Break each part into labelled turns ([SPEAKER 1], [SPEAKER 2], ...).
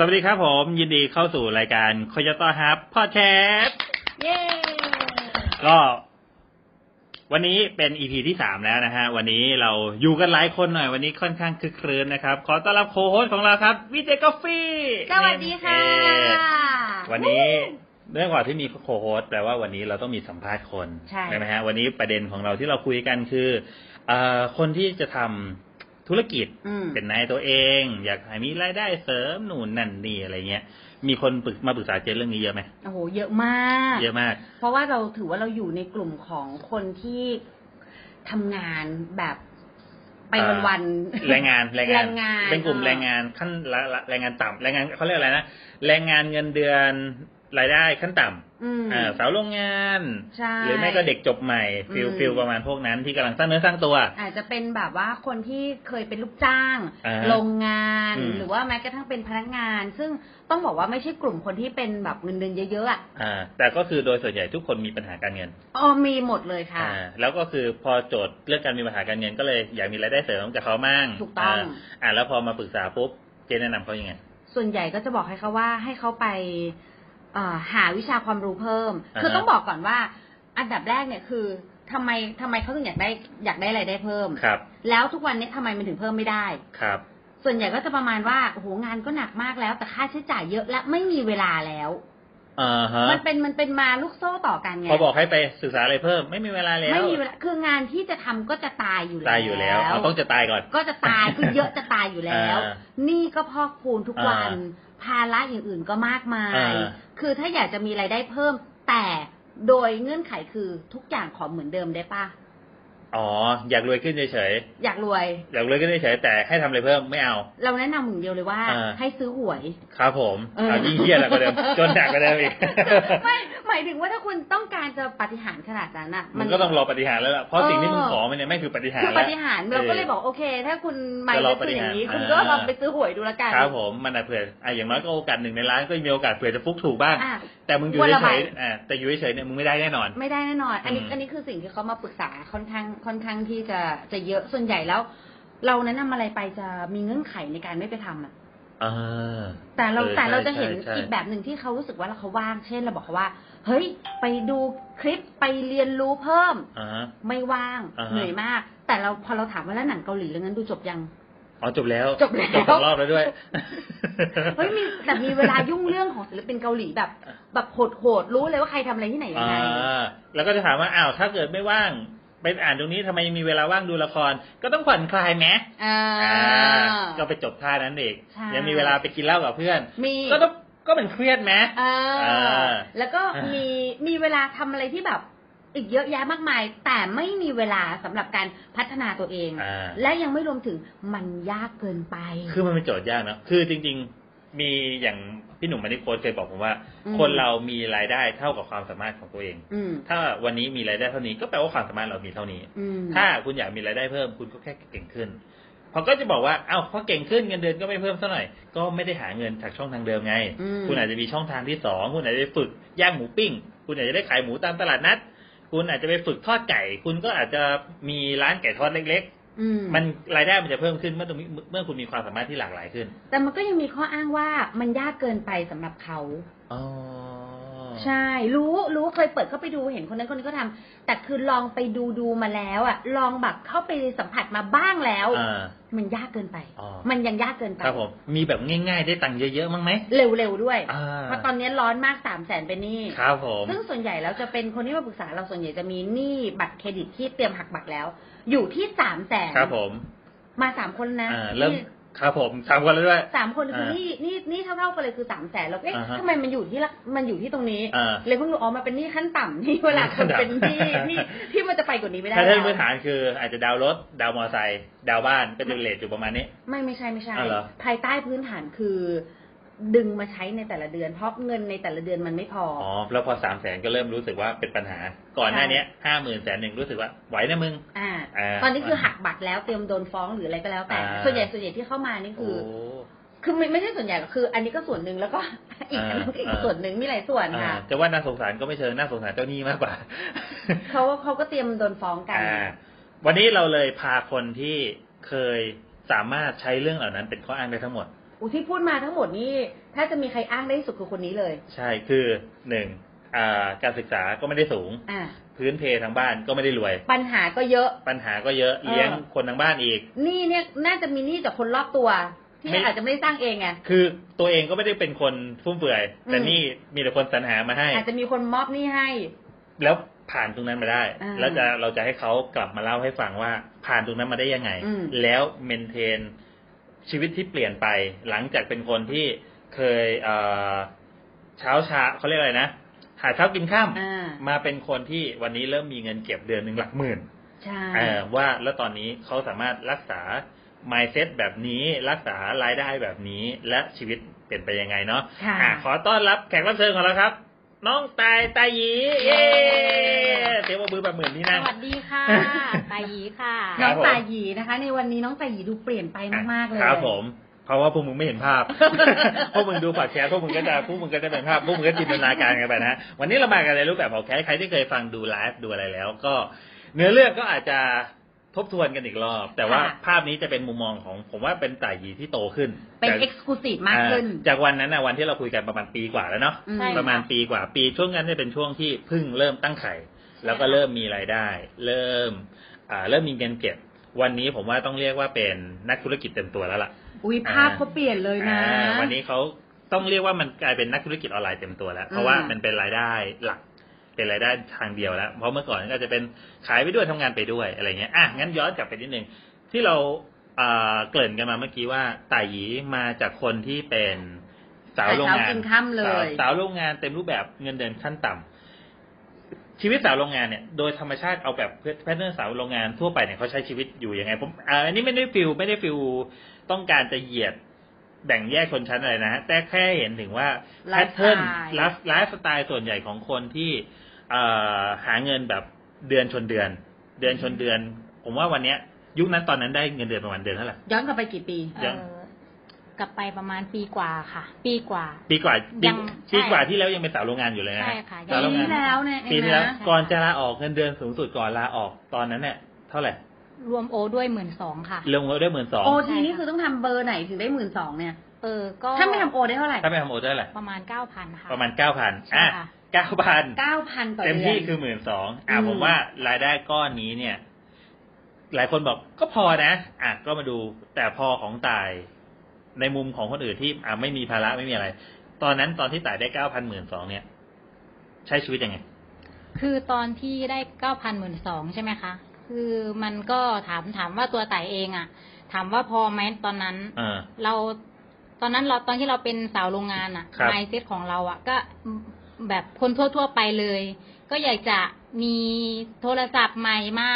[SPEAKER 1] วัสดีครับผม ยินดีเข้าสู่รายการคอยต้อฮับพอดแคส
[SPEAKER 2] เย้
[SPEAKER 1] ก็ วันนี้เป็นอีพีที่สามแล้วนะฮะ วันนี้เราอยู่กันหลายคนหน่อย วันนี้ค่อนข้างคึกครื้นนะครับ ขอต้อนรับโคโฮสต์ของเราครับวิเจกาแฟี
[SPEAKER 2] สวัสดีค่ะ
[SPEAKER 1] วันนี้เรื่องกว่าที่มีโคโฮสต์แปลว่าวันนี้เราต้องมีสัมภาษณ์คน
[SPEAKER 2] ใช่
[SPEAKER 1] ไหมฮะ วันนี้ประเด็นของเราที่เราคุยกันคือเอ่อคนที่จะทำธุรกิจ
[SPEAKER 2] อืม
[SPEAKER 1] เป็นนายตัวเอง อยากให้มีรายได้เสริมหนุนนั่นนี่อะไรเงี้ย มีคนปรึกมาปรึกษาเจนเรื่องนี้เยอะไหม
[SPEAKER 2] โอ้โห เยอะมาก
[SPEAKER 1] เยอะมาก
[SPEAKER 2] เพราะว่าเราถือว่าเราอยู่ในกลุ่มของคนที่ทำงานแบบไป
[SPEAKER 1] อ่า
[SPEAKER 2] วันๆ
[SPEAKER 1] แรงงานแรงงาน
[SPEAKER 2] แรงงาน
[SPEAKER 1] เป็นกลุ่ม
[SPEAKER 2] อ่า
[SPEAKER 1] แรงงานขั้นละละแรงงานต่ำแรงงานเขาเรียกอะไรนะแรงงานเงินเดือนรายได้ขั้นต่
[SPEAKER 2] อืม
[SPEAKER 1] ำอ่าสาวโรงงาน
[SPEAKER 2] ใช่
[SPEAKER 1] หรือไม่ก็เด็กจบใหม่ฟิล
[SPEAKER 2] อืม
[SPEAKER 1] ฟิลประมาณพวกนั้นที่กำลังสร้างเนื้อสร้างตัว
[SPEAKER 2] อาจจะเป็นแบบว่าคนที่เคยเป็นลูกจ้าง
[SPEAKER 1] อ่า
[SPEAKER 2] โรงงาน
[SPEAKER 1] อืม
[SPEAKER 2] หรือว่าแม้กระทั่งเป็นพนักงาน ซึ่งต้องบอกว่าไม่ใช่กลุ่มคนที่เป็นแบบเงินเดือนเยอะๆอ่ะ
[SPEAKER 1] อ่า แต่ก็คือโดยส่วนใหญ่ทุกคนมีปัญหาการเงิน
[SPEAKER 2] อ๋อมีหมดเลยค่ะ
[SPEAKER 1] อ่า แล้วก็คือพอโจทย์เรื่องการมีปัญหาการเงินก็เลยอยากมีรายได้เสริมกับเขามั่ง
[SPEAKER 2] ถูกต้อง
[SPEAKER 1] าอ่าแล้วพอมาปรึกษาปุ๊บเจนแนะนำเขายังไง
[SPEAKER 2] ส่วนใหญ่ก็จะบอกให้เขาว่าให้เขาไปเอ่อหาวิชาความรู้เพิ่ม
[SPEAKER 1] อ่าฮะ
[SPEAKER 2] คือต้องบอกก่อนว่า อันดับแรกเนี่ยคือทำไมทำไมเขาถึงอยากได้อยากได้รายได้เพิ่ม
[SPEAKER 1] ครับ
[SPEAKER 2] แล้วทุกวันนี้ทำไมมันถึงเพิ่มไม่ได้
[SPEAKER 1] ครับ
[SPEAKER 2] ส่วนใหญ่ก็จะประมาณว่าโอ้โหงานก็หนักมากแล้ว แต่ค่าใช้จ่ายเยอะและไม่มีเวลาแล้ว
[SPEAKER 1] อ่าฮะ
[SPEAKER 2] มันเป็นมันเป็นมาลูกโซ่ต่อกันไง
[SPEAKER 1] พอบอกให้ไปศึกษาอะไรเพิ่ม ไม่มีเวลาแล้ว
[SPEAKER 2] ไม่มีเวลาคืองานที่จะทำก็จะตายอยู่แล้ว
[SPEAKER 1] ตายอยู่แล้วเอาต้องจะตายก่อน
[SPEAKER 2] ก็จะตายคือเยอะจะตายอยู่แล้ว
[SPEAKER 1] อ่า
[SPEAKER 2] หนี่ก็พอกพูนทุกวัน
[SPEAKER 1] อ่า
[SPEAKER 2] ภาระอย่างอื่นก็มากมาย
[SPEAKER 1] อ่า
[SPEAKER 2] คือถ้าอยากจะมีไรายได้เพิ่ม แต่โดยเงื่อนไขคือทุกอย่างขอเหมือนเดิมได้ปะ
[SPEAKER 1] อ๋ออยากรวยขึ้นเฉย
[SPEAKER 2] อยากรวย
[SPEAKER 1] ๆอยากรวยขึ้นเฉยๆแต่ให้ทำอะไรเพิ่มไม่เอา
[SPEAKER 2] เราแนะนำหนึ่งเดียวเลยว่า
[SPEAKER 1] อ่า
[SPEAKER 2] ให้ซื้อหวย
[SPEAKER 1] ครับผม
[SPEAKER 2] เออ
[SPEAKER 1] เอายิ่งเครียดหนักกว่า เดิมจนหนักกว่าเดิมอีก
[SPEAKER 2] ไม่หมายถึงว่าถ้าคุณต้องการจะปฏิหารย์ขนาดนั้นอ่ะ
[SPEAKER 1] มันก็ต้องรอปฏิหารย์แล้วล่ะเพราะ
[SPEAKER 2] เออ
[SPEAKER 1] สิ่งที่มึงขอมันเนี่ยไม่คือปฏิหาร
[SPEAKER 2] คือ
[SPEAKER 1] ย์
[SPEAKER 2] ป
[SPEAKER 1] แล้ว
[SPEAKER 2] ฏิหารย์เราก็เลยบอกโอเค ถ้าคุณไม่
[SPEAKER 1] จะร
[SPEAKER 2] ได้
[SPEAKER 1] อ
[SPEAKER 2] คืออย่างนี้
[SPEAKER 1] ปฏิหารย์
[SPEAKER 2] คุณก็
[SPEAKER 1] อ่า
[SPEAKER 2] ลองไปซื้อหวยดูละกัน
[SPEAKER 1] ครับผมมันอะเผื่ออ่ะอย่างน้อยก็โอกาสหนึ่งในล้านก็มีโอกาสเผื่อจะฟุกถูกบ้าง
[SPEAKER 2] อ่ะ
[SPEAKER 1] แต่มึงอยู่
[SPEAKER 2] วันละ
[SPEAKER 1] เฉ
[SPEAKER 2] ใบ
[SPEAKER 1] ยๆอ่ะแต่อยู่เฉยๆเนี่ยมึงไม่ได้แน่นอน
[SPEAKER 2] ไม่ได้แน่นอน อันนี้
[SPEAKER 1] อืม
[SPEAKER 2] อันนี้คือสิ่งที่เขามาปรึกษาค่อนข้างค่อนข้างที่จะจะเยอะส่วนใหญ่แล้ว เราแนะนำอะไรไปจะมีเงื่อนไขในการไม่ไปทำอ่ะ
[SPEAKER 1] อ่า
[SPEAKER 2] แต่เรา
[SPEAKER 1] เออ
[SPEAKER 2] แต่เรา
[SPEAKER 1] ใช่
[SPEAKER 2] จะเห็น
[SPEAKER 1] ใช่
[SPEAKER 2] อีกแบบหนึ่งที่เขารู้สึกว่าเราเขาว่าง เช่นเราบอกเขาว่า เฮ้ย ไปดูคลิปไปเรียนรู้เพิ่ม
[SPEAKER 1] าฮะ
[SPEAKER 2] ไม่ว่าง
[SPEAKER 1] อ่าฮะ
[SPEAKER 2] เหนื่อยมาก แต่เราพอเราถามว่าแล้วหนังเกาหลีเรื่องนั้นดูจบยัง
[SPEAKER 1] อ๋อจบแล้ว
[SPEAKER 2] จบแล้ว
[SPEAKER 1] จบสองรอบแล้วด้วย
[SPEAKER 2] เฮ้ยมีแต่มีเวลายุ่งเรื่องของศิลปินเกาหลีแบบ แบบโหดๆรู้เลยว่าใครทำอะไรที่ไหนยังไง
[SPEAKER 1] อ่าแล้วก็จะถามว่าอ้าวถ้าเกิดไม่ว่างไปอ่านตรงนี้ทำไมยังมีเวลาว่างดูละคร ก็ต้องผ่อนคลายไหม
[SPEAKER 2] อ่า
[SPEAKER 1] อ่าก็ไปจบท่านั้นเอง
[SPEAKER 2] ใช่
[SPEAKER 1] ยังมีเวลาไปกินเหล้ากับเพื่อน
[SPEAKER 2] มี
[SPEAKER 1] ก็ต้องก็เป็นเครียดไหม
[SPEAKER 2] เออ
[SPEAKER 1] เออ
[SPEAKER 2] แล้วก็
[SPEAKER 1] อ่ามี
[SPEAKER 2] มีมีเวลาทำอะไรที่แบบอีกเยอะแยะมากมาย แต่ไม่มีเวลาสำหรับการพัฒนาตัวเอง
[SPEAKER 1] อ่า
[SPEAKER 2] และยังไม่รวมถึงมันยากเกินไป
[SPEAKER 1] คือมันเป็นโจทย์ยากเนาะคือจริง ๆ มีอย่างพี่หนุ่มมานิโคสเคยบอกผมว่า
[SPEAKER 2] อืม
[SPEAKER 1] คนเรามีรายได้เท่ากับความสามารถของตัวเอง
[SPEAKER 2] อืม
[SPEAKER 1] ถ้าวันนี้มีรายได้เท่านี้ก็แปลว่าความสามารถเรามีเท่านี้
[SPEAKER 2] อืม
[SPEAKER 1] ถ้าคุณอยากมีรายได้เพิ่มคุณก็แค่เก่งขึ้นเขาก็จะบอกว่า เอ้าพอเก่งขึ้นเงินเดือนก็ไม่เพิ่มซะหน่อย ก็ไม่ได้หาเงินจากช่องทางเดิมไง
[SPEAKER 2] อืม
[SPEAKER 1] คุณอาจจะมีช่องทางที่สอง คุณอาจจะไปฝึกย่างหมูปิ้ง คุณอาจจะได้ขายหมูตามตลาดนัด คุณอาจจะไปฝึกทอดไก่ คุณก็อาจจะมีร้านไก่ทอดเล็ก
[SPEAKER 2] อืม
[SPEAKER 1] ๆ มันรายได้มันจะเพิ่มขึ้นเมื่อตรงนี้เมื่อคุณมีความสามารถที่หลากหลายขึ้น
[SPEAKER 2] แต่มันก็ยังมีข้ออ้างว่ามันยากเกินไปสำหรับเขา
[SPEAKER 1] อ๋อ
[SPEAKER 2] ใช่ รู้รู้เคยเปิดเข้าไปดูเห็นคนนั้นคนนี้ก็ทำแต่คือลองไปดูดูมาแล้วอ่ะ ลองแบบเข้าไปสัมผัสมาบ้างแล้ว
[SPEAKER 1] อ่า
[SPEAKER 2] มันยากเกินไป
[SPEAKER 1] อ๋อ
[SPEAKER 2] มันยังยากเกินไป
[SPEAKER 1] ครับผม มีแบบง่าย ๆ ได้ตังค์เยอะๆมั้างไหม
[SPEAKER 2] เร็วๆด้วย
[SPEAKER 1] อ่า
[SPEAKER 2] เพราะตอนนี้ร้อนมากสามแสนเป็นหนี้
[SPEAKER 1] ครับผม
[SPEAKER 2] ซึ่งส่วนใหญ่แล้วจะเป็นคนที่มาปรึกษาเราส่วนใหญ่จะมีหนี้บัตรเครดิตที่เตรียมหักบัตรแล้ว อยู่ที่สามแสน
[SPEAKER 1] ครับผม
[SPEAKER 2] มาสามคนนะ
[SPEAKER 1] อ่า เริ่ม
[SPEAKER 2] นี่
[SPEAKER 1] ครับผมสามคนแล้วด้วย
[SPEAKER 2] สามคนคืออา นี่นี่นี่เท่าๆกันเลยคือสามแสนแล้วเอ๊ะ
[SPEAKER 1] อ่าฮะ
[SPEAKER 2] ทำไมมันอยู่ที่ละมันอยู่ที่ตรงนี้
[SPEAKER 1] อ่า
[SPEAKER 2] เลยเพิ่งรู้อ๋อมาเป็นหนี้ขั้นต่ำที่เวลาคนเป็น หนี้
[SPEAKER 1] ขั้นต่ำ
[SPEAKER 2] ที่ที่มันจะไปกว่านี้ไม่ได้
[SPEAKER 1] ถ้าได้
[SPEAKER 2] แล้ว
[SPEAKER 1] พื้นฐานคืออาจจะดาวน์รถ ดาวน์มอไซค์ดาวน์บ้านก็จะเลทอยู่ประมาณนี้
[SPEAKER 2] ไม่ไม่ใช่ไม่ใช่
[SPEAKER 1] อ่าเหรอ
[SPEAKER 2] ภายใต้พื้นฐานคือ ดึงมาใช้ในแต่ละเดือน เพราะเงินในแต่ละเดือนมันไม่พอ
[SPEAKER 1] อ๋อ แล้วพอสามแสนก็เริ่มรู้สึกว่าเป็นปัญหา ก่อนหน้าเนี้ห้าหมื่นแสนหนึ่งรู้สึกว่าไหวนะมึง
[SPEAKER 2] อ่า
[SPEAKER 1] อ่า
[SPEAKER 2] ตอนนี้คือหักบัตรแล้วเตรียมโดนฟ้องหรืออะไรก็แล้วแต่
[SPEAKER 1] อ่า
[SPEAKER 2] ส่วนใหญ่ส่วนใหญ่ที่เข้ามานี่
[SPEAKER 1] โอ้
[SPEAKER 2] คือ คือไม่ไม่ใช่ส่วนใหญ่หรอกคือ อันนี้ก็ส่วนหนึ่งแล้วก็ อีก
[SPEAKER 1] อ่า
[SPEAKER 2] อันนี้ก็อีก
[SPEAKER 1] อ่า
[SPEAKER 2] ส่วนหนึ่งมีหลายส่วน
[SPEAKER 1] อ่า
[SPEAKER 2] ค่ะ
[SPEAKER 1] จะว่าน่าสงสารก็ไม่เชิงน่าสงสารเจ้าหนี้มากกว่า
[SPEAKER 2] เขาเขาก็เตรียมโดนฟ้องกัน
[SPEAKER 1] อ่า วันนี้เราเลยพาคนที่เคยสามารถใช้เรื่องเหล่านั้นเป็นข้ออ้างได้ทั้งหมด
[SPEAKER 2] อุยที่พูดมาทั้งหมดนี่ถ้าจะมีใครอ้างได้ที่สุดคือคนนี้เลย
[SPEAKER 1] ใช่คือหนึ่งอ่าการศึกษาก็ไม่ได้สูง
[SPEAKER 2] อ่า
[SPEAKER 1] พื้นเพทางบ้านก็ไม่ได้รวย
[SPEAKER 2] ปัญหาก็เยอะ
[SPEAKER 1] ปัญหาก็เยอะเลี้ยง
[SPEAKER 2] เออ
[SPEAKER 1] คนทางบ้านอีก
[SPEAKER 2] หนี่เนี่ยน่าจะมีหนี้จากคนรอบตัว ที่
[SPEAKER 1] ไม่
[SPEAKER 2] อาจจะไม่ได้สร้างเองไง
[SPEAKER 1] คือตัวเองก็ไม่ได้เป็นคนฟุ่มเฟือย
[SPEAKER 2] อืม
[SPEAKER 1] แต่นี่มีแต่คนสรรหามาให้
[SPEAKER 2] อาจจะมีคนมอบหนี้ให้
[SPEAKER 1] แล้วผ่านตรงนั้นมาได้
[SPEAKER 2] อ่า
[SPEAKER 1] แล้วจะเราจะให้เขากลับมาเล่าให้ฟังว่าผ่านตรงนั้นมาได้ยังไง
[SPEAKER 2] อืม
[SPEAKER 1] แล้วเมนเทนชีวิตที่เปลี่ยนไป หลังจากเป็นคนที่เคยเอ่อเช้าชาเขาเรียกอะไรนะ หาเช้ากินข้าม
[SPEAKER 2] อ่า
[SPEAKER 1] มาเป็นคนที่วันนี้เริ่มมีเงินเก็บเดือนหนึ่งหลักหมื่น
[SPEAKER 2] ใช่
[SPEAKER 1] เออว่าแล้วตอนนี้เขาสามารถรักษา mindset แบบนี้รักษารายได้แบบนี้และชีวิตเปลี่ยนไปยังไงเนาะ
[SPEAKER 2] ค่ะ
[SPEAKER 1] อ่ะขอต้อนรับแขกรับเชิญของเราครับ น้องตายตายหยีเย้เสียงปรบมือแบบหมื่นที่
[SPEAKER 3] ส
[SPEAKER 1] นั่ง
[SPEAKER 3] วัสดี ค่ะ ตาหยีค่ะ
[SPEAKER 1] ครั
[SPEAKER 2] น้อบ ง
[SPEAKER 1] ผม
[SPEAKER 2] ตาหยีนะคะ ในวันนี้น้องตาหยีดูเปลี่ยนไปมากๆเลย
[SPEAKER 1] ครับผม เพราะว่าพวกมึงไม่เห็นภาพ พวกมึงดูฝากแชร์พวกมึงก็จะพวกมึงก็จะเป็นภาพพวกมึงก็จินตนาการกันไปนะฮะวันนี้เรามากันในรูปแบบของแคสใครที่เคยฟังดูไลฟ์ดูอะไรแล้ว ก็เนื้อเรื่องก็อาจจะทบทวนกันอีกรอบ แต่ว่า
[SPEAKER 2] ค่ะ
[SPEAKER 1] ภาพนี้จะเป็นมุมมองของ ผมว่าเป็นต่ายหยีที่โตขึ้น
[SPEAKER 2] เป็น
[SPEAKER 1] จาก
[SPEAKER 2] เอ็กซ์คลูซีฟมากขึ้น
[SPEAKER 1] อ่าจากวันนั้นนะวันที่เราคุยกันประมาณปีกว่าแล้วเนาะ
[SPEAKER 2] อืม
[SPEAKER 3] ใช่
[SPEAKER 1] ประมาณปีกว่า ปีช่วงนั้นเนี่ยเป็นช่วงที่เพิ่งเริ่มตั้งไข่ แล้วก็เริ่มมีรายได้ เริ่ม อ่า เริ่มมีเงินเก็บ วันนี้ผมว่าต้องเรียกว่าเป็นนักธุรกิจเต็มตัวแล้วล่ะ
[SPEAKER 2] อุ้ยภาพเขาเปลี่ยนเลยนะ
[SPEAKER 1] อ่าวันนี้เขาต้องเรียกว่ามันกลายเป็นนักธุรกิจออนไลน์เต็มตัวแล้ว เพราะ
[SPEAKER 2] อ่า
[SPEAKER 1] ว่ามันเป็นรายได้หลัก เป็นรายได้ทางเดียวแล้ว เพราะเมื่อก่อนก็จะเป็นขายไปด้วยทำงานไปด้วยอะไรเงี้ยอ่ะงั้นย้อนกลับไปนิดนึงที่เราเอ่อเกริ่นกันมาเมื่อกี้ว่าต่ายหยีมาจากคนที่เป็นสาวโร
[SPEAKER 2] แต่เช้าง
[SPEAKER 1] งาน
[SPEAKER 2] กินข้ามเล
[SPEAKER 1] สาวย สาวโรงงานเต็มรูปแบบเงินเดือนขั้นต่ำชีวิตสาวโรงงานเนี่ยโดยธรรมชาติเอาแบบแพทเทิร์นสาวโรงงานทั่วไปเนี่ยเขาใช้ชีวิตอยู่ยังไงผมอ่าอันนี้ไม่ได้ฟิลไม่ได้ฟิล ต้องการจะเหยียดแบ่งแยกชนชั้นอะไรนะฮะแต่แค่เห็นถึงว่าแพทเทิร์น
[SPEAKER 2] Lifestyle
[SPEAKER 1] ไลฟ์สไตล์ส่วนใหญ่ของคนที่เอ่อหาเงินแบบเดือนชนเดือน เดือนชนเดือน ผมว่าวันเนี้ย ยุคนั้นตอนนั้นได้เงินเดือนประมาณเดือนเท่าไหร่
[SPEAKER 2] ย้อนกลับไปกี่ปี
[SPEAKER 3] เอ่
[SPEAKER 1] ยัง
[SPEAKER 3] อกลับไปประมาณปีกว่าค่ะ ปีกว่า
[SPEAKER 1] ปีกว่าปี
[SPEAKER 3] ยัง
[SPEAKER 1] ปีกว่า
[SPEAKER 3] ใช่
[SPEAKER 1] ที่แล้วยังเป็นสาวโรงงานอยู่เลยนะ
[SPEAKER 3] ใช่ค่ะยัง
[SPEAKER 1] สาวโรง
[SPEAKER 2] ปี
[SPEAKER 1] งาน
[SPEAKER 2] ที่แล้วเนี่ยเอ
[SPEAKER 1] ปี
[SPEAKER 2] ง
[SPEAKER 1] ที่แล้ว
[SPEAKER 2] นะ
[SPEAKER 1] ก่อนจะลาออกเงินเดือนสูงสุดก่อนลาออกตอนนั้นเนี่ยเท่าไหร่
[SPEAKER 3] รวมโอด้วยหมื่นสองค่ะ
[SPEAKER 1] ลงไว้ด้วยหมื่นสอง
[SPEAKER 2] โอทีนี่คือต้องทำเบอร์ไหนถึงได้หมื่นสองเนี่ย
[SPEAKER 3] เออ ก็
[SPEAKER 2] ถ้าไม่ทำโอได้เท่าไหร่
[SPEAKER 1] ถ้าไม่ทำโอเท่าไหร่
[SPEAKER 3] ประมาณเก้าพันค่ะ
[SPEAKER 1] ประมาณเก้าพัน
[SPEAKER 3] ใช่
[SPEAKER 1] อ่ะ
[SPEAKER 3] ค่ะ
[SPEAKER 1] เก้าพัน
[SPEAKER 2] เก้าพันต่อ
[SPEAKER 1] เต็ม
[SPEAKER 2] เดือ
[SPEAKER 1] ที่
[SPEAKER 2] น
[SPEAKER 1] คือหมื่นสองอ่า
[SPEAKER 2] อืม
[SPEAKER 1] ผมว่ารายได้ก้อนนี้เนี่ย หลายคนบอกก็พอนะอ่ะก็มาดูแต่พอของตาย ในมุมของคนอื่นที่อ่ะไม่มีภาระไม่มีอะไร ตอนนั้นตอนที่ตายได้เก้าพันหมื่นสองเนี่ย ใช้ชีวิตยังไง
[SPEAKER 3] คือตอนที่ได้เก้าพันหมื่นสองใช่ไหมคะ คือมันก็ถามถามว่าตัวไต่เองอะถามว่าพอไหมตอนนั้น
[SPEAKER 1] เออ
[SPEAKER 3] เราตอนนั้นเราตอนที่เราเป็นสาวโรงงานอะ
[SPEAKER 1] ครับ
[SPEAKER 3] ไมเซ็ตของเราอะก็แบบคนทั่ว ๆ ไปเลย ก็อยากจะมีโทรศัพท์ใหม่มา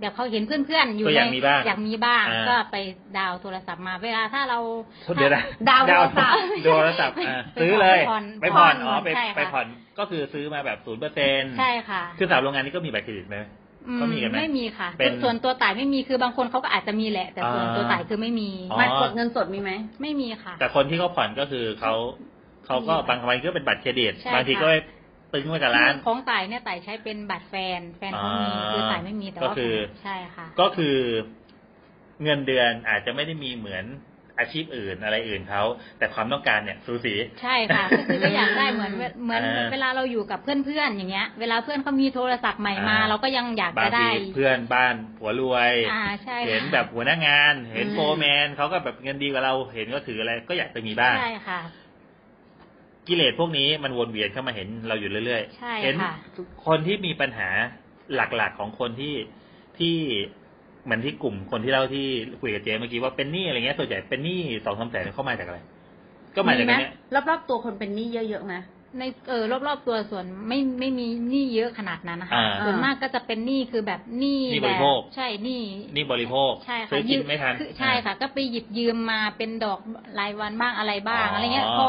[SPEAKER 3] แบบเขาเห็นเพื่อนๆอยู่
[SPEAKER 1] ก็อยากมีบ้าง
[SPEAKER 3] อยากมีบ้าง
[SPEAKER 1] อ่า
[SPEAKER 3] ก็ไปดาวน์โทรศัพท์มา เวลาถ้าเรา
[SPEAKER 1] เดี๋ยวนะ
[SPEAKER 2] ดาวน์โทรศัพ
[SPEAKER 1] ดาว
[SPEAKER 2] ท์
[SPEAKER 1] น์โทรศัพท์อ่ะ
[SPEAKER 3] ไป
[SPEAKER 1] ซื้อเลย
[SPEAKER 3] ผ่อน
[SPEAKER 1] ไปผ่อน
[SPEAKER 3] ผ่อน
[SPEAKER 1] อ๋อไป
[SPEAKER 3] ใช่ค่ะ
[SPEAKER 1] ไปผ่อนก็คือซื้อมาแบบศูนย์เปอร์เซ็น
[SPEAKER 3] ใช่ค่ะ
[SPEAKER 1] คือสาวโรงงานนี้ก็มีบัตรเครดิตไหม
[SPEAKER 3] อื
[SPEAKER 1] เขามีกันไหม
[SPEAKER 3] ไม่มีค่ะ
[SPEAKER 1] เป็น
[SPEAKER 3] ส่วนตัวต่ายไม่มีคือบางคนเขาก็อาจจะมีแหละ แต่ส่วน
[SPEAKER 1] อ่า
[SPEAKER 3] ตัวต่ายคือไม่มี
[SPEAKER 1] อ๋อ
[SPEAKER 2] บัตรกดเงินสดมีไหม
[SPEAKER 3] ไม่มีค่ะ
[SPEAKER 1] แต่คนที่เขาผ่อนก็คือเขาเขาก็
[SPEAKER 3] มีค่ะ
[SPEAKER 1] บางทีก็เป็นบัตรเครดิต
[SPEAKER 3] ใช่
[SPEAKER 1] บางที
[SPEAKER 3] ค่ะ
[SPEAKER 1] ก็ไปตึงไว้กับร้าน
[SPEAKER 3] ของต่ายเนี่ยต่ายใช้เป็นบัตรแฟนแฟนเขามี
[SPEAKER 1] อ่า
[SPEAKER 3] คือต่ายไม่มีแต่ว่า
[SPEAKER 1] ก็คือ
[SPEAKER 3] ใช่ค่ะ
[SPEAKER 1] ก็คือเงินเดือนอาจจะไม่ได้มีเหมือนอาชีพอื่นอะไรอื่นเขาแต่ความต้องการเนี่ยสูสี
[SPEAKER 3] ใช่ ค่ะ ก็คือก็อยากได้เหมือนเหมือน
[SPEAKER 1] อ่า
[SPEAKER 3] เวลาเราอยู่กับเพื่อนๆอย่างเงี้ย เวลาเพื่อนเขามีโทรศัพท์ใหม่มา
[SPEAKER 1] อ่า
[SPEAKER 3] เราก็ยังอยาก
[SPEAKER 1] บา
[SPEAKER 3] จะ
[SPEAKER 1] ง
[SPEAKER 3] ได้
[SPEAKER 1] ทีเพื่อนบ้านหัวรวย
[SPEAKER 3] อ่าใช่ค่ะ
[SPEAKER 1] เห็นแบบหัวหน้างาน เห็น
[SPEAKER 2] อืม
[SPEAKER 1] โฟร์แมนเขาก็แบบเงินดีกว่าเราเห็นก็ถืออะไรก็อยากจะมีบ้าง
[SPEAKER 3] ใช่ค่ะ
[SPEAKER 1] กิเลสพวกนี้มันวนเวียนเข้ามาเห็นเราอยู่เรื่อย
[SPEAKER 3] ใช่
[SPEAKER 1] เห็น
[SPEAKER 3] ค่ะ
[SPEAKER 1] คนที่มีปัญหาหลักๆของคนที่ที่เหมือนที่กลุ่มคนที่เล่าที่คุยกับเจ๊เมื่อกี้ว่าเป็นหนี้อะไรเงี้ยส่วนใหญ่เป็นหนี้สองสามแสนเข้ามาจากอะไร ก็มาจากอันเนี้ย
[SPEAKER 2] รอบๆตัวคนเป็นหนี้เยอะๆไหม
[SPEAKER 3] ในเออรอบๆตัวส่วนไม่ไม่มีหนี้เยอะขนาดนั้นนะคะ
[SPEAKER 1] อ่า
[SPEAKER 3] ส่วนมากก็จะเป็นหนี้คือแบบหนี้
[SPEAKER 1] หนี้บ
[SPEAKER 3] แบ
[SPEAKER 1] ริ
[SPEAKER 3] บ
[SPEAKER 1] โภค
[SPEAKER 3] ใช่หนี้
[SPEAKER 1] หนี่บริโภค
[SPEAKER 3] ใช่ค่ะ
[SPEAKER 1] ซื้อกินไม่ทัน
[SPEAKER 3] คือใช่ค่ะ ก็ไปหยิบยืมมาเป็นดอกรายวันบ้างอะไรบ้าง
[SPEAKER 1] อ๋ออ
[SPEAKER 3] อะไรเงี้ย พอ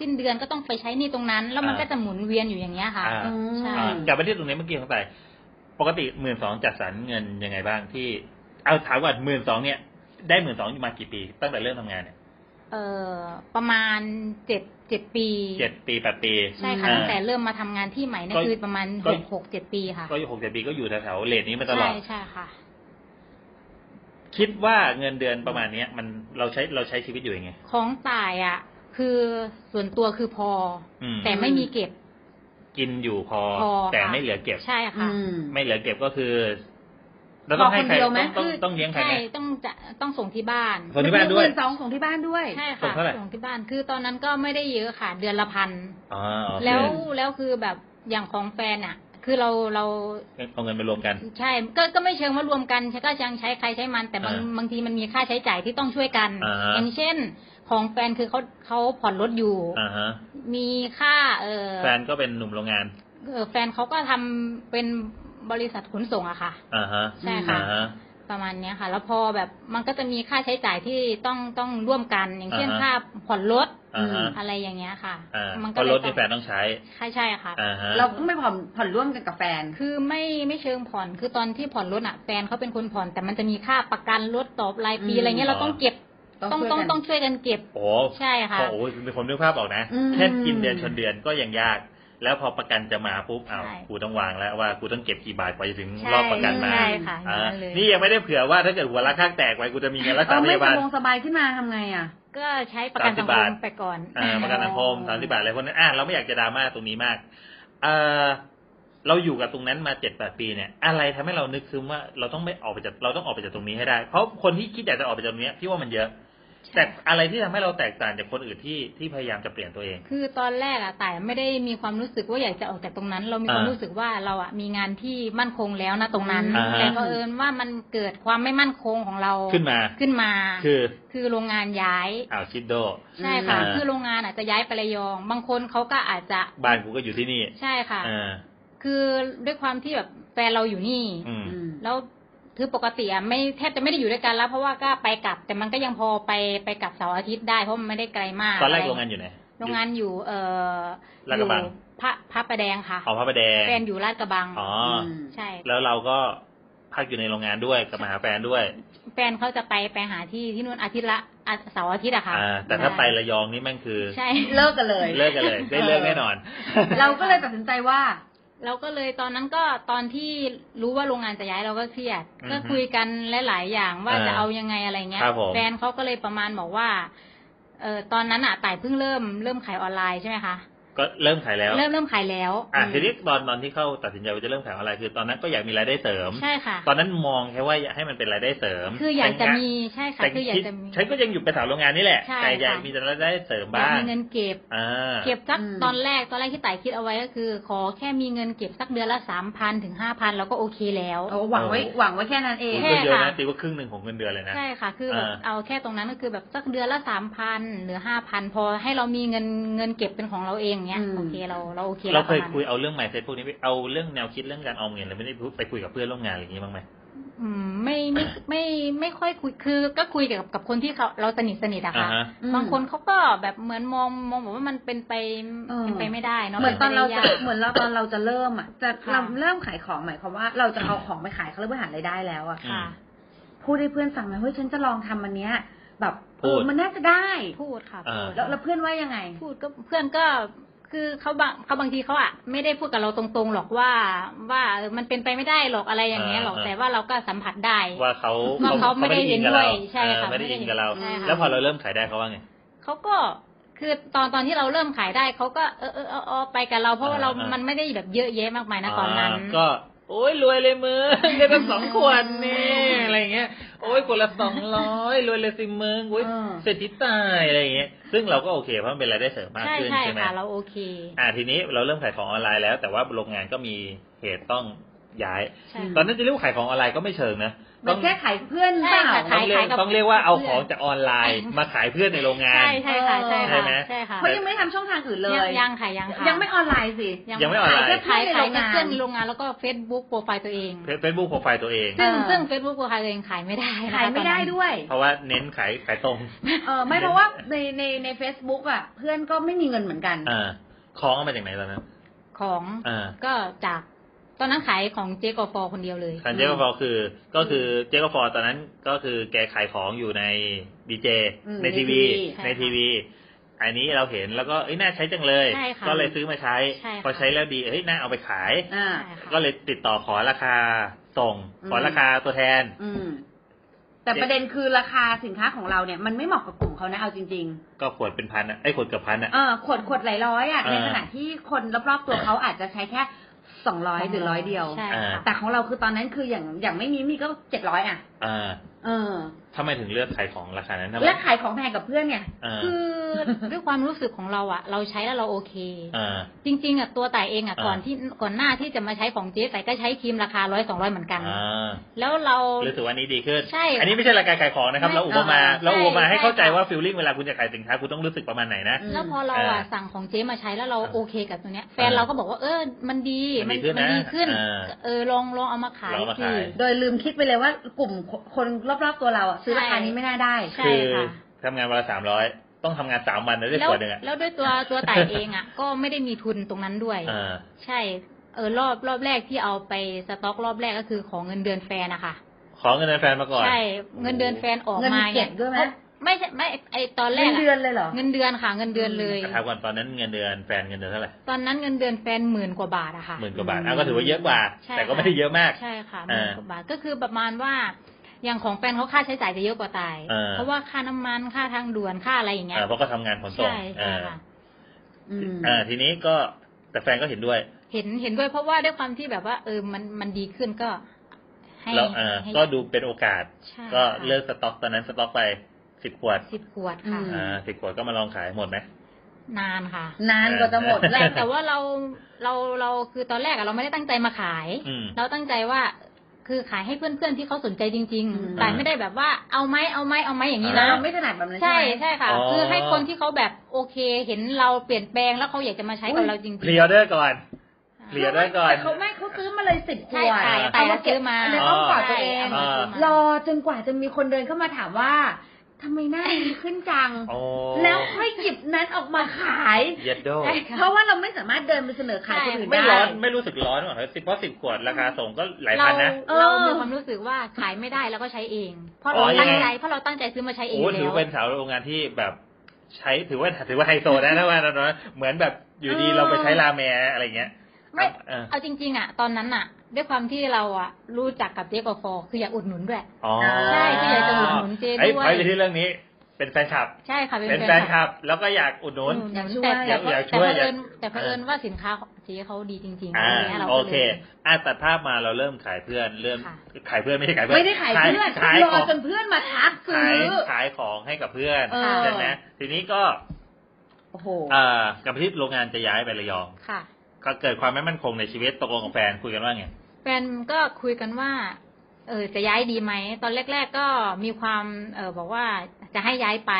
[SPEAKER 3] สิ้นเดือนก็ต้องไปใช้หนี้ตรงนั้น แล้วมัน
[SPEAKER 1] อ่า
[SPEAKER 3] ก็จะหมุนเวียนอยู่อย่างเงี้ยค่ะ
[SPEAKER 1] อ่า
[SPEAKER 3] ใช่
[SPEAKER 1] อ่ากลับไปที่ตรงนี้เมื่อกี้ของแต่ปกติหมื่นสองจัดสรรเงินยังไงบ้างที่ เอาถามก่อนหมื่นสองเนี่ย ได้หมื่นสองมากี่ปี ตั้งแต่เริ่มทำงานเนี่ย
[SPEAKER 3] เออประมาณเจ็ดเจ็ดปี
[SPEAKER 1] เจ็ดปีแปดปี
[SPEAKER 3] ใช่ค่ะ
[SPEAKER 1] อ่า
[SPEAKER 3] ตั้งแต่เริ่มมาทำงานที่ใหม่เนี่ย
[SPEAKER 1] ก็
[SPEAKER 3] คือประมาณ
[SPEAKER 1] ก็
[SPEAKER 3] หกหกเจ็ดปีค่ะ
[SPEAKER 1] ก็อยู่หกเจ็ดปีก็อยู่แถวๆเลทนี้มาตลอ
[SPEAKER 3] ใช่
[SPEAKER 1] ด
[SPEAKER 3] ใช่ค่ะ
[SPEAKER 1] คิดว่าเงินเดือนประมาณเนี้ยมันเราใช้เราใช้ชีวิตอยู่ยังไง
[SPEAKER 3] ของตายอ่ะ คือส่วนตัวคือพอ
[SPEAKER 1] อื
[SPEAKER 3] อ
[SPEAKER 1] ม
[SPEAKER 3] แต่ไม่มีเก็บ
[SPEAKER 1] กินอยู่พอ
[SPEAKER 3] พอค่ะ
[SPEAKER 1] แต่ไม่เหลือเก็บ
[SPEAKER 3] ใช่ค่ะ
[SPEAKER 2] อืม
[SPEAKER 1] ไม่เหลือเก็บก็คือเราต้องให้ใคร
[SPEAKER 2] พอคนเดีย
[SPEAKER 1] ต้
[SPEAKER 2] ว
[SPEAKER 1] อง
[SPEAKER 2] ไหม
[SPEAKER 1] ต้องต้องเลี้ยงใคร
[SPEAKER 3] ใช่
[SPEAKER 1] ไหม
[SPEAKER 3] ต้องจะต้องส่งที่บ้าน
[SPEAKER 1] คนที่บ้านด้วย
[SPEAKER 2] หงสองของที่บ้านด้วย
[SPEAKER 3] ใช่
[SPEAKER 1] ส่
[SPEAKER 3] ค่ะ
[SPEAKER 1] งเท่าไหร่
[SPEAKER 3] ส่งที่บ้านคือตอนนั้นก็ไม่ได้เยอะค่ะ เดือนละพัน
[SPEAKER 1] อ๋อโอเค
[SPEAKER 3] แล้วแล้วคือแบบอย่างของแฟนอ่ะ คือเราเรา
[SPEAKER 1] เอาเงินไปรวมกัน
[SPEAKER 3] ใช่ก็ก็ไม่เชิงว่ารวมกันใช้ก็ยังใช้ใครใช้มัน แต่บาง
[SPEAKER 1] อ่า
[SPEAKER 3] บางทีมันมีค่าใช้จ่ายที่ต้องช่วยกัน
[SPEAKER 1] อ่าฮะ
[SPEAKER 3] อย่างเช่น ของแฟนคือเขาเขาผ่อนรถอยู่
[SPEAKER 1] อ่าฮะ
[SPEAKER 3] มีค่าเออ
[SPEAKER 1] แฟนก็เป็นหนุ่มโรงงาน
[SPEAKER 3] เอ่อแฟนเขาก็ทำเป็นบริษัทขนส่งอะค่ะ
[SPEAKER 1] อ่าฮะ
[SPEAKER 3] ใช่
[SPEAKER 1] อ่า
[SPEAKER 3] ค่ะ
[SPEAKER 1] ฮะ
[SPEAKER 3] ประมาณเนี้ยค่ะ แล้วพอแบบมันก็จะมีค่าใช้จ่ายที่ต้องต้องร่วมกัน อย่างเช่น
[SPEAKER 1] อ่าฮะ
[SPEAKER 3] ค่าผ่อนรถ
[SPEAKER 1] อ่าฮะ
[SPEAKER 3] อะไรอย่างเงี้ยค่ะ
[SPEAKER 1] อ่าเพ
[SPEAKER 3] ก็
[SPEAKER 1] ราะ
[SPEAKER 3] เลย
[SPEAKER 1] ร
[SPEAKER 3] ต้
[SPEAKER 1] ถใน
[SPEAKER 3] อง
[SPEAKER 1] แฟนต้องใช้
[SPEAKER 3] ใช่ใช่ค่ะ
[SPEAKER 1] อ่าฮะ
[SPEAKER 2] เราเพิ่งไปผ่อนผ่อนร่วมกันกับแฟน
[SPEAKER 3] คือไม่ไม่เชิงผ่อนคือตอนที่ผ่อนรถอ่ะแฟนเขาเป็นคนผ่อน แต่มันจะมีค่าประกันรถต่อรายปี
[SPEAKER 2] อืม
[SPEAKER 3] อะไรเงี้ยเราต้องเก็บต้อง
[SPEAKER 2] ช่วย
[SPEAKER 3] ต้อง
[SPEAKER 2] กัน
[SPEAKER 3] ต้องช่วยกันเก็บ
[SPEAKER 1] โอ้โห
[SPEAKER 3] ใช่ค่ะ
[SPEAKER 1] โอ้โหมีคนนึกภาพออกนะ
[SPEAKER 2] อืม
[SPEAKER 1] แค่กินเดือนชนเดือนก็ยังยาก แล้วพอประกันจะมาปุ๊บอ้าว
[SPEAKER 3] ใช่
[SPEAKER 1] กูต้องวางแล้วว่ากูต้องเก็บกี่บาทกว่าจะถึง
[SPEAKER 3] ใช่
[SPEAKER 1] รอบประกันมา
[SPEAKER 3] ใช่ค่ะอย่า
[SPEAKER 1] อ่าง
[SPEAKER 3] นั้นเลย
[SPEAKER 1] นี่ยังไม่ได้เผื่อว่าถ้าเกิดหัวละข้างแตกไปกูจะมีเงินรักษา
[SPEAKER 2] เอา
[SPEAKER 1] พ
[SPEAKER 2] ไม่
[SPEAKER 1] ยา
[SPEAKER 2] ส
[SPEAKER 1] บาล
[SPEAKER 2] บงสบายขึ้นมาทำไงอ่ะ
[SPEAKER 3] ก็ใช้ประกันสัง
[SPEAKER 1] 30
[SPEAKER 3] ค
[SPEAKER 1] บาท
[SPEAKER 3] มไปก่อน
[SPEAKER 1] อ่าประกันสังคม
[SPEAKER 2] อ๋
[SPEAKER 1] สา
[SPEAKER 2] อ
[SPEAKER 1] มสิบาทอะไรพวกนั้นอ่าเราไม่อยากจะดราม่าตรงนี้มากเอ่อเราอยู่กับตรงนั้นมาเจ็ดแปดปีเนี่ย อะไรทำให้เรานึกคืมว่าเราต้องไม่ออกไปจากเราต้องออกไปจากตรงนี้ให้ได้ เพราะคนที่คิดอยากจะออกไปจากตรงเนี้ยพี่ว่ามันเยอะ แต่อะไรที่ทำให้เราแตกต่างจากคนอื่นที่ที่พยายามจะเปลี่ยนตัวเอง
[SPEAKER 3] คือตอนแรกอ่ะแต่ไม่ได้มีความรู้สึกว่าอยากจะออกจากตรงนั้น เรามีความ
[SPEAKER 1] อ่า
[SPEAKER 3] รู้สึกว่าเราอ่ะมีงานที่มั่นคงแล้วนะตรงนั้น
[SPEAKER 1] อ่าฮะ
[SPEAKER 3] แต่ก็เอินว่ามันเกิดความไม่มั่นคงของเรา
[SPEAKER 1] ขึ้นมา
[SPEAKER 3] ขึ้นมา
[SPEAKER 1] คือ
[SPEAKER 3] คือโรงงานย้าย
[SPEAKER 1] อ่าวชิดโด
[SPEAKER 3] ใช่ค่ะ
[SPEAKER 1] อ่า
[SPEAKER 3] คือโรงงานอาจจะย้ายไประยอง บางคนเขาก็อาจจะ
[SPEAKER 1] บ้านกูก็อยู่ที่นี่
[SPEAKER 3] ใช่ค่ะ
[SPEAKER 1] อ่า
[SPEAKER 3] คือด้วยความที่แบบแฟนเราอยู่นี่
[SPEAKER 1] อืม
[SPEAKER 2] อืม
[SPEAKER 3] แล้วคือปกติอ่ะไม่แทบจะไม่ได้อยู่ด้วยกันแล้ว เพราะว่าก็ไปกลับ แต่มันก็ยังพอไปไปกลับเสาร์อาทิตย์ได้เพราะมันไม่ได้ไกลมาก
[SPEAKER 1] ตอนแรก
[SPEAKER 3] ะไ
[SPEAKER 1] โรงงานอยู่ไหน
[SPEAKER 3] โรงงานอยู่ เอ่อ
[SPEAKER 1] ลาดกระบัง
[SPEAKER 3] อยู่พระพระประแดงค่ะ
[SPEAKER 1] เอาพระประแดง
[SPEAKER 3] แฟนอยู่ลาดกระบัง
[SPEAKER 1] อ๋ออ
[SPEAKER 3] ใช่
[SPEAKER 1] แล้วเราก็พักอยู่ในโรงงานด้วยกับมาหาแฟนด้วย
[SPEAKER 3] แฟนเขาจะไปไปหาที่ที่นู่นอาทิตย์ละอาเสาร์อาทิตย์อะค่ะ
[SPEAKER 1] อ่า แต่ถ้าไประยองนี่แม่งคือ
[SPEAKER 3] ใช่
[SPEAKER 2] เลิกกันเลย
[SPEAKER 1] เลิกกันเลย ได้เลิกแน่นอน
[SPEAKER 2] เราก็เลยตัดสินใจว่า
[SPEAKER 3] เราก็เลยตอนนั้นก็ตอนที่รู้ว่าโรงงานจะย้ายเราก็เครียด
[SPEAKER 1] อือฮึ
[SPEAKER 3] ก็คุยกันหลาย ๆ อย่างว่า
[SPEAKER 1] อ่า
[SPEAKER 3] จะเอายังไงอะไรเงี้ย
[SPEAKER 1] ครับผม
[SPEAKER 3] แฟนเขาก็เลยประมาณบอกว่าเออตอนนั้นอ่ะต่ายเพิ่งเริ่มเริ่มขายออนไลน์ใช่ไหมคะ
[SPEAKER 1] ก็เริ่มขายแล้ว
[SPEAKER 3] เริ่มเริ่มขายแล้ว
[SPEAKER 1] อ่ะทีนี้ตอนตอนที่เข้าตัดสินใจว่าจะเริ่มขายอะไร คือ ตอนนั้นก็อยากมีรายได้เสริม
[SPEAKER 3] ใช่ค่ะ
[SPEAKER 1] ตอนนั้นมองแค่ว่าอยากให้มันเป็นรายได้เสริม
[SPEAKER 3] คืออยากจะมีใช่ค่ะ
[SPEAKER 1] แต่
[SPEAKER 3] คืออยาก
[SPEAKER 1] คิด
[SPEAKER 3] จะมี
[SPEAKER 1] ฉันก็ยังอยู่ไปสาวโรงงานนี่แหละ
[SPEAKER 3] ใช่
[SPEAKER 1] แต่อยาก
[SPEAKER 3] ค่ะ
[SPEAKER 1] มีรายได้เสริม
[SPEAKER 3] อยาก
[SPEAKER 1] บ้าง
[SPEAKER 3] มีเงินเก็บ
[SPEAKER 1] อ่า
[SPEAKER 3] เก็บสัก
[SPEAKER 2] อืม
[SPEAKER 3] ตอนแรกตอนแรกที่ต่ายคิดเอาไว้ก็คือ ขอแค่มีเงินเก็บสักเดือนละสามพันถึงห้าพันเราก็โอเคแล้ว
[SPEAKER 2] เอาหวังไว้
[SPEAKER 1] เออ
[SPEAKER 2] หวังไว้แค่นั้นเอง
[SPEAKER 1] คุณก็เยอะ
[SPEAKER 3] แค่
[SPEAKER 1] นะ
[SPEAKER 3] ค่ะ
[SPEAKER 1] ตีว่าครึ่งหนึ่งของเงินเดือนเลยนะ
[SPEAKER 3] ใช่ค่ะ คือแบบ
[SPEAKER 1] อ่า
[SPEAKER 3] เอาแค่ตรงนั้นก็คือแบบสักเดือนละสามพันหรือห้าพันพอให้เรามีเงินเงินเก็บเป็นของเราเองเนี้ย
[SPEAKER 2] อืม
[SPEAKER 3] โอเคเราเราโอเค
[SPEAKER 1] เรา
[SPEAKER 3] แล้ว
[SPEAKER 1] เคย
[SPEAKER 3] ประมาณ
[SPEAKER 1] คุยเอาเรื่องใหม่เซตพวกนี้ไปเอาเรื่องแนวคิดเรื่องการออมเงินอะไรไม่ได้ไปคุยกับเพื่อนร่วมงานอะไรอย่างนี้บ้างไหม
[SPEAKER 3] อืมไม่ไม่ไม่ไม่ไม่ค่อยคุยคือก็คุยกับกับคนที่เขาเราสนิทสนิทอะค่ะ
[SPEAKER 1] อ่าฮะ
[SPEAKER 2] อืม
[SPEAKER 3] บางคนเขาก็แบบเหมือนมองมองบอกว่ามันเป็นไป
[SPEAKER 2] เออ
[SPEAKER 3] เป็นไปไม่ได้เนาะ
[SPEAKER 2] เหมือนตอนเราจะ
[SPEAKER 3] ป็ไปได้ยก
[SPEAKER 2] เหมือนเราตอนเราจะเริ่มอ่ะจะ
[SPEAKER 3] ค่ะ
[SPEAKER 2] เราเริ่มขายของหมายความว่าเราจะเอาของไปขายเขาเริ่มหารายได้แล้วอ่ะ
[SPEAKER 3] ค่ะ
[SPEAKER 2] พูดให้เพื่อนฟังนะเฮ้ยฉันจะลองทำอันเนี้ย แบบ
[SPEAKER 1] พู
[SPEAKER 2] เอ
[SPEAKER 1] ด
[SPEAKER 2] อมันน่าจะได้
[SPEAKER 3] พูดค่ะ
[SPEAKER 1] อ่า
[SPEAKER 3] พูด
[SPEAKER 2] แล้วแล้วเพื่อนว่ายังไง
[SPEAKER 3] พูดก็เพื่อนก็คือเขาบางเขาบางทีเขาอะไม่ได้พูดกับเราตรงๆหรอกว่าว่าเออมันเป็นไปไม่ได้หรอกอะไรอย่างเงี้ยหรอก
[SPEAKER 1] อ่า
[SPEAKER 3] แต่ว่าเราก็สัมผัสได้
[SPEAKER 1] ว่าเขา
[SPEAKER 3] ว่าเขาไม่ได้เห็น
[SPEAKER 1] กับ
[SPEAKER 3] ด้วย
[SPEAKER 1] เรา
[SPEAKER 3] ใช่ค่ะ
[SPEAKER 1] เออไม่ได้อินกับเรา
[SPEAKER 3] ใช่ค่ะ
[SPEAKER 1] แล้วพอเราเริ่มขายได้เขาว่าไง
[SPEAKER 3] เขาก็คือตอนตอนที่เราเริ่มขายได้เขาก็เออเออเออเออไปกับเราเพราะว่าเรา
[SPEAKER 1] อ่าอ่า
[SPEAKER 3] มันไม่ได้แบบเยอะแยะมากมายนะตอนนั้น
[SPEAKER 1] อ่าก็โอ้ยรวยเลยมึง ได้ตั้งสองขวดนี่อะไรเงี้ยโอ้ยขวดละสองร้อยรวยเลยสิมึงโอ้ย
[SPEAKER 2] อ่า
[SPEAKER 1] เศรษฐีตายอะไรเงี้ยซึ่งเราก็โอเคเพราะมันเป็นรายได้เสริมมาก
[SPEAKER 3] ใช่
[SPEAKER 1] ขึ้น
[SPEAKER 3] ใช่
[SPEAKER 1] ใช่ไหม
[SPEAKER 3] ค่ะ เราโอเค
[SPEAKER 1] อ่าทีนี้เราเริ่มขายของออนไลน์แล้ว แต่ว่าโรงงานก็มีเหตุต้องย้าย
[SPEAKER 3] ใช่
[SPEAKER 1] ตอนนั้นจะเรียกว่าขายของออนไลน์ก็ไม่เชิงนะ
[SPEAKER 2] มันแค่ขายเพื่อนเป
[SPEAKER 3] ใช่
[SPEAKER 2] ล่า
[SPEAKER 3] ค่ะ
[SPEAKER 1] ต้อ
[SPEAKER 3] ขางย
[SPEAKER 1] เรีย
[SPEAKER 3] ขาก ยกับ
[SPEAKER 1] ต้องเรียกว่าเอาของจากออนไลน์ มาขายเพื่อนในโรงงาน
[SPEAKER 3] ใช่ใช่ค่ะใช่
[SPEAKER 1] ใช่
[SPEAKER 3] ค่ะ
[SPEAKER 1] ไหม
[SPEAKER 3] ใช่ค่ะ
[SPEAKER 2] เพราะยังไม่ทำช่องทางอื่นเลย
[SPEAKER 3] ยังยังค่ะยังค่ะ
[SPEAKER 2] ยังไม่ออนไลน์สิ
[SPEAKER 1] ยังไม่ออนไลน์
[SPEAKER 3] ขายขายแค่
[SPEAKER 2] ขายแค่
[SPEAKER 3] เค
[SPEAKER 2] เครื่อง งใน
[SPEAKER 3] รื่อในโร
[SPEAKER 2] โรง
[SPEAKER 3] งาง
[SPEAKER 2] งานน
[SPEAKER 3] แล้วก็ Facebook โปรไฟล์ตัวเอง
[SPEAKER 1] เฟซบุ๊กโปรไฟล์ตัวเอง
[SPEAKER 3] ซึ่ง
[SPEAKER 2] เออ
[SPEAKER 3] ซึ่ง Facebook โปรไฟล์ตัวเองขายไม่ได้นะคะ
[SPEAKER 2] ขายไม่
[SPEAKER 3] ตอน
[SPEAKER 2] ได้
[SPEAKER 3] นั้น
[SPEAKER 2] ด้วย
[SPEAKER 1] เพราะว่าเน้นขายขายตรง
[SPEAKER 2] เออไม่เพราะว่าในในในเฟซบุ๊กอ่ะ เพื่อนก็ไม่มีเงินเหมือนกัน
[SPEAKER 1] อ่าของเอามาจากไหนตอนนั้น
[SPEAKER 3] ของ
[SPEAKER 1] อ่า
[SPEAKER 3] ก็จากตอนนั้นขายของเจกอฟอคนเดียวเลย
[SPEAKER 1] คันเจ๊กฟอคือก็คือเจ๊กฟอตอนนั้นก็คือแกขายของอยู่ในดีเจ
[SPEAKER 2] อืม
[SPEAKER 1] ในทีวี
[SPEAKER 3] ใช่ค่ะ
[SPEAKER 1] ในทีวี อันนี้เราเห็นแล้วก็เอ้ยน่าใช้จังเลย
[SPEAKER 3] ใช่ค่ะ
[SPEAKER 1] ก็เลยซื้อมาใช้
[SPEAKER 3] ใช่ค่ะ
[SPEAKER 1] พอใช้แล้วดีเอ้ยน่าเอาไปขาย
[SPEAKER 2] อ่า
[SPEAKER 3] ใช่ค่ะ
[SPEAKER 1] ก็เลยติดต่อขอราคาส่ง ขอราคาตัวแทน
[SPEAKER 2] อืม แต่ประเด็นคือราคาสินค้าของเราเนี่ยมันไม่เหมาะกับกลุ่มเขานะเอาจริง
[SPEAKER 1] ก็ขวดเป็นพันอ่ะไอ้ยขวดเกับพันอ่ะ
[SPEAKER 2] ๆ เออขวดขวดหลายร้อยอ่ะ
[SPEAKER 1] เออ
[SPEAKER 2] ในขณะที่คนรอบๆตัวเขาอาจจะใช้แค่สองร้อยหรือร้อยเดียว
[SPEAKER 3] ใช่
[SPEAKER 1] อ่า
[SPEAKER 3] ค่ะ
[SPEAKER 2] แต่ของเราคือตอนนั้นคืออย่างอย่างไม่มีมีก็เจ็ดร้อยอ่ะ
[SPEAKER 1] อ่า
[SPEAKER 2] เออ
[SPEAKER 1] ทำไมถึงเลือกขายของราคานั้นทำไม
[SPEAKER 2] และขายของแพงกับเพื่อนไง
[SPEAKER 1] เออ
[SPEAKER 3] คือด้วยความรู้สึกของเราอะเราใช้แล้วเราโอเค
[SPEAKER 1] อ่า
[SPEAKER 3] จริงๆอะตัวแต่ายเองอะ
[SPEAKER 1] อ่า
[SPEAKER 3] ก่อนที่ก่อนหน้าที่จะมาใช้ของเจ๊แต่ายก็ใช้ครีมราคาร้อยสองร้อยเหมือนกัน
[SPEAKER 1] อ่า
[SPEAKER 3] แล้วเรา
[SPEAKER 1] หรือถือว่านี้ดีขึ้น
[SPEAKER 3] ใช่
[SPEAKER 1] อันนี้ไม่ใช่รายการขายของนะครับ
[SPEAKER 3] ไม่
[SPEAKER 1] เราอุปมา
[SPEAKER 3] เออ
[SPEAKER 1] เราอุปมา
[SPEAKER 3] ใช่
[SPEAKER 1] ให้เข้าใจ
[SPEAKER 3] ใช่ค่ะ
[SPEAKER 1] ว่าฟิลลิ่งเวลาคุณจะขายสินค้าคุณต้องรู้สึกประมาณไหนนะ
[SPEAKER 3] แล้วพอเราอะ
[SPEAKER 1] อ่า
[SPEAKER 3] สั่งของเจ๊มาใช้แล้วเรา
[SPEAKER 1] อ่า
[SPEAKER 3] โอเคกับตัวเนี้ย แฟน
[SPEAKER 1] อ่า
[SPEAKER 3] เราก็บอกว่าเออ มันดี
[SPEAKER 1] มันดีขึ้น
[SPEAKER 3] มั
[SPEAKER 1] นะ
[SPEAKER 3] ดีขึ้น
[SPEAKER 1] อ่า
[SPEAKER 3] เออลองลองเอามาขาย
[SPEAKER 1] ลองมา
[SPEAKER 3] สิ
[SPEAKER 1] ขาย
[SPEAKER 2] โดยลืมคิดไปเลยว่ากลุ่มคนรอบๆตัวเราอ่ะซื้อ
[SPEAKER 3] ใช่
[SPEAKER 2] ราคานี้ไม่น่าได้
[SPEAKER 3] ใช่
[SPEAKER 1] คือ
[SPEAKER 3] ค่ะ
[SPEAKER 1] ทำงานวันละสามร้อยต้องทำงานสามวันนะได้
[SPEAKER 3] แล้ว
[SPEAKER 1] ขวดหนึ่งอ่ะ
[SPEAKER 3] แล้วด้วยตัวตัวต่ายเองอะ ก็ไม่ได้มีทุนตรงนั้นด้วย
[SPEAKER 1] อ่า
[SPEAKER 3] ใช่ เออรอบรอบแรกที่เอาไปสต็อกรอบแรกก็คือของเงินเดือนแฟนนะคะ
[SPEAKER 1] ขอเงินแฟนมาก่อน
[SPEAKER 3] ใช่ เงินเดือนแฟนออก
[SPEAKER 2] เงิน
[SPEAKER 3] มา
[SPEAKER 2] เก็บด้วยไหม
[SPEAKER 3] ไม่ใช่ไม่ไอตอนแร
[SPEAKER 2] เงิน
[SPEAKER 3] กอะ
[SPEAKER 2] เดือนเลยเหรอ
[SPEAKER 3] เงินเดือนค่ะเงินเดือนเลย
[SPEAKER 1] ถามก่อนตอนนั้นเงินเดือนแฟนเงินเดือนเท่าไหร่
[SPEAKER 3] ตอนนั้นเงินเดือนแฟนหมื่นกว่าบาทอะค่ะ
[SPEAKER 1] หมื่นกว่าบาท
[SPEAKER 2] อืม
[SPEAKER 1] อ่ะก็ถือว่าเยอะกว่า
[SPEAKER 3] ใช่
[SPEAKER 1] แต่ก็
[SPEAKER 3] ค่ะ
[SPEAKER 1] ไม่ได้เยอะมาก
[SPEAKER 3] ใช่ค่ะห
[SPEAKER 1] อ่า
[SPEAKER 3] มื่นกว่าบาทก็คือประมาณว่า อย่างของแฟนเขาค่าใช้จ่ายจะเยอะกว่าตาย
[SPEAKER 1] อ่า
[SPEAKER 3] เพราะว่าค่าน้ำมันค่าทางด่วนค่าอะไรอย่างเงี้ย
[SPEAKER 1] อ่าเพราะก็ทำงานขนส่ง
[SPEAKER 3] ใช่ใช่
[SPEAKER 1] อ่า
[SPEAKER 3] ค่ะ
[SPEAKER 2] อืม
[SPEAKER 1] อ่าทีนี้ก็แต่แฟนก็เห็นด้วย
[SPEAKER 3] เห็นเห็นด้วยเพราะว่าด้วยความที่แบบว่า เออมันมันดีขึ้นก็ ให้
[SPEAKER 1] แล้วอ่า
[SPEAKER 3] ให้
[SPEAKER 1] ก็ดูเป็นโอกาส
[SPEAKER 3] ใช่
[SPEAKER 1] ก็
[SPEAKER 3] ค่ะ
[SPEAKER 1] เลิกสต็อกตอนนั้นสต็อกไปสิบขวด
[SPEAKER 3] สิบขวดค่ะ
[SPEAKER 2] อืม
[SPEAKER 1] อ่าสิบขวดก็มาลองขายหมดไหม
[SPEAKER 3] นานค่ะ
[SPEAKER 2] นานกว่าจะหมด
[SPEAKER 1] เออ
[SPEAKER 2] แล้
[SPEAKER 3] แต่
[SPEAKER 2] ว
[SPEAKER 3] แต่ว่าเราเราเราคือตอนแรกอะเราไม่ได้ตั้งใจมาขาย
[SPEAKER 1] อืม
[SPEAKER 3] เราตั้งใจว่าคือขายให้เพื่อนๆที่เขาสนใจจริง
[SPEAKER 2] อืม
[SPEAKER 3] ๆ แต่ไม่ได้แบบว่าเอาไหมเอาไหมเอาไหมอย่างนี้
[SPEAKER 2] นะ
[SPEAKER 3] นะ
[SPEAKER 2] เราไม่ถนัดแบบนั้น
[SPEAKER 3] ใช่
[SPEAKER 2] ใช่ไหม
[SPEAKER 3] ใช่ค่ะ
[SPEAKER 1] อ๋อ
[SPEAKER 3] คือให้คนที่เขาแบบโอเค เห็นเราเปลี่ยนแปลงแล้วเขาอยากจะมาใช้กับ
[SPEAKER 2] อุ๊ย
[SPEAKER 3] เราจริง
[SPEAKER 1] พรีออเดอร์ก่อน
[SPEAKER 3] ๆ
[SPEAKER 1] เรียน ได้ก่อ
[SPEAKER 2] เขาไม่เขาซื้อมาเลยสิบข
[SPEAKER 3] ใช่
[SPEAKER 2] วด
[SPEAKER 3] ค่ะ
[SPEAKER 1] อ่า
[SPEAKER 3] แต่
[SPEAKER 2] เข
[SPEAKER 3] เรา
[SPEAKER 2] ก็เก็
[SPEAKER 3] ซื้
[SPEAKER 2] บ
[SPEAKER 3] อมา
[SPEAKER 2] ในอ้อมกอดตัวเอง
[SPEAKER 3] ใช่ามาซื้อมาร
[SPEAKER 2] อจนกว่าจะมีคนเดินเข้ามาถามว่าทำไมหน้าดีขึ้นจัง
[SPEAKER 1] อ๋อ
[SPEAKER 2] แล้วค่อยหยิบนั้นออกมาขาย
[SPEAKER 1] เย็ดโด
[SPEAKER 3] ใช่ค่ะ
[SPEAKER 2] เพราะว่าเราไม่สามารถเดินไปเสนอขายคนอื่น
[SPEAKER 1] ไม่
[SPEAKER 2] ได้
[SPEAKER 1] ร้อนไม่รู้สึกร้อนหรอกสิบเพราะสิบขวดราคาส่งก็หลายพันนะ
[SPEAKER 3] เราเรา
[SPEAKER 2] เออ
[SPEAKER 3] มีความรู้สึกว่าขายไม่ได้แล้วก็ใช้เอง เพราะ
[SPEAKER 1] อ๋
[SPEAKER 3] เรา
[SPEAKER 1] อยังไง
[SPEAKER 3] ตั้งใจเพราะเราตั้งใจซื้อมาใช้เอง
[SPEAKER 1] โอ้
[SPEAKER 3] อยู่
[SPEAKER 1] ถือ
[SPEAKER 3] แล้ว
[SPEAKER 1] เป็นสาวโรงงานที่แบบใช้ถือว่าถือว่าไฮโซนะนะว่าเราเนาะเหมือนแบบอยู่ดี
[SPEAKER 2] เออ
[SPEAKER 1] เราไปใช้ราเมะอะไรเงี้ย
[SPEAKER 3] ไม่
[SPEAKER 1] เออ
[SPEAKER 3] เอาจริง ๆอ่ะตอนนั้นอ่ะ ด้วยความที่เราอ่ะรู้จักกับเจ๊กอฟอคืออยากอุดหนุนด้วย
[SPEAKER 1] อ๋อ
[SPEAKER 3] ใช่คืออยากจะอุดหนุนเจ๊
[SPEAKER 1] เอ้ย
[SPEAKER 3] ด้ว
[SPEAKER 1] ไป
[SPEAKER 3] ย
[SPEAKER 1] ที่เรื่องนี้ เป็นแฟนคลับ
[SPEAKER 3] ใช่ค่ะเป็น
[SPEAKER 1] เป็นแฟ
[SPEAKER 3] แฟ
[SPEAKER 1] น
[SPEAKER 3] น
[SPEAKER 1] ค
[SPEAKER 3] คลับ
[SPEAKER 1] ลับ แล้วก็อยากอุดหนุน
[SPEAKER 2] อยากช่วย
[SPEAKER 3] แต่แต่
[SPEAKER 1] อยากช่ว
[SPEAKER 3] แต่
[SPEAKER 1] ย
[SPEAKER 3] เผ
[SPEAKER 1] อยาก
[SPEAKER 3] อิญแต่เผอิญว่าสินค้าของเจ๊เขาดีจริงๆ
[SPEAKER 1] อ่า
[SPEAKER 3] ย่างเงี้ยเรา
[SPEAKER 1] โอ
[SPEAKER 3] ก็
[SPEAKER 1] เค
[SPEAKER 3] เลย
[SPEAKER 1] อ่ะตัดภาพมาเราเริ่มขายเพื่อนเริ่ม
[SPEAKER 3] ค่ะ
[SPEAKER 1] ขายเพื่อนไม่ใช่ขายเพื่อน
[SPEAKER 2] ไม่ได้ขายเพื่อน
[SPEAKER 1] ขาย
[SPEAKER 2] ร
[SPEAKER 1] ข
[SPEAKER 2] อ
[SPEAKER 1] อง
[SPEAKER 2] จนเพื่อนมาทัก
[SPEAKER 1] ขา
[SPEAKER 2] ซื้
[SPEAKER 1] ย
[SPEAKER 2] อ
[SPEAKER 1] ขายของให้กับเพื่อน
[SPEAKER 2] เออ
[SPEAKER 1] ใช่ไหมทีนี้ก็
[SPEAKER 2] โอ้โห
[SPEAKER 1] เอ่อกับที่โรงงานจะย้ายไประยอง
[SPEAKER 3] ค่ะ
[SPEAKER 1] ก็เกิดความไม่มั่นคงในชีวิตตกลงกับแฟนคุยกันว่าไง
[SPEAKER 3] แฟนก็คุยกันว่า เออจะย้ายดีไหม ตอนแรก ๆ ก็มีความเออบอกว่าจะให้ย้ายไป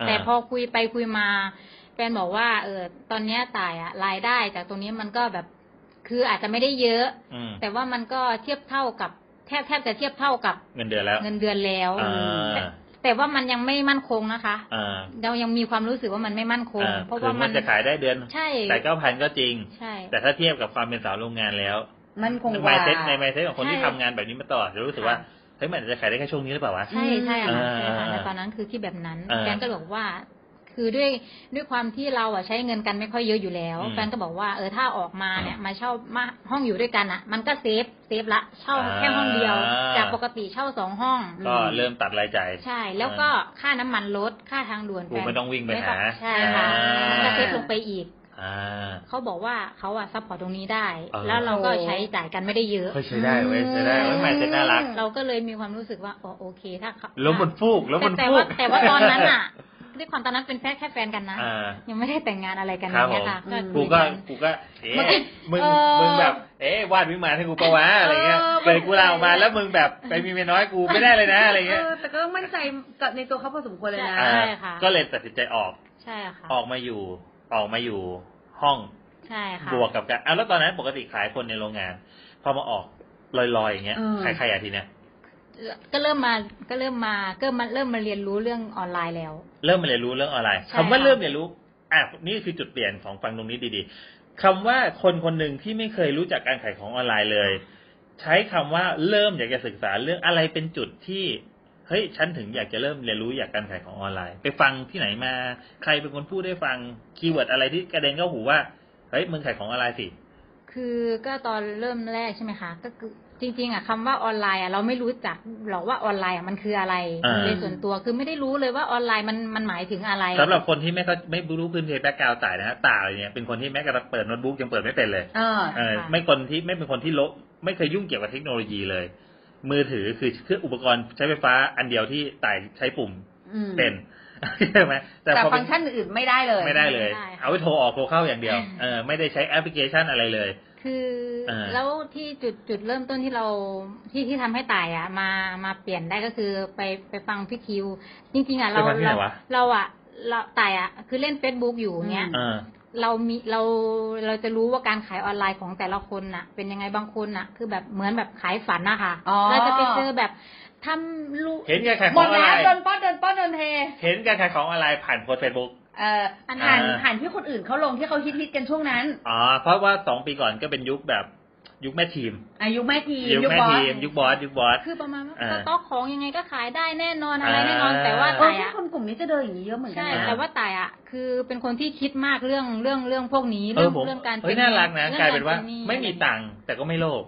[SPEAKER 1] อ่า
[SPEAKER 3] แต่พอคุยไปคุยมา แฟนบอกว่า เออตอนเนี้ยตายอะรายได้จากตรงนี้มันก็แบบคืออาจจะไม่ได้เยอะ
[SPEAKER 1] อืม
[SPEAKER 3] แต่ว่ามันก็เทียบเท่ากับแทบแทบจะเทียบเท่ากับ
[SPEAKER 1] เงินเดือนแล้ว
[SPEAKER 3] เงินเดือนแล้ว
[SPEAKER 1] อ่า
[SPEAKER 3] แต่แต่ว่ามันยังไม่มั่นคงนะคะ
[SPEAKER 1] อ่า
[SPEAKER 3] เรายังมีความรู้สึกว่ามันไม่มั่นคง
[SPEAKER 1] อ่า
[SPEAKER 3] เพราะ
[SPEAKER 1] คื
[SPEAKER 3] ว่า
[SPEAKER 1] อ
[SPEAKER 3] มั
[SPEAKER 1] มัน
[SPEAKER 3] น
[SPEAKER 1] จะขายได้เดือน
[SPEAKER 3] ใช่
[SPEAKER 1] แต่เก้าพันก็จริง
[SPEAKER 3] ใช่
[SPEAKER 1] แต่ถ้าเทียบกับความเป็นสาวโรงงานแล้ว
[SPEAKER 2] มันคงก
[SPEAKER 1] ไม
[SPEAKER 2] ว่า
[SPEAKER 1] เซ็ตในไมเซ็ตของคนที่ทำงานแบบนี้มาตลอดจะรู้สึกว่าเฮ้ยมันอาจจะขายได้แค่ช่วงนี้หรือเปล่าวะ
[SPEAKER 3] ใช่ใช่ค่ะ
[SPEAKER 1] อ่า
[SPEAKER 3] ใช่ค่ะแต่ตอนนั้นคือคิดแบบนั้น
[SPEAKER 1] อ่า
[SPEAKER 3] แฟนก็บอกว่า คือด้วยด้วยความที่เราอ่ะใช้เงินกันไม่ค่อยเยอะอยู่แล้ว
[SPEAKER 1] อืม
[SPEAKER 3] แฟนก็บอกว่าเออถ้าออกมาเนี่ยมาเช่ามาห้องอยู่ด้วยกันอ่ะ มันก็เซฟเซฟละเช่า
[SPEAKER 1] อ่า
[SPEAKER 3] แค่ห้องเดียว จากปกติเช่าสองห้อง
[SPEAKER 1] ก็เริ่มตัดรายจ่าย
[SPEAKER 3] ใช่ แล้วก็ค่าน้ำมันลดค่าทางด่วน
[SPEAKER 1] กูไม่ต้องวิ่งไปหา
[SPEAKER 3] ใช่ค่ะ
[SPEAKER 1] อ่า
[SPEAKER 3] มันก็เซฟลงไปอีก
[SPEAKER 1] อ่า
[SPEAKER 3] เขาบอกว่าเขาอะซัพพอร์ตตรงนี้ได้
[SPEAKER 1] เออ
[SPEAKER 3] แล้วเราก็ใช้จ่ายกันไม่ได้เยอะ
[SPEAKER 1] เฮ้ยใช้ได้เว้ยใช้ได้เว้ย
[SPEAKER 2] อืม
[SPEAKER 1] ไมเซ็ตน่ารัก
[SPEAKER 3] เราก็เลยมีความรู้สึกว่าอ๋อโอเคถ้าเขา
[SPEAKER 1] ล้มบนฟูกล้มบน
[SPEAKER 3] แต่
[SPEAKER 1] ฟู
[SPEAKER 3] ว่าก แต่ว่าตอนนั้นอะด้วยความตอนนั้นเป็นแค่แค่แฟนกันนะ
[SPEAKER 1] อ่า
[SPEAKER 3] ยังไม่ได้แต่งงานอะไรกัน
[SPEAKER 1] ครับ
[SPEAKER 3] อย่างเงี้ยค่ะ
[SPEAKER 2] ผม
[SPEAKER 1] กู
[SPEAKER 3] คุย
[SPEAKER 1] ก็
[SPEAKER 3] น
[SPEAKER 1] กูก็เอ๊ะ
[SPEAKER 3] เมื่อกี้
[SPEAKER 1] มึง
[SPEAKER 3] เออ
[SPEAKER 1] มึงแบบ เอ๊ะวาดวิมานให้กูปะวะอะไรเงี้ย
[SPEAKER 2] เออ
[SPEAKER 1] เปิดกูลาออกมาแล้วมึงแบบไปมีเมียน้อยกูไม่ได้เลยนะอะไรเงี้ย
[SPEAKER 2] เออแต่ก็ต้องมั่นใจกับในตัวเขาพอสมควรเลยนะ
[SPEAKER 3] ใช่
[SPEAKER 1] อ่า
[SPEAKER 3] ค่ะ
[SPEAKER 1] ก็เลยตัดสินใจออก
[SPEAKER 3] ใช่ค่ะ
[SPEAKER 1] ออกมาอยู่ ออกมาอยู่ห้อง
[SPEAKER 3] ใช่ค่ะ
[SPEAKER 1] บวกกับกันอ่ะแล้วตอนนั้นปกติขายคนในโรงงาน พอมาออกลอยๆอย่างเงี้ย
[SPEAKER 2] เออ
[SPEAKER 1] ขายใครอาทีเนี้ย
[SPEAKER 3] ก็เริ่มมาก็เริ่มมาก็มาเริ่มมาเรียนรู้เรื่องออนไลน์แล้ว
[SPEAKER 1] เริ่มมาเรียนรู้เรื่องออนไลน์
[SPEAKER 3] ใช่
[SPEAKER 1] คำว่า
[SPEAKER 3] ค่ะ
[SPEAKER 1] เริ่มเรียนรู้อ่ะนี่คือจุดเปลี่ยนของฟังตรงนี้ดีๆคำว่าคนคนหนึ่งที่ไม่เคยรู้จักการขายของออนไลน์เลย ใช้คำว่าเริ่มอยากจะศึกษาเรื่องอะไรเป็นจุดที่เฮ้ยฉันถึงอยากจะเริ่มเรียนรู้อยากการขายของออนไลน์ ไปฟังที่ไหนมา ใครเป็นคนพูดได้ฟังคีย์เวิร์ดอะไรที่กระเด็นเข้าหูว่าเฮ้ยมึงขายของออนไลน์สิ
[SPEAKER 3] คือก็ตอนเริ่มแรกใช่ไหมคะ ก็คือจริงๆอ่ะคำว่าออนไลน์อ่ะเราไม่รู้จักหรอกว่าออนไลน์อ่ะมันคืออะไร
[SPEAKER 1] อ่า
[SPEAKER 3] โดยส่วนตัวคือไม่ได้รู้เลยว่าออนไลน์มันมันหมายถึงอะไร
[SPEAKER 1] สำหรับคนที่ไม่เข้าไม่รู้พื้นเพแบ็กกราวด์ตายนะฮะตาเนี่ยเป็นคนที่แม้กระทั่งเปิดโน้ตบุ๊กยังเปิดไม่เป็นเลย
[SPEAKER 2] เออ
[SPEAKER 1] เออ
[SPEAKER 3] ค่ะ
[SPEAKER 1] ไม่คนที่ไม่เป็นคนที่ลบไม่เคยยุ่งเกี่ยวกับเทคโนโลยีเลย มือถือคือเครื่องอุปกรณ์ใช้ไฟฟ้าอันเดียวที่ตายใช้ปุ่ม
[SPEAKER 2] อืม
[SPEAKER 1] เป็นใช่ไหม
[SPEAKER 2] แต่
[SPEAKER 1] พอ
[SPEAKER 2] ฟั
[SPEAKER 1] เป็
[SPEAKER 2] งก์ชันอื่นๆไม่ได้เลย
[SPEAKER 1] ไม่ได้เลย
[SPEAKER 3] ไม่ได้ค่ะ
[SPEAKER 1] เอาไว้โทรออกโทรเข้าอย่างเดียวเออไม่ได้ใช้แอปพลิเคชันอะไรเลย
[SPEAKER 3] คืออา แล้วที่จุดจุดเริ่มต้นที่เราที่ที่ทำให้ตายอ่ะมามาเปลี่ยนได้ก็คือไปไปฟังพี่คิว จริงๆอ่ะเรา
[SPEAKER 1] ไปฟังที่ไหน
[SPEAKER 3] เรา
[SPEAKER 1] วะ
[SPEAKER 3] เราอ่ะเราตายอ่ะคือเล่น Facebook อยู่เนี้ย
[SPEAKER 2] อื
[SPEAKER 1] เอ
[SPEAKER 2] ม
[SPEAKER 1] อ
[SPEAKER 3] เรามีเราเราจะรู้ว่าการขายออนไลน์ของแต่ละคนน่ะ เป็นยังไงบางคนน่ะ คือแบบเหมือนแบบขายฝันนะคะ
[SPEAKER 2] อ๋อ
[SPEAKER 3] เราจะไปเจอแบบทำลูก
[SPEAKER 1] เห็นการขายข
[SPEAKER 2] หม
[SPEAKER 1] อง
[SPEAKER 2] ด
[SPEAKER 1] ออน
[SPEAKER 2] แล้
[SPEAKER 1] ไล
[SPEAKER 2] ว
[SPEAKER 1] น์
[SPEAKER 2] โดนป้อนโดนป้อนโดนเท
[SPEAKER 1] เห็นการขายของออนไลน์ผ่านโพสเฟซบุ๊ก
[SPEAKER 2] เอ่อ
[SPEAKER 3] อัน
[SPEAKER 2] ผ่า
[SPEAKER 3] นั้น
[SPEAKER 2] น
[SPEAKER 1] อ่า
[SPEAKER 2] ผ่านที่คนอื่นเขาลงที่เขาฮิตฮิตๆกันช่วงนั้น
[SPEAKER 1] อ๋อเพราะว่าสองปีก่อนก็เป็นยุคแบบยุคแม่ทีม
[SPEAKER 2] อายุแม่ที
[SPEAKER 1] ยุค
[SPEAKER 2] ยุค
[SPEAKER 1] แม่
[SPEAKER 2] บอส
[SPEAKER 1] ทีมยุคบอสยุคบอส
[SPEAKER 3] คือประมาณว่า
[SPEAKER 1] อ่า
[SPEAKER 3] สต๊อกของยังไงก็ขายได้แน่นอนอะไร
[SPEAKER 1] อ่า
[SPEAKER 3] แน่นอนแต่ว่า
[SPEAKER 2] เออ
[SPEAKER 3] ตาย
[SPEAKER 2] ที่
[SPEAKER 3] อ่ะ
[SPEAKER 2] คนกลุ่มนี้จะเดินอย่างนี้เยอะเหมือนกั
[SPEAKER 3] ใช่
[SPEAKER 2] นนะ
[SPEAKER 3] แต่ว่าตายอ่ะ คือเป็นคนที่คิดมากเรื่องเรื่องเรื่องพวกนี้
[SPEAKER 1] เอ
[SPEAKER 3] เรื่
[SPEAKER 1] อ
[SPEAKER 3] อง
[SPEAKER 1] ผม
[SPEAKER 3] เรื่องการ
[SPEAKER 1] เฮ้ย
[SPEAKER 3] ป็
[SPEAKER 1] น่ารักนะ
[SPEAKER 3] รื่อง
[SPEAKER 1] กลายเป็นว่า
[SPEAKER 3] หนี้
[SPEAKER 1] ไม่มีตังค์แต่ก็ไม่โลภ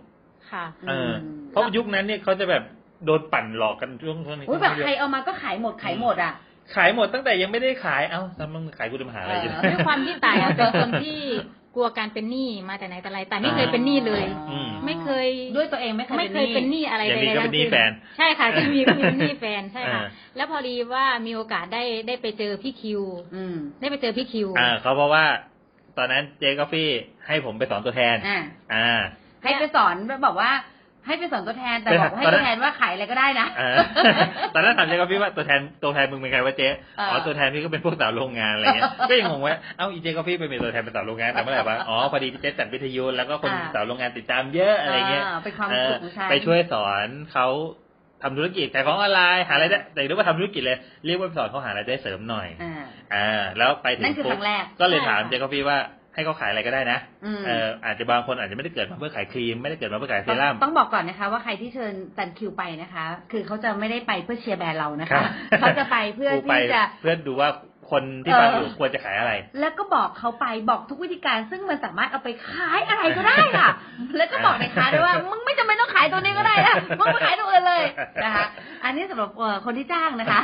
[SPEAKER 3] ค่ะ
[SPEAKER 1] เอออ
[SPEAKER 2] ม
[SPEAKER 1] เพราะยุคนั้นเนี่ยเขาจะแบบโดนปั่นหลอกกันช่วงช่วงนี้
[SPEAKER 2] อุ้ยแบบใครเอามาก็ขายหมดขายหมดอ่ะ
[SPEAKER 1] ขายหมดตั้งแต่ยังไม่ได้ขายเอ้าทำมึงขายกูจะมาหาอะไรอยู่
[SPEAKER 2] เออ
[SPEAKER 3] ด้วยความที่ตายอ่ะเป็นคนที่กลัวการเป็นหนี้มาแต่ไหนแต่ไรแต่ไม่เคยเป็นหนี้เลย
[SPEAKER 1] อืม
[SPEAKER 3] ไม่เคย
[SPEAKER 2] ด้วยตัวเองไม่เคย
[SPEAKER 3] ไม่เคยเป็นหนี้อะไร
[SPEAKER 1] อย่าง
[SPEAKER 3] ใด
[SPEAKER 1] นี้
[SPEAKER 3] ๆ
[SPEAKER 1] ก็เป็
[SPEAKER 3] ทั้ง
[SPEAKER 1] นหนี้
[SPEAKER 3] สิ้
[SPEAKER 1] แฟน
[SPEAKER 3] ใช่ค่ะจะมีมีหนี้แฟนใช่ค่ะ
[SPEAKER 1] อ่า
[SPEAKER 3] แล้วพอดีว่ามีโอกาสได้ได้ไปเจอพี่คิว
[SPEAKER 2] อืม
[SPEAKER 3] ได้ไปเจอพี่คิว
[SPEAKER 1] อ่าเขาเพราะว่า ตอนนั้นเจ๊กาแฟให้ผมไปสอนตัวแทน
[SPEAKER 2] อ่ะ
[SPEAKER 1] อ่า
[SPEAKER 2] ให้ไปสอนบอกว่า ให้ไปสอนตัวแทนแต่
[SPEAKER 1] ไป
[SPEAKER 2] บ
[SPEAKER 1] หา
[SPEAKER 2] อกให้
[SPEAKER 1] ตอนนั้
[SPEAKER 2] ตัวน แทนว่าขายอะไรก็ได้นะ
[SPEAKER 1] อ่า ตอนนั้นถามเจ๊กาแฟว่าตัวแทนตัวแทนมึงเป็นใครวะเจ๊อ๋อ
[SPEAKER 2] เออ
[SPEAKER 1] ตัวแทนพี่ก็เป็นพวกสาวโรงงานอะไรเงี้ยก็ยังงงว่าเอ้าอีเจ๊กาแฟไปเป็นตัวแทนเป็นสาวโรงงานแต่เมื่อไหร่วะอ๋อพอดีพี่เจ๊จัดวิทยุแล้วก็คนสาวโรงงานติดตามเยอะอะไรเงี้ย
[SPEAKER 2] อ่าเป็นความ
[SPEAKER 1] เออ
[SPEAKER 2] สุขของฉัน
[SPEAKER 1] ไปช่วยสอนเขาทำธุรกิจขายของออนไลน์หาอะไรายได้แต่เรียกว่าทำธุรกิจเลยเรียกว่าไปสอนเขาหาอะไรายได้เสริมหน่อย
[SPEAKER 2] อ่า
[SPEAKER 1] อ่าแล้วไปถึ
[SPEAKER 2] นั่น
[SPEAKER 1] ง
[SPEAKER 2] คือค
[SPEAKER 1] ปุ๊บ
[SPEAKER 2] รั้งแรก
[SPEAKER 1] ก็เลยถาม
[SPEAKER 3] ใช่
[SPEAKER 1] เจ๊
[SPEAKER 3] ค่ะ
[SPEAKER 1] กาแฟว่าให้เขาขายอะไรก็ได้นะ
[SPEAKER 2] อืม
[SPEAKER 1] เอออาจจะบางคนอาจจะไม่ได้เกิดมาเพื่อขายครีมไม่ได้เกิดมาเพื่อขายเซรั่ม
[SPEAKER 2] ต้องบอกก่อนนะคะ ว่าใครที่เชิญตันคิวไปนะคะ คือเขาจะไม่ได้ไปเพื่อเชียร์แบรนด์เรานะ
[SPEAKER 1] ครั
[SPEAKER 2] คะ
[SPEAKER 1] บ
[SPEAKER 2] เขาจะไปเพื่อ
[SPEAKER 1] กูไป
[SPEAKER 2] ที่จะ
[SPEAKER 1] เพื่อดูว่าคนที่
[SPEAKER 2] เออ
[SPEAKER 1] ฟังอยู่ควรจะขายอะไร
[SPEAKER 2] แล้วก็บอกเขาไปบอกทุกวิธีการซึ่งมันสามารถเอาไปขายอะไรก็ได้ ค่ะ แล้วก็บอกในค้าด้วยว่ามึงไม่จำเป็นต้องขายตัวนี้ก็ได้นะมึงไปขายตัวอื่นเลยนะคะ อันนี้สำหรับเอ่อคนที่จ้างนะคะ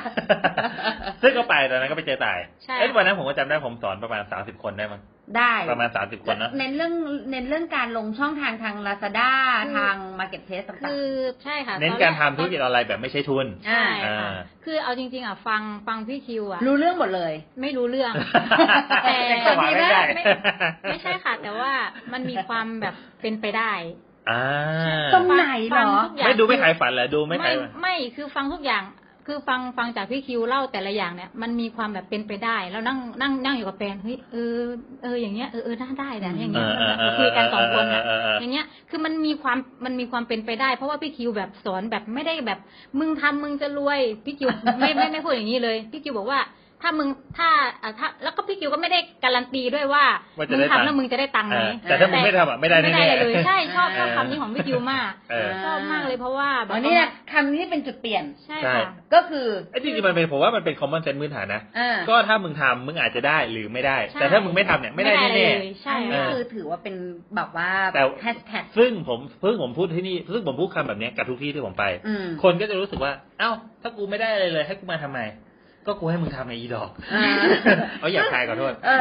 [SPEAKER 1] ซึ่งก็ไปตอนนั้นก็ไปเจอตาย
[SPEAKER 3] ใช่
[SPEAKER 1] เอ้ยวันนั้นผมก็จำได้ผมสอนประมาณสามสิบคนได้มั้ง
[SPEAKER 2] ได้
[SPEAKER 1] ประมาณสามสิบคนเนอะ
[SPEAKER 2] เน้นเรื่องเน้นเรื่องการลงช่องทางทาง Lazada ทาง Marketplace ต่า
[SPEAKER 3] คื
[SPEAKER 2] ง
[SPEAKER 3] อใช่ค่ะ
[SPEAKER 1] เน้น
[SPEAKER 3] ตอแ
[SPEAKER 1] การทำธุรกิจออนไลน์แบบไม่ใช่ทุน
[SPEAKER 3] ใช่ค่ะ
[SPEAKER 1] อ่า
[SPEAKER 3] คือเอาจริง ๆอ่ะฟังฟังพี่คิวอ่ะ
[SPEAKER 2] ๆ รู้เรื่องหมดเลย
[SPEAKER 3] ไม่รู้เรื่อง
[SPEAKER 2] แต่
[SPEAKER 1] จังหวะไม่ได้
[SPEAKER 3] ไม่ ไม่ใช่ค่ะ แต่ว่ามันมีความแบบเป็นไปได้
[SPEAKER 1] อ่า
[SPEAKER 2] ตรงไหนเหร
[SPEAKER 3] ฟัง
[SPEAKER 2] อ
[SPEAKER 3] ทุกอย่าง
[SPEAKER 1] ไม่ดูไม่ขายฝันเหรอดูไม่
[SPEAKER 3] ไม่
[SPEAKER 1] ขาย
[SPEAKER 3] ไม่คือฟังทุกอย่าง คือฟังฟังจากพี่คิวเล่าแต่ละอย่างเนี่ยมันมีความแบบเป็นไปได้ แล้วนั่งนั่งนั่งอยู่กับแฟนเฮ้ยเออเอออย่างเงี้ยเออเออน่าได้นะอย่าง
[SPEAKER 1] เอ
[SPEAKER 3] เงี้ย
[SPEAKER 1] อเออเออ
[SPEAKER 3] แบบคุยกันสองคน
[SPEAKER 1] เอ
[SPEAKER 3] อ่ะ
[SPEAKER 1] อเออเออ
[SPEAKER 3] อย่างเงี้ย คือมันมีความ มันมีความเป็นไปได้ เพราะว่าพี่คิวแบบสอนแบบไม่ได้แบบ มึงทำมึงจะรวย พี่คิว ไม่ไม่ไม่พูดอย่างนี้เลย พี่คิวบอกว่า ถ้ามึง ถ้าอ่ะถ้า แล้วก็พี่คิวก็ไม่ได้การันตีด้วยว่า
[SPEAKER 1] ว่าจะ
[SPEAKER 3] มึง
[SPEAKER 1] ได้ตังค์
[SPEAKER 3] ทำแล้วมึงจะได้ตังค์ไหม
[SPEAKER 1] เออแต่ถ้ามึงไม่ทำอ่ะไม่ได้
[SPEAKER 3] ไม่
[SPEAKER 1] แน่
[SPEAKER 3] ได้
[SPEAKER 1] ๆ
[SPEAKER 3] เลย ใช่ ชอบชอบ
[SPEAKER 2] เออ
[SPEAKER 3] คำนี้ของพี่คิวมาก
[SPEAKER 1] เออ
[SPEAKER 2] อ่า
[SPEAKER 3] ชอบมากเลยเพราะว่าแบบ
[SPEAKER 2] อันนี้นะคำนี้เป็นจุดเปลี่ยน
[SPEAKER 3] ใช่
[SPEAKER 1] ใช่
[SPEAKER 3] ค่ะ
[SPEAKER 2] ก็คือ
[SPEAKER 1] ไอ้จริงๆมันเป็นผมว่ามันเป็น common sense พื้นฐานนะ
[SPEAKER 2] อ่า
[SPEAKER 1] ก็ถ้ามึงทำมึงอาจจะได้หรือไม่ได้
[SPEAKER 3] ใช่
[SPEAKER 1] แต่ถ้ามึงไม่ทำเนี่ยไม่ได้
[SPEAKER 3] เล
[SPEAKER 1] แน่
[SPEAKER 3] ย ใช่
[SPEAKER 2] อันนี้
[SPEAKER 3] ค่ะ
[SPEAKER 2] คือถือว่าเป็นแบบว่า
[SPEAKER 1] แต่
[SPEAKER 2] แฮชแท็ก
[SPEAKER 1] ซึ่งผมเพิ่งผมพูดที่นี่ซึ่งผมพูดคำแบบเนี้ยกับทุกที่ที่ผมไป
[SPEAKER 2] อืม
[SPEAKER 1] คนก็จะรู้สึกว่า เอ้า ถ้ากูไม่ได้อะไรเลย ให้กูมาทำไม ก็กูให้มึงทำในอีด อก
[SPEAKER 2] อ่า
[SPEAKER 1] เอาอย่าคายขอโทษ
[SPEAKER 2] เอ อ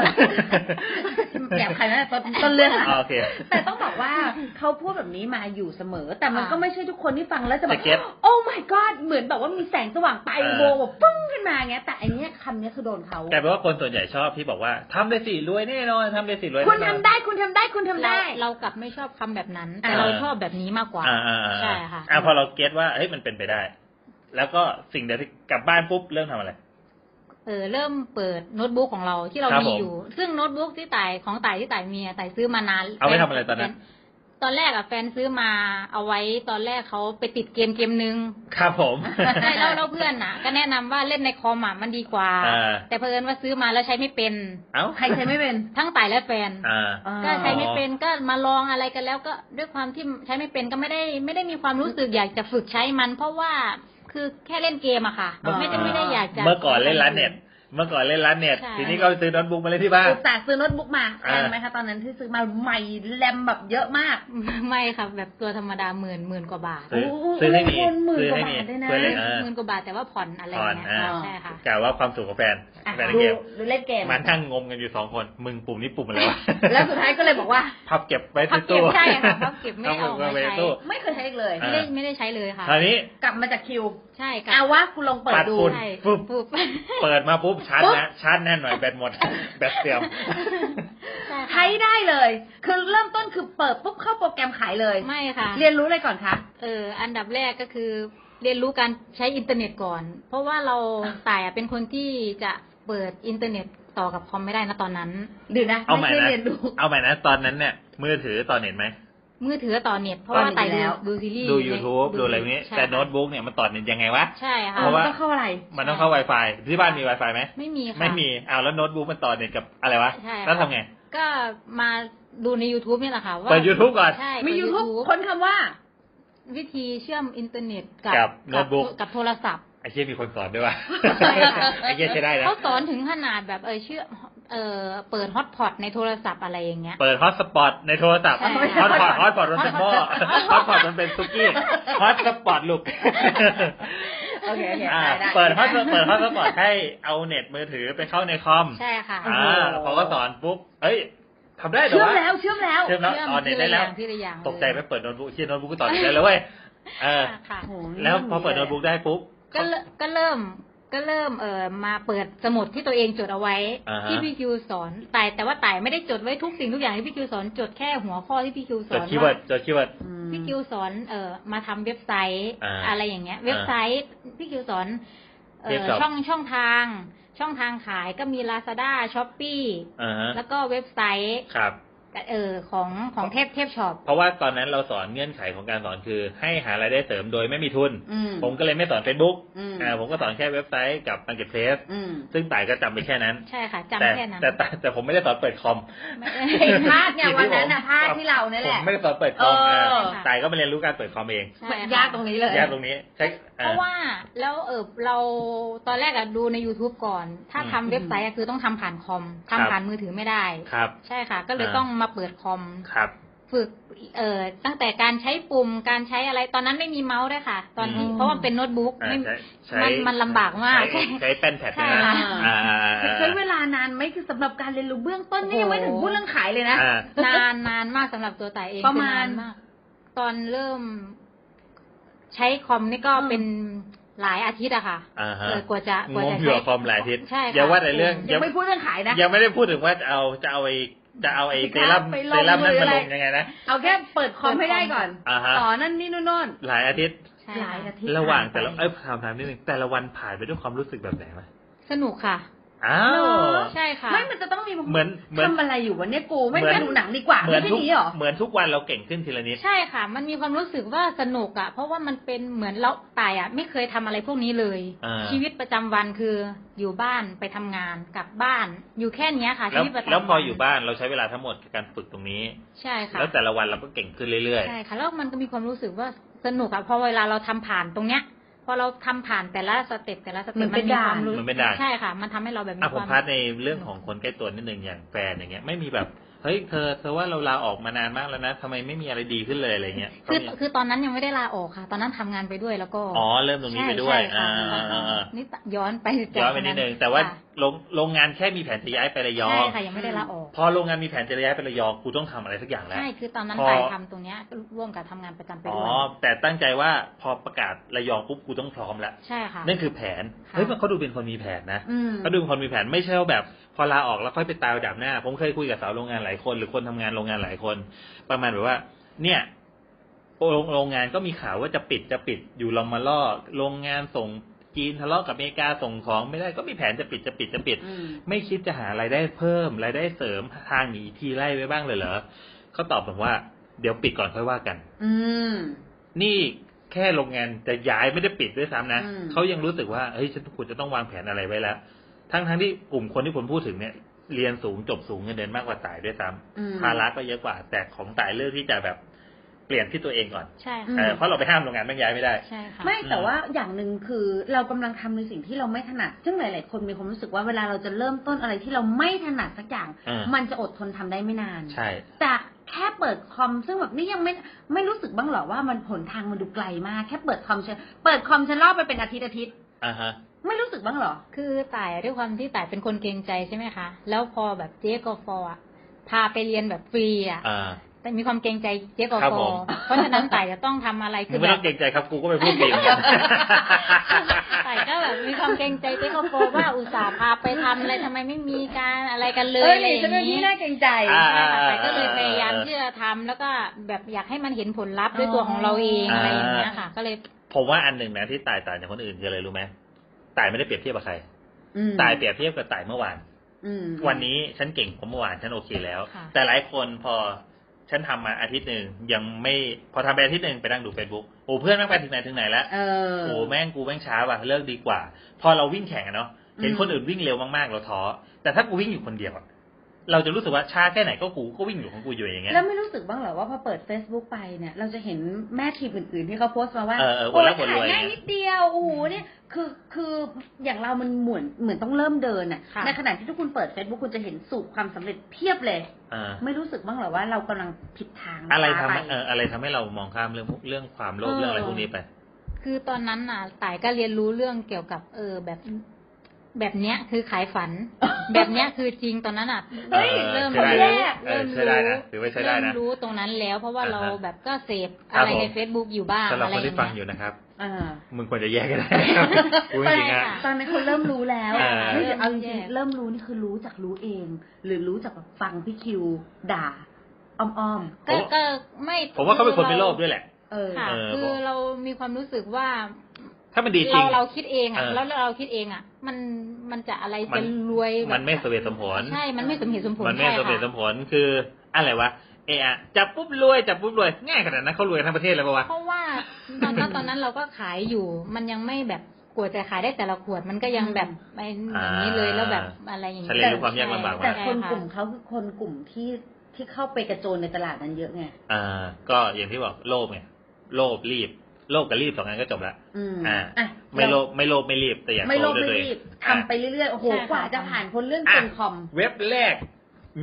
[SPEAKER 2] อยากใครนะต้นต้นเรื่องอะ
[SPEAKER 1] อ๋อโอเค
[SPEAKER 2] แต่ต้องบอกว่าเขาพูดแบบนี้มาอยู่เสมอ แต่มัน
[SPEAKER 3] อ่า
[SPEAKER 2] ก็ไม่ใช่ทุกคนที่ฟังแล้วจะแบ
[SPEAKER 1] จะ
[SPEAKER 2] บ
[SPEAKER 1] เก็ต
[SPEAKER 2] โอ้ my god เหมือนแบบว่ามีแสงสว่างปลายอุโมงค์แบบปุ้งขึ้นมาเงี้ยแต่อันเนี้ยคำเนี้ยคือโดนเขา
[SPEAKER 1] กลายเป็นว่าคนส่วนใหญ่ชอบที่บอกว่าทำเลยสิรวยแน่นอนทำเลยสิรวย
[SPEAKER 2] คุณ
[SPEAKER 1] แน่นอ
[SPEAKER 2] ทำ
[SPEAKER 1] น
[SPEAKER 2] ได้คุณทำได้คุณทำ
[SPEAKER 3] เรา
[SPEAKER 2] ได้
[SPEAKER 3] เรากลับไม่ชอบคำแบบนั้น
[SPEAKER 2] อ่า
[SPEAKER 3] แต่เราชอบแบบนี้มากกว่า
[SPEAKER 1] อ่าอ่าอ่า
[SPEAKER 3] ใช่ค่ะ
[SPEAKER 1] อ่าพอเราเก็ตว่าเฮ้ยมันเป็นไปได้ แล้วก็สิ่งเดียวที่กลับบ้านปุ๊บเริ่มทำอะไร
[SPEAKER 3] เออเริ่มเปิดโน้ตบุ๊กของเราที่เรา
[SPEAKER 1] ครับ
[SPEAKER 3] มี
[SPEAKER 1] ผม
[SPEAKER 3] อยู่ ซึ่งโน้ตบุ๊กที่ต่ายของต่ายที่ต่ายมีอะต่ายซื้อมานาน
[SPEAKER 1] เอาไว้
[SPEAKER 3] แฟ
[SPEAKER 1] ทำอะไรตอนนั้น
[SPEAKER 3] แฟตอนแรกอะแฟนซื้อมาเอาไว้ตอนแรกเขาไปติดเกมเกมนึง
[SPEAKER 1] ครับ ผม
[SPEAKER 3] ใช่แล้วแล้วเพื่อนน่ะ ก็แนะนำว่าเล่นในคอมอะมันดีกว่า
[SPEAKER 1] อ่า
[SPEAKER 3] แต่เพิ่นว่าซื้อมาแล้วใช้ไม่เป็น
[SPEAKER 1] เอ้า
[SPEAKER 2] ใครใช้ไม่เป็น
[SPEAKER 3] ทั้งต่ายและแฟน
[SPEAKER 1] อ่า
[SPEAKER 2] อ่า
[SPEAKER 3] ก็ใช้ไม่เป็นก็มาลองอะไรกันแล้วก็ด้วยความที่ใช้ไม่เป็นก็ไม่ได้ไม่ได้มีความรู้สึกอยากจะฝึกใช้มัน เพราะว่าคือแค่เล่นเกมอะค่ะ
[SPEAKER 1] เมื่อ
[SPEAKER 3] ไม่ได้ไม่ได้อยากจะ
[SPEAKER 1] เมื่อก่อนเล่นร้านเน็ต เมื่อก่อนเล่นร้านเน็ต
[SPEAKER 3] ใช่
[SPEAKER 1] ทีนี้ก็ไปซื้อโน้ตบุ๊กมาเล่นที่บ้าน
[SPEAKER 2] อุตส่าห์ซื้อโน้ตบุ๊กมา
[SPEAKER 1] อ่า
[SPEAKER 2] แพงไหมคะตอนนั้นที่ซื้อมาใหม่แรมแบบเยอะมาก
[SPEAKER 3] ไม่ค่ะแบบตัวธรรมดาหมื่นหมื่นกว่าบาท
[SPEAKER 1] ซื้อ
[SPEAKER 2] โอ้โห
[SPEAKER 1] ซื้อให้มี
[SPEAKER 2] คนหมื่น
[SPEAKER 1] ซื้อให้มี
[SPEAKER 2] กว่าบาทด้วยนะ
[SPEAKER 1] เพื่อเล่นเออ
[SPEAKER 3] หมื่นกว่าบาทแต่ว่าผ่อนอะไร
[SPEAKER 1] ผ่อน
[SPEAKER 3] เงี้ย
[SPEAKER 1] อ่า
[SPEAKER 3] ใช่ค่ะ
[SPEAKER 1] กล่าวว่าความสุขของแฟน
[SPEAKER 2] อ่ะ
[SPEAKER 1] แฟน
[SPEAKER 2] ดู
[SPEAKER 1] เกม
[SPEAKER 2] ดูเล่นเกม
[SPEAKER 1] มันทั้งงมกันอยู่สองคน มึงปุ่มนี้ปุ่มอะไรวะ
[SPEAKER 2] แล้วสุดท้ายก็เลยบอกว่า
[SPEAKER 1] พับเก็บไว้
[SPEAKER 3] พั
[SPEAKER 1] ที่
[SPEAKER 3] บเก็
[SPEAKER 1] ตู้
[SPEAKER 3] บใช่ค่ะพับเก็บไม่เอา
[SPEAKER 1] พับเก็บไว้
[SPEAKER 3] ไม่ใช้
[SPEAKER 1] ในตู้
[SPEAKER 2] ไม่เคยใช้อีกเลย
[SPEAKER 1] อ่า
[SPEAKER 3] ไม่ได้ไม่ได้ใช้เลยค่ะ
[SPEAKER 1] คราวนี้
[SPEAKER 2] กลับมาจากคิว
[SPEAKER 3] ใช่ค่ะ
[SPEAKER 2] เอาว่าคุณลองเปิด
[SPEAKER 1] ปัด
[SPEAKER 2] ดู
[SPEAKER 1] ฝุ่น
[SPEAKER 3] ใช่
[SPEAKER 1] ปุ๊บ
[SPEAKER 3] ปุ๊บ
[SPEAKER 1] เปิดมาปุ๊บชาร์จ
[SPEAKER 2] ปุ๊บ
[SPEAKER 1] นะชาร์จแน่นหน่อยแบตหมด แบตเสื่อม
[SPEAKER 3] ใช่ค่ะ
[SPEAKER 2] ใช้ได้เลย คือเริ่มต้นคือเปิดปุ๊บเข้าโปรแกรมขายเลย
[SPEAKER 3] ไม่ค่ะ
[SPEAKER 2] เรียนรู้อะไรก่อนคะ
[SPEAKER 3] เอออันดับแรกก็คือเรียนรู้การใช้อินเทอร์เน็ตก่อน เพราะว่าเราต่ายอะเป็นคนที่จะเปิดอินเทอร์เน็ตต่อกับคอมไม่ได้นะตอนนั้น
[SPEAKER 2] เดี๋ยวนะ
[SPEAKER 1] เอาใหม่
[SPEAKER 2] ไม่ใช่
[SPEAKER 1] นะ
[SPEAKER 2] เรียนรู้
[SPEAKER 1] เอาใหม่นะ ตอนนั้นเนี่ย มือถือตอนเน็ตไหม
[SPEAKER 3] มือถือต่อเน็ตเพราะว่า
[SPEAKER 2] ต่
[SPEAKER 3] ต่า
[SPEAKER 2] อยเน็ตอยู่แล้ว
[SPEAKER 3] ดูดูซีรีส์
[SPEAKER 1] ดู
[SPEAKER 3] ใน
[SPEAKER 1] YouTube ดูอะไรพวกนี้
[SPEAKER 3] ใช่
[SPEAKER 1] แต่โน้ตบุ๊กเนี่ยมันตอนเน็ตยังไงวะ
[SPEAKER 3] ใช่ค่ะ
[SPEAKER 1] เพราะว่า
[SPEAKER 2] ต้องเข้าอะไร
[SPEAKER 1] มันต้องเข้า Wi-Fi ที่บ้านมี Wi-Fi ไหม
[SPEAKER 3] ไม่มีค่ะ
[SPEAKER 1] ไม่มีอ้าวแล้วโน้ตบุ๊กมันต่อเน็ตกับอะไรวะ
[SPEAKER 3] ใช่ค่ะ
[SPEAKER 1] แล้วทำไง
[SPEAKER 3] ก็มาดูใน YouTube เนี่ยแหละค่ะ ว่า
[SPEAKER 1] เปิด YouTube ก่อน
[SPEAKER 3] ใช่
[SPEAKER 2] มี
[SPEAKER 3] เปิด
[SPEAKER 2] YouTube คนคำว่า
[SPEAKER 3] วิธีเชื่อมอินเทอร์เน็ต
[SPEAKER 1] กับโน้ตบุ๊ก
[SPEAKER 3] กับโทรศัพท์
[SPEAKER 1] ไอ้เชี่ยมีคนสอนด้วยวะ
[SPEAKER 3] ใช่ค่ะ
[SPEAKER 1] ไอ้เชี่ยใช้ได้นะ
[SPEAKER 3] เขาสอนถึงขนาดแบบเออเชื่อเออเปิดฮอตพอตในโทรศัพท์อะไรอย่างเงี้ย
[SPEAKER 1] เปิดฮอตสปอตในโทรศัพท์
[SPEAKER 3] ใช่
[SPEAKER 1] ฮอตพอตฮอตพอตมัน เป็นหม้อ
[SPEAKER 3] hotspot
[SPEAKER 1] ฮอตพอตมันเป็นซุกี้ฮอตสปอตลูก
[SPEAKER 2] โอเคโอเค
[SPEAKER 1] อ่า
[SPEAKER 2] ได้ได้
[SPEAKER 1] เปิดฮอตเปิดฮอตสปอตให้เอาเน็ตมือถือไปเข้าในคอม
[SPEAKER 3] ใช่ค่ะ
[SPEAKER 1] อ่าพอก็สอนปุ๊บ เอ้ยทำได้เหรอ
[SPEAKER 2] เชื่อม
[SPEAKER 1] วะ
[SPEAKER 2] แล้วเชื่อมแล้ว
[SPEAKER 1] เชื่อมแล้วออนเน็ตได้แล้ว
[SPEAKER 3] ทีละอย่าง
[SPEAKER 1] ตกใจไปเปิดโน้ตบุ๊กเชี่ยโน้ตบุ๊กกูต่อเน็ตได้แล้วเว้ย เออ
[SPEAKER 3] ค่ะ
[SPEAKER 2] โอ้โห
[SPEAKER 1] แล้วพอเปิดโน้ตบุ๊กได้ปุ๊บ
[SPEAKER 3] ก็เริ่มก็เริ่มก็เริ่มเอ่อมาเปิดสมุดที่ตัวเองจดเอาไว้
[SPEAKER 1] อ่าฮะ
[SPEAKER 3] ที่พี่คิวสอนแต่แต่ว่าแต่ไม่ได้จดไว้ทุกสิ่งทุกอย่างที่พี่คิวสอนจดแค่หัวข้อที่พี่คิวส
[SPEAKER 1] จ
[SPEAKER 3] อ
[SPEAKER 1] ด
[SPEAKER 3] น
[SPEAKER 1] คีย์เวิร์
[SPEAKER 3] ว่า
[SPEAKER 1] ดจดคีย์เวิร์ด
[SPEAKER 2] อืม
[SPEAKER 3] พี่คิวสอนเอ่อมาทำเว็บไซต์
[SPEAKER 1] อ่า
[SPEAKER 3] อะไรอย่างเงี้ย เว็บไซต์พี่คิวสอนเอ่
[SPEAKER 1] เว็บ
[SPEAKER 3] อ
[SPEAKER 1] ช็อป
[SPEAKER 3] ช่องช่องทาง ช่องทางขายก็มี Lazada s h o p ป e
[SPEAKER 1] อ่าฮะ
[SPEAKER 3] แล้วก็เว็บไซต์
[SPEAKER 1] ครับ
[SPEAKER 3] เอ่อของของเทพเทพช็อป
[SPEAKER 1] เพราะว่าตอนนั้นเราสอนเงื่อนไขของการสอนคือให้หารายได้เสริมโดยไม่มีทุน
[SPEAKER 2] อืม
[SPEAKER 1] ผมก็เลยไม่สอน Facebook
[SPEAKER 2] อืม
[SPEAKER 1] อ่าผมก็สอนแค่เว็บไซต์กับ Marketplace
[SPEAKER 2] อืม
[SPEAKER 1] ซึ่งต่ายก็จำไปแค่นั้น
[SPEAKER 3] ใช่ค่ะ
[SPEAKER 1] แต่
[SPEAKER 3] จำแค่นั้น
[SPEAKER 1] แต่แต่แต่ผมไม่ได้สอนเปิดคอม
[SPEAKER 3] ไม่ได้
[SPEAKER 2] เห็นพลาดเนี่ยวันนั้นน่ะ
[SPEAKER 1] ผม
[SPEAKER 2] พลาดที่เราเนี่ยแห
[SPEAKER 1] ผ
[SPEAKER 2] ละ
[SPEAKER 1] มไม่ได้สอนเปิดคอม
[SPEAKER 2] เออ
[SPEAKER 1] าต่ายก็ไปเรียนรู้การเปิดคอมเอง
[SPEAKER 3] ใช่ค่ะ
[SPEAKER 2] ยากตรงนี้เลย
[SPEAKER 1] ยากตรงนี้ใช่
[SPEAKER 3] เพ
[SPEAKER 1] อ่า
[SPEAKER 3] ราะว่าแล้วเออเราตอนแรกอะดูใน YouTube ก่อน ถ้า
[SPEAKER 1] อืม
[SPEAKER 3] ทำเว็บไซต์อะคือต้องทำผ่านคอม
[SPEAKER 1] ครั
[SPEAKER 3] ทำ
[SPEAKER 1] บ
[SPEAKER 3] ผ่านมือถือไม่ได้
[SPEAKER 1] ครับ
[SPEAKER 3] ใช่ค่ะ ก็เลย
[SPEAKER 1] อ่า
[SPEAKER 3] ต้องมาเปิดคอม
[SPEAKER 1] ครับ
[SPEAKER 3] ฝึกเอ่อตั้งแต่การใช้ปุ่มการใช้อะไรตอนนั้นไม่มีเมาส์ด้วยค่ะ ตอนนี้
[SPEAKER 2] อืม
[SPEAKER 3] เพราะว่าเป็นโน้ตบุ๊ก
[SPEAKER 1] อ่า
[SPEAKER 3] ไม่
[SPEAKER 1] ใช้ใช้
[SPEAKER 3] มันมันลำบากมาก
[SPEAKER 1] ใช้ใช้แป้นแผ่น
[SPEAKER 3] ใช่
[SPEAKER 1] นะ
[SPEAKER 2] ค่ะ
[SPEAKER 1] อ่า
[SPEAKER 2] ใช้เวลานานไหมคือสำหรับการเรียนรู้เบื้องต้นนี่ยังไม่ถึงพูดเรื่องขายเลยนะ
[SPEAKER 1] อ่า
[SPEAKER 3] นานนานมากสำหรับตัวต่ายเอง
[SPEAKER 2] ประมาณ
[SPEAKER 3] คือนนกตอนเริ่ม ใช้คอมนี่ก็
[SPEAKER 2] อืม
[SPEAKER 3] เป็นหลายอาทิตย์อะค่ะ
[SPEAKER 1] อ่าฮะ
[SPEAKER 3] เออกว่าจะก
[SPEAKER 1] ง
[SPEAKER 3] ว่าง จะ
[SPEAKER 1] อยู่
[SPEAKER 3] ใช้
[SPEAKER 1] กับคอมหลายทิศ
[SPEAKER 3] ใช่ค่ะ
[SPEAKER 1] อย่าว่าแต่เรื่อง
[SPEAKER 2] ยังไม่พูดเรื่องขายนะ
[SPEAKER 1] ยังไม่ได้พูดถึงว่าจะเอาจะเอาไอ้จะเอาไอ้เซรั่ม
[SPEAKER 2] ไปลง
[SPEAKER 1] เซรั่มนั้น
[SPEAKER 2] หรือ
[SPEAKER 1] มา
[SPEAKER 2] อะไร
[SPEAKER 1] ลงยังไงนะ
[SPEAKER 2] เอาแค่เปิดคอมให้ได้ก่อน
[SPEAKER 1] อ่าฮะ
[SPEAKER 2] ต่อนั่นนี่นู่นโน่น
[SPEAKER 1] หลายอาทิตย์
[SPEAKER 3] ใช่
[SPEAKER 2] ห
[SPEAKER 3] ค่ะ
[SPEAKER 2] ลายอาทิตย์
[SPEAKER 1] ระหว่าง
[SPEAKER 2] ผ่
[SPEAKER 1] แต่
[SPEAKER 2] น
[SPEAKER 1] ละ
[SPEAKER 2] ไป
[SPEAKER 1] เอ้ยถามถามนิดนึงแต่ละวันผ่านไปด้วยความรู้สึกแบบไหนวะ
[SPEAKER 3] สนุกค่ะ
[SPEAKER 1] อ้าว
[SPEAKER 2] เหรอ
[SPEAKER 3] ใช่ค่ะ
[SPEAKER 2] ไม่มันจะต้องมี
[SPEAKER 1] เหมือนเหมือน
[SPEAKER 2] ทำอะไรอยู่วันนี้กูไม่
[SPEAKER 1] เหมือน
[SPEAKER 2] แค่ดูหนังดีกว่า
[SPEAKER 1] เหมื
[SPEAKER 2] ไม่
[SPEAKER 1] อน
[SPEAKER 2] ใช่
[SPEAKER 1] ทุก
[SPEAKER 2] นี้หรอ
[SPEAKER 1] เหมือนทุกวันเราเก่งขึ้นทีละนิด
[SPEAKER 3] ใช่ค่ะ มันมีความรู้สึกว่าสนุกอะ่ะ เพราะว่ามันเป็นเหมือนเราตายอะ่ะ ไม่เคยทำอะไรพวกนี้เลย
[SPEAKER 1] อ่า
[SPEAKER 3] ชีวิตประจำวันคืออยู่บ้านไปทำงานกลับบ้าน อยู่แค่เนี้ยค่ะ
[SPEAKER 1] แล้ว
[SPEAKER 3] ชีวิตประจำน
[SPEAKER 1] แล้วพออยู่บ้านเราใช้เวลาทั้งหมดกับการฝึกตรงนี้
[SPEAKER 3] ใช่ค่ะ
[SPEAKER 1] แล้วแต่ละวันเราก็เก่งขึ้นเรื่อย
[SPEAKER 3] ใช่ค่ะแล้วมันก็มีความรู้สึกว่าสนุกอะ่ะพอเวลาเราทำผ่านตรงเนี้ยพอเราทำผ่านแต่ละสเต็ปแต่ละสเต็ป
[SPEAKER 2] เหมือนเป็น
[SPEAKER 3] มีควา
[SPEAKER 2] ด่าน
[SPEAKER 3] มรู้
[SPEAKER 1] เหมือนเป็นด่าน
[SPEAKER 3] ใช่ค่ะ มันทำให้เราแบบ
[SPEAKER 1] ๆ
[SPEAKER 3] มี
[SPEAKER 1] อ่ะผม
[SPEAKER 3] ความ
[SPEAKER 1] พาร์ทในเรื่องของคนใกล้ตัวนิดนึงอย่างแฟนอย่างเงี้ยไม่มีแบบเฮ้ยเธอเธอว่าเราลาออกมานานมากแล้วนะทำไมไม่มีอะไรดีขึ้นเลยอะไรเงี้ย
[SPEAKER 3] คื
[SPEAKER 1] ต้
[SPEAKER 3] อ
[SPEAKER 1] องมี
[SPEAKER 3] คือตอนนั้นยังไม่ได้ลาออกค่ะ ตอนนั้นทำงานไปด้วยแล้วก็
[SPEAKER 1] อ๋อเริ่มตรงนี้ไปด้วย
[SPEAKER 3] ใช่ใช่
[SPEAKER 1] อ่า
[SPEAKER 3] ค่ะ
[SPEAKER 1] ๆๆ
[SPEAKER 3] นี่ย้อนไปจาก
[SPEAKER 1] ย้อนไปนิดนึงแต่ว่า
[SPEAKER 3] ค่ะ
[SPEAKER 1] โรงโรงงานแค่มีแผนจะย้ายไประยอง
[SPEAKER 3] ใช่ค่ะ ยังไม่ได้ลาออก
[SPEAKER 1] พอโรงงานมีแผนจะย้ายไประยองกูต้องทำอะไรสักอย่างแล้ว
[SPEAKER 3] ใช่คือตอนนั้น
[SPEAKER 1] พอ
[SPEAKER 3] ตายทำตรงเนี้ยร่วมกับทำงานประจำไป
[SPEAKER 1] อ๋อ
[SPEAKER 3] ด้วย
[SPEAKER 1] แต่ตั้งใจว่าพอประกาศระยองปุ๊บกูต้องพร้อมแล้ว
[SPEAKER 3] ใช่ค่ะ
[SPEAKER 1] นั่นคือแผน
[SPEAKER 3] ค่ะ
[SPEAKER 1] เฮ้ยมันเขาดูเป็นคนมีแผนนะ
[SPEAKER 2] อืม
[SPEAKER 1] เขาดูเป็นคนมีแผนไม่ใช่ว่าแบบ พอลาออกแล้วค่อยไปตายดับหน้า ผมเคยคุยกับสาวโรงงานหลายคนหรือคนทำงานโรงงานหลายคน ประมาณแบบว่า เนี่ยโรงโรงงานก็มีข่าวว่าจะปิดจะปิดอยู่ลองมาล่อโรงงานส่งจีนทะเลาะกับอเมริกาส่งของไม่ได้ก็มีแผนจะปิดจะปิดจะปิด
[SPEAKER 2] อืม
[SPEAKER 1] ไม่คิดจะหารายได้เพิ่มรายได้เสริมทางหนีทีไล่ไว้บ้างเลยเหรอเขาตอบผมว่าเดี๋ยวปิดก่อนค่อยว่ากัน
[SPEAKER 2] อืม
[SPEAKER 1] นี่แค่โรงงานจะย้ายไม่ได้ปิดด้วยซ้ำนะ
[SPEAKER 2] อืม
[SPEAKER 1] เขายังรู้สึกว่าเฮ้ยฉันควรจะต้องวางแผนอะไรไว้แล้ว ทั้งทั้งๆที่กลุ่มคนที่ผมพูดถึงเนี่ย เรียนสูงจบสูงเงินเดือนมากกว่าตายด้วยซ้ำภาระก็เยอะกว่า แต่ของตายเลือกที่จะแบบ เปลี่ยนที่ตัวเองก่อน
[SPEAKER 3] ใช่
[SPEAKER 1] เอ
[SPEAKER 3] ค่ะ
[SPEAKER 1] อเพราะเราไปห้ามโรงงานแม่งย้ายไม่ได้
[SPEAKER 3] ใช่ค่ะ
[SPEAKER 2] ไม่แต่ว่าอย่างหนึ่งคือเรากำลังทำในสิ่งที่เราไม่ถนัด ซึ่งหลาย ๆ คนมีความรู้สึกว่าเวลาเราจะเริ่มต้นอะไรที่เราไม่ถนัดสักอย่าง
[SPEAKER 1] อืม
[SPEAKER 2] มันจะอดทนทำได้ไม่นาน
[SPEAKER 1] ใช่
[SPEAKER 2] แต่แค่เปิดคอมซึ่งแบบนี่ยังไม่ไม่รู้สึกบ้างเหรอว่ามันผลทางมันดูไกลมากแค่เปิดคอมฉันเปิดคอมฉันรอบไปเป็นอาทิตย์อาทิตย์
[SPEAKER 1] อ่าฮะ
[SPEAKER 2] ไม่รู้สึกบ้างเหรอ
[SPEAKER 3] คือต่ายด้วยความที่ต่ายเป็นคนเกรงใจใช่ไหมคะ แล้วพอแบบเจ๊กอฟออะพาไปเรียนแบบฟรีอ่ะ
[SPEAKER 1] อ่า
[SPEAKER 3] แต่มีความเกรงใจเจ๊กอ
[SPEAKER 1] ครับ
[SPEAKER 3] ฟ
[SPEAKER 1] ผ
[SPEAKER 3] อ
[SPEAKER 1] ม
[SPEAKER 3] เพราะฉะนั้นต่ายจะต้องทำอะไร
[SPEAKER 1] มึ
[SPEAKER 3] คื
[SPEAKER 1] ง
[SPEAKER 3] อ
[SPEAKER 1] ไม่
[SPEAKER 3] แบ
[SPEAKER 1] ต้อบงเกรงใจครับกูก็ไปพูดเองเหมือนกัน
[SPEAKER 3] ต่ายก็แบบมีความเกรงใจเจ๊กอฟอว่าอุตส่าห์พาไปทำอะไรทำไมไม่มีการอะไรกันเล
[SPEAKER 2] เอย อ
[SPEAKER 3] อะไร
[SPEAKER 2] นี่
[SPEAKER 3] อย่าง
[SPEAKER 2] ฉันเป็น
[SPEAKER 3] นี้
[SPEAKER 2] ที่น่าเกรงใจ
[SPEAKER 1] อ่า
[SPEAKER 3] ใช่ค่ะต่ายก็เลยพยายามที่จะทำแล้วก็แบบอยากให้มันเห็นผลลัพธ์ด้วยตัวของเราเองอะไรอย่างเงี้ยค่ะ ก็เลย
[SPEAKER 1] ผมว่าอันหนึ่งนะที่ตายต่างจากคนอื่นคืออะไรรู้ไหมตายไม่ได้เปรียบเทียบกับใคร
[SPEAKER 2] อืม
[SPEAKER 1] ตายเปรียบเทียบกับตายเมื่อวาน
[SPEAKER 2] อืม
[SPEAKER 1] วันนี้ฉันเก่งกว่าเมื่อวานฉันโอเคแล้ว
[SPEAKER 3] ค่ะ
[SPEAKER 1] แต่หลายคนพอฉันทำมาอาทิตย์หนึ่งยังไม่พอทำไปอาทิตย์หนึ่งไปนั่งดู Facebook โอ้เพื่อนแม่งไปถึงไหนถึงไหนแล้ว
[SPEAKER 2] เออ
[SPEAKER 1] โอ้แม่งกูแม่งช้าว่ะเลิกดีกว่า พอเราวิ่งแข่งอะเนาะเห็น
[SPEAKER 2] อืม
[SPEAKER 1] คนอื่นวิ่งเร็วมากๆเราท้อแต่ถ้ากูวิ่งอยู่คนเดียวอะเราจะรู้สึกว่าช้าแค่ไหนก็กูก็วิ่งอยู่ของกูอยู่อย่างเงี้ย
[SPEAKER 2] แล้วไม่รู้สึกบ้างเหรอว่าพอเปิด Facebook ไปเนี่ย เราจะเห็นแม่ทีมอื่นๆที่เขาโพสต์มาว่า
[SPEAKER 1] เออเออหั
[SPEAKER 2] โอ้
[SPEAKER 1] วย เราะหัว
[SPEAKER 2] ขาย
[SPEAKER 1] เราะ
[SPEAKER 2] ง่ายนิดเดียวโอ้โหเนี่ยคือคืออย่างเรามันเหมือนเหมือนต้องเริ่มเดินอ่ะ
[SPEAKER 3] ค่ะ
[SPEAKER 2] ในขณะที่ทุกคุณเปิด Facebook คุณจะเห็นสูตรความสำเร็จเพียบเลย
[SPEAKER 1] อ่า
[SPEAKER 2] ไม่รู้สึกบ้างเหรอว่าเรากำลังผิดทาง
[SPEAKER 1] อะไรทำ
[SPEAKER 2] ช้า
[SPEAKER 1] ให้
[SPEAKER 2] ป
[SPEAKER 1] เอออะไรทำให้เรามองข้ามเรื่องเรื่องความโลภ
[SPEAKER 2] เออ
[SPEAKER 1] เรื่องอะไรพวกนี้ไป
[SPEAKER 3] คือตอนนั้นน่ะต่ายก็เรียนรู้เรื่องเกี่ยวกับ เออแบบ แบบเนี้ยคือขาย ฝัน แบบเนี้ยคือจริงตอนนั้นอ่ะ
[SPEAKER 1] เฮ้ย
[SPEAKER 3] เริ่ม
[SPEAKER 1] ใช้ได้
[SPEAKER 3] รู้
[SPEAKER 1] นะเออ
[SPEAKER 3] เริ่ม
[SPEAKER 1] ใช้
[SPEAKER 3] รู้
[SPEAKER 1] ได้นะถือว่าใช้ได้นะ
[SPEAKER 3] เริ่มรู้ตรงนั้นแล้ว เพราะว่าเรา
[SPEAKER 1] อ่าฮะ
[SPEAKER 3] แบบก็เสพ
[SPEAKER 1] ครั
[SPEAKER 3] อะ
[SPEAKER 1] บ
[SPEAKER 3] ไร
[SPEAKER 1] ผม
[SPEAKER 3] ใน Facebook อยู่บ้าง
[SPEAKER 1] สำหรับ
[SPEAKER 3] อะไร
[SPEAKER 1] คนที่ฟังอ
[SPEAKER 3] เงี้ย
[SPEAKER 1] ยู่นะครับ
[SPEAKER 2] เออ
[SPEAKER 1] มึงควรจะแยกกันได้นะครับกูจริงๆอะ
[SPEAKER 3] ใช่ค่ะ
[SPEAKER 2] ตอนนั้นเขาเริ่มรู้แล้ว
[SPEAKER 1] เออ
[SPEAKER 2] เฮ้ยเอาจริง
[SPEAKER 3] แย่
[SPEAKER 2] ๆเริ่มรู้นี่คือรู้จากรู้เอง หรือรู้จากแบบฟังพี่คิวด่าอ้อม
[SPEAKER 3] ก็ก็ไม่
[SPEAKER 1] ผมว่าเขาเป็นคนไม่โลภด้วยแหละ
[SPEAKER 2] ๆเออ
[SPEAKER 3] ค่ะ
[SPEAKER 1] เออ
[SPEAKER 3] คือเรามีความรู้สึกว่า
[SPEAKER 1] ถ้ามันดีจริ
[SPEAKER 3] เรา
[SPEAKER 1] ง
[SPEAKER 3] เราคิดเองอ่ะ
[SPEAKER 1] เออ
[SPEAKER 3] แล้วเราคิดเองอ่ะ มันมันจะอะไร
[SPEAKER 1] มั
[SPEAKER 3] จะ
[SPEAKER 1] น
[SPEAKER 3] รวยแบบ
[SPEAKER 1] มันไม่สมเหตุสมผล
[SPEAKER 3] ใช่ มันไม่สมเหตุสมผล
[SPEAKER 1] มันไม่
[SPEAKER 3] ใช่
[SPEAKER 1] สมเหตุส
[SPEAKER 3] ค่ะ
[SPEAKER 1] มผลคืออะไรวะเอะอะจับปุ๊บรวยจับปุ๊บรวยง่ายขนาดนั้นเขารวยทั้งประเทศเลยปะวะ
[SPEAKER 3] เพราะว่าตอนนั้นตอนนั้นเราก็ขายอยู่ มันยังไม่แบบกว่าจะขายได้แต่ละขวดมันก็ยังแบบไม่อย่างนี้เลยแล้วแบบอะไรอย่าง
[SPEAKER 1] ฉันเรียนรู้ความยากลำบากม
[SPEAKER 2] แต่คน
[SPEAKER 3] ใช่ะ
[SPEAKER 2] กลุ่มเขาคือคนกลุ่มที่ที่เข้าไปกระโจนในตลาดนั้นเยอะไง
[SPEAKER 1] อ่า ก็อย่างที่บอกโลภไงโลภรีบ โลภกับรีบสองงานก็จบละ
[SPEAKER 2] อืม
[SPEAKER 1] อ่า
[SPEAKER 2] อ่ะ
[SPEAKER 1] ไม่โลภไม่โลภไม่รีบแต่อยาก
[SPEAKER 2] ไม่โลภ
[SPEAKER 1] โต
[SPEAKER 2] ไม่
[SPEAKER 1] ด้วยตัวเอง
[SPEAKER 2] รีบ
[SPEAKER 1] อ่ะ
[SPEAKER 2] ทำไปเรื่อยๆ โอ้โห
[SPEAKER 3] ใช่ค่ะ
[SPEAKER 2] กว่าจะผ่านพ้นเรื่อง
[SPEAKER 1] อ่ะ
[SPEAKER 2] เกมคอม
[SPEAKER 1] เว็บแรก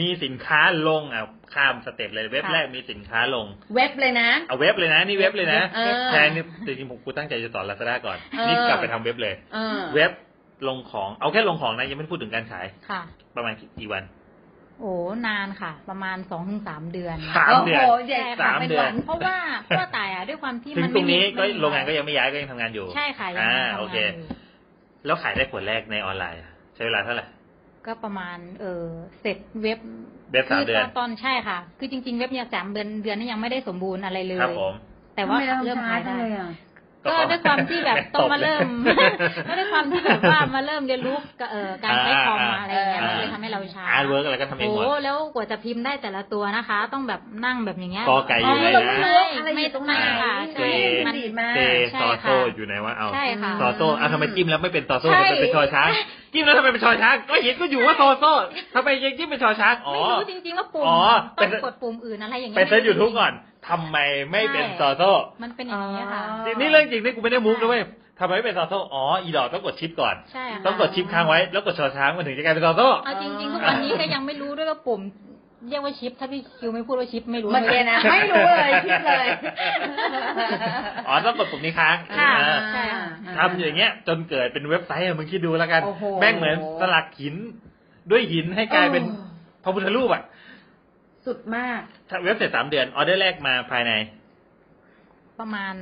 [SPEAKER 1] มีสินค้าลงอ่ะข้ามสเต็ปเลยเว็บ
[SPEAKER 2] ค่ะ
[SPEAKER 1] แรกมีสินค้าลง
[SPEAKER 2] เว็บเลยนะ
[SPEAKER 1] เอาเว็บเลยนะนี่เว็บเลยนะ
[SPEAKER 2] เออ
[SPEAKER 1] แทนนี่จริงๆผมกูตั้งใจจะสอนลาซาด้าก่อน
[SPEAKER 2] เออ
[SPEAKER 1] นี่กลับไปทำเว็บเลย
[SPEAKER 2] เออ
[SPEAKER 1] เว็บลงของเอาแค่ลงของนะยังไม่พูดถึงการขาย
[SPEAKER 3] ค่ะ
[SPEAKER 1] ประมาณกี่วัน
[SPEAKER 3] โอ้นานค่ะ ประมาณสองถึงสามเดือน
[SPEAKER 1] สามเดือน
[SPEAKER 2] โอ้โหใหญ่กว่
[SPEAKER 3] ใช่ค่ะ
[SPEAKER 1] สาม
[SPEAKER 3] เป็น
[SPEAKER 1] เดือน
[SPEAKER 3] วันเพราะว่าเพราะว่าตายอ่ะด้วยความที่
[SPEAKER 1] ถึ
[SPEAKER 3] มั
[SPEAKER 1] ง
[SPEAKER 3] น
[SPEAKER 1] ตร
[SPEAKER 3] ไม่
[SPEAKER 1] ง
[SPEAKER 3] มี
[SPEAKER 1] นี้ก็
[SPEAKER 3] ไม่มี
[SPEAKER 1] โรงงานก็ยังไม่ย้ายก็ยังทำงานอยู่
[SPEAKER 3] ใช่ค่ะยัง
[SPEAKER 1] อ่า
[SPEAKER 3] ทำงาน
[SPEAKER 1] โอเค
[SPEAKER 3] ยู่
[SPEAKER 1] แล้วขายได้ผลแรกในออนไลน์อะใช้เวลาเท่าไหร่
[SPEAKER 3] ก็ประมาณ เออเสร็จเว็บ
[SPEAKER 1] เว็บสามเดือน
[SPEAKER 3] คืตอนใช่ค่ะ คือจริง ๆ เว็บเนี่ยสามเดือนเดือนนี่ยังไม่ได้สมบูรณ์อะไรเลย
[SPEAKER 1] ครับผม
[SPEAKER 3] แต่ว่า
[SPEAKER 2] ทำไม
[SPEAKER 3] เริ่ม
[SPEAKER 2] ทำช้า
[SPEAKER 3] ขาย
[SPEAKER 2] จั
[SPEAKER 3] ได้
[SPEAKER 2] งเลยอ่ะ
[SPEAKER 3] ก็ด้วยความที่แบบ
[SPEAKER 1] ต
[SPEAKER 3] ต้อง
[SPEAKER 1] บล
[SPEAKER 3] มา
[SPEAKER 1] ย
[SPEAKER 3] เริ่ ม ก็ด้วยความที่แบบว่ามาเริ่มเรียนรู้กับเอ่อการใช้คอมมาอะไรอย่างเงี้ย
[SPEAKER 1] อ่า
[SPEAKER 3] มันเลยทำให้เราช้า
[SPEAKER 1] อาร์ตเวิร์กอะไรก็ทำเอ
[SPEAKER 3] โอ้
[SPEAKER 1] งหมด
[SPEAKER 3] แล้วกว่าจะพิมพ์ได้แต่ละตัวนะคะ ต้องแบบนั่งแบบอย่างเงี้ย
[SPEAKER 1] กอไก่อยู่ไหนนะ
[SPEAKER 3] ใช่ไม่ตรงไหนค่ะ
[SPEAKER 2] เจ
[SPEAKER 3] ใช่มัน
[SPEAKER 2] ดีมาก
[SPEAKER 1] เต
[SPEAKER 3] ใช่
[SPEAKER 1] ซอ
[SPEAKER 3] ค่ะ
[SPEAKER 1] โซอยู่ไหนวะเอา
[SPEAKER 3] ใช่ค่ะ
[SPEAKER 1] ซอโซอ่ะทำไมจิ้มแล้วไม่เป็นซอโซ
[SPEAKER 3] ใช่
[SPEAKER 1] ทำไมเป็นชอช้างจิ้มแล้วทำไมเป็นชอช้างก็เห็นก็อยู่ว่าซอโซทำไมยังจิ้มเป็นชอช้างอ๋อ
[SPEAKER 3] ไม่รู้จริงๆว่าปุ่ม
[SPEAKER 1] อ๋อเป็
[SPEAKER 3] ต้อน งกดปุ่มอื่นอะไรอย่าง
[SPEAKER 1] ไป
[SPEAKER 3] เงี้ย
[SPEAKER 1] เซิร์ชยูทูบก่อนทำไมไม่เป็นซอโซ
[SPEAKER 3] มันเป็นอย่างนี้ยค่ะ
[SPEAKER 2] อ๋อ
[SPEAKER 1] นี่เรื่องจริงนี่กูไม่ได้มุกนะเว้ยทำไมไม่เป็นซอโซอ๋ออีดอกต้องกดชิปก่อน
[SPEAKER 3] ใช่ค่ะ
[SPEAKER 1] ต้องกดชิปค้างไว้แล้วกดชอช้างมันถึงจะกลายเป็นซอโซ
[SPEAKER 3] เอาจริงๆทุกวันนี้ก็ยังไม่รู้ด้วยว่าปุ่มเรียกว่าชิป ถ้าพี่คิวไม่พูดว่าชิปไม่รู้
[SPEAKER 2] เมื่อ
[SPEAKER 3] ล
[SPEAKER 2] กี้
[SPEAKER 3] ย
[SPEAKER 2] นะ ไม่รู้เลยคิด เลย
[SPEAKER 1] อ๋อต้องกดปุ่มนี้ค้าง
[SPEAKER 3] ค่ะ
[SPEAKER 1] เออ
[SPEAKER 3] ใช่ค่ะ
[SPEAKER 1] ทำอย่างเงี้ย จนเกิดเป็นเว็บไซต์อะมึงคิดดูแล้วกัน
[SPEAKER 2] โอ้โ
[SPEAKER 1] แม่งเหมือนสลักหินด้วยหินให้กลายเป็นพ
[SPEAKER 2] โอ้
[SPEAKER 1] ระพุทธรูปอ่ะ
[SPEAKER 2] สุดมาก
[SPEAKER 1] ถ้าเว็บเสร็จสามเดือนออเดอร์แรกมาภายใน
[SPEAKER 3] ประมาณ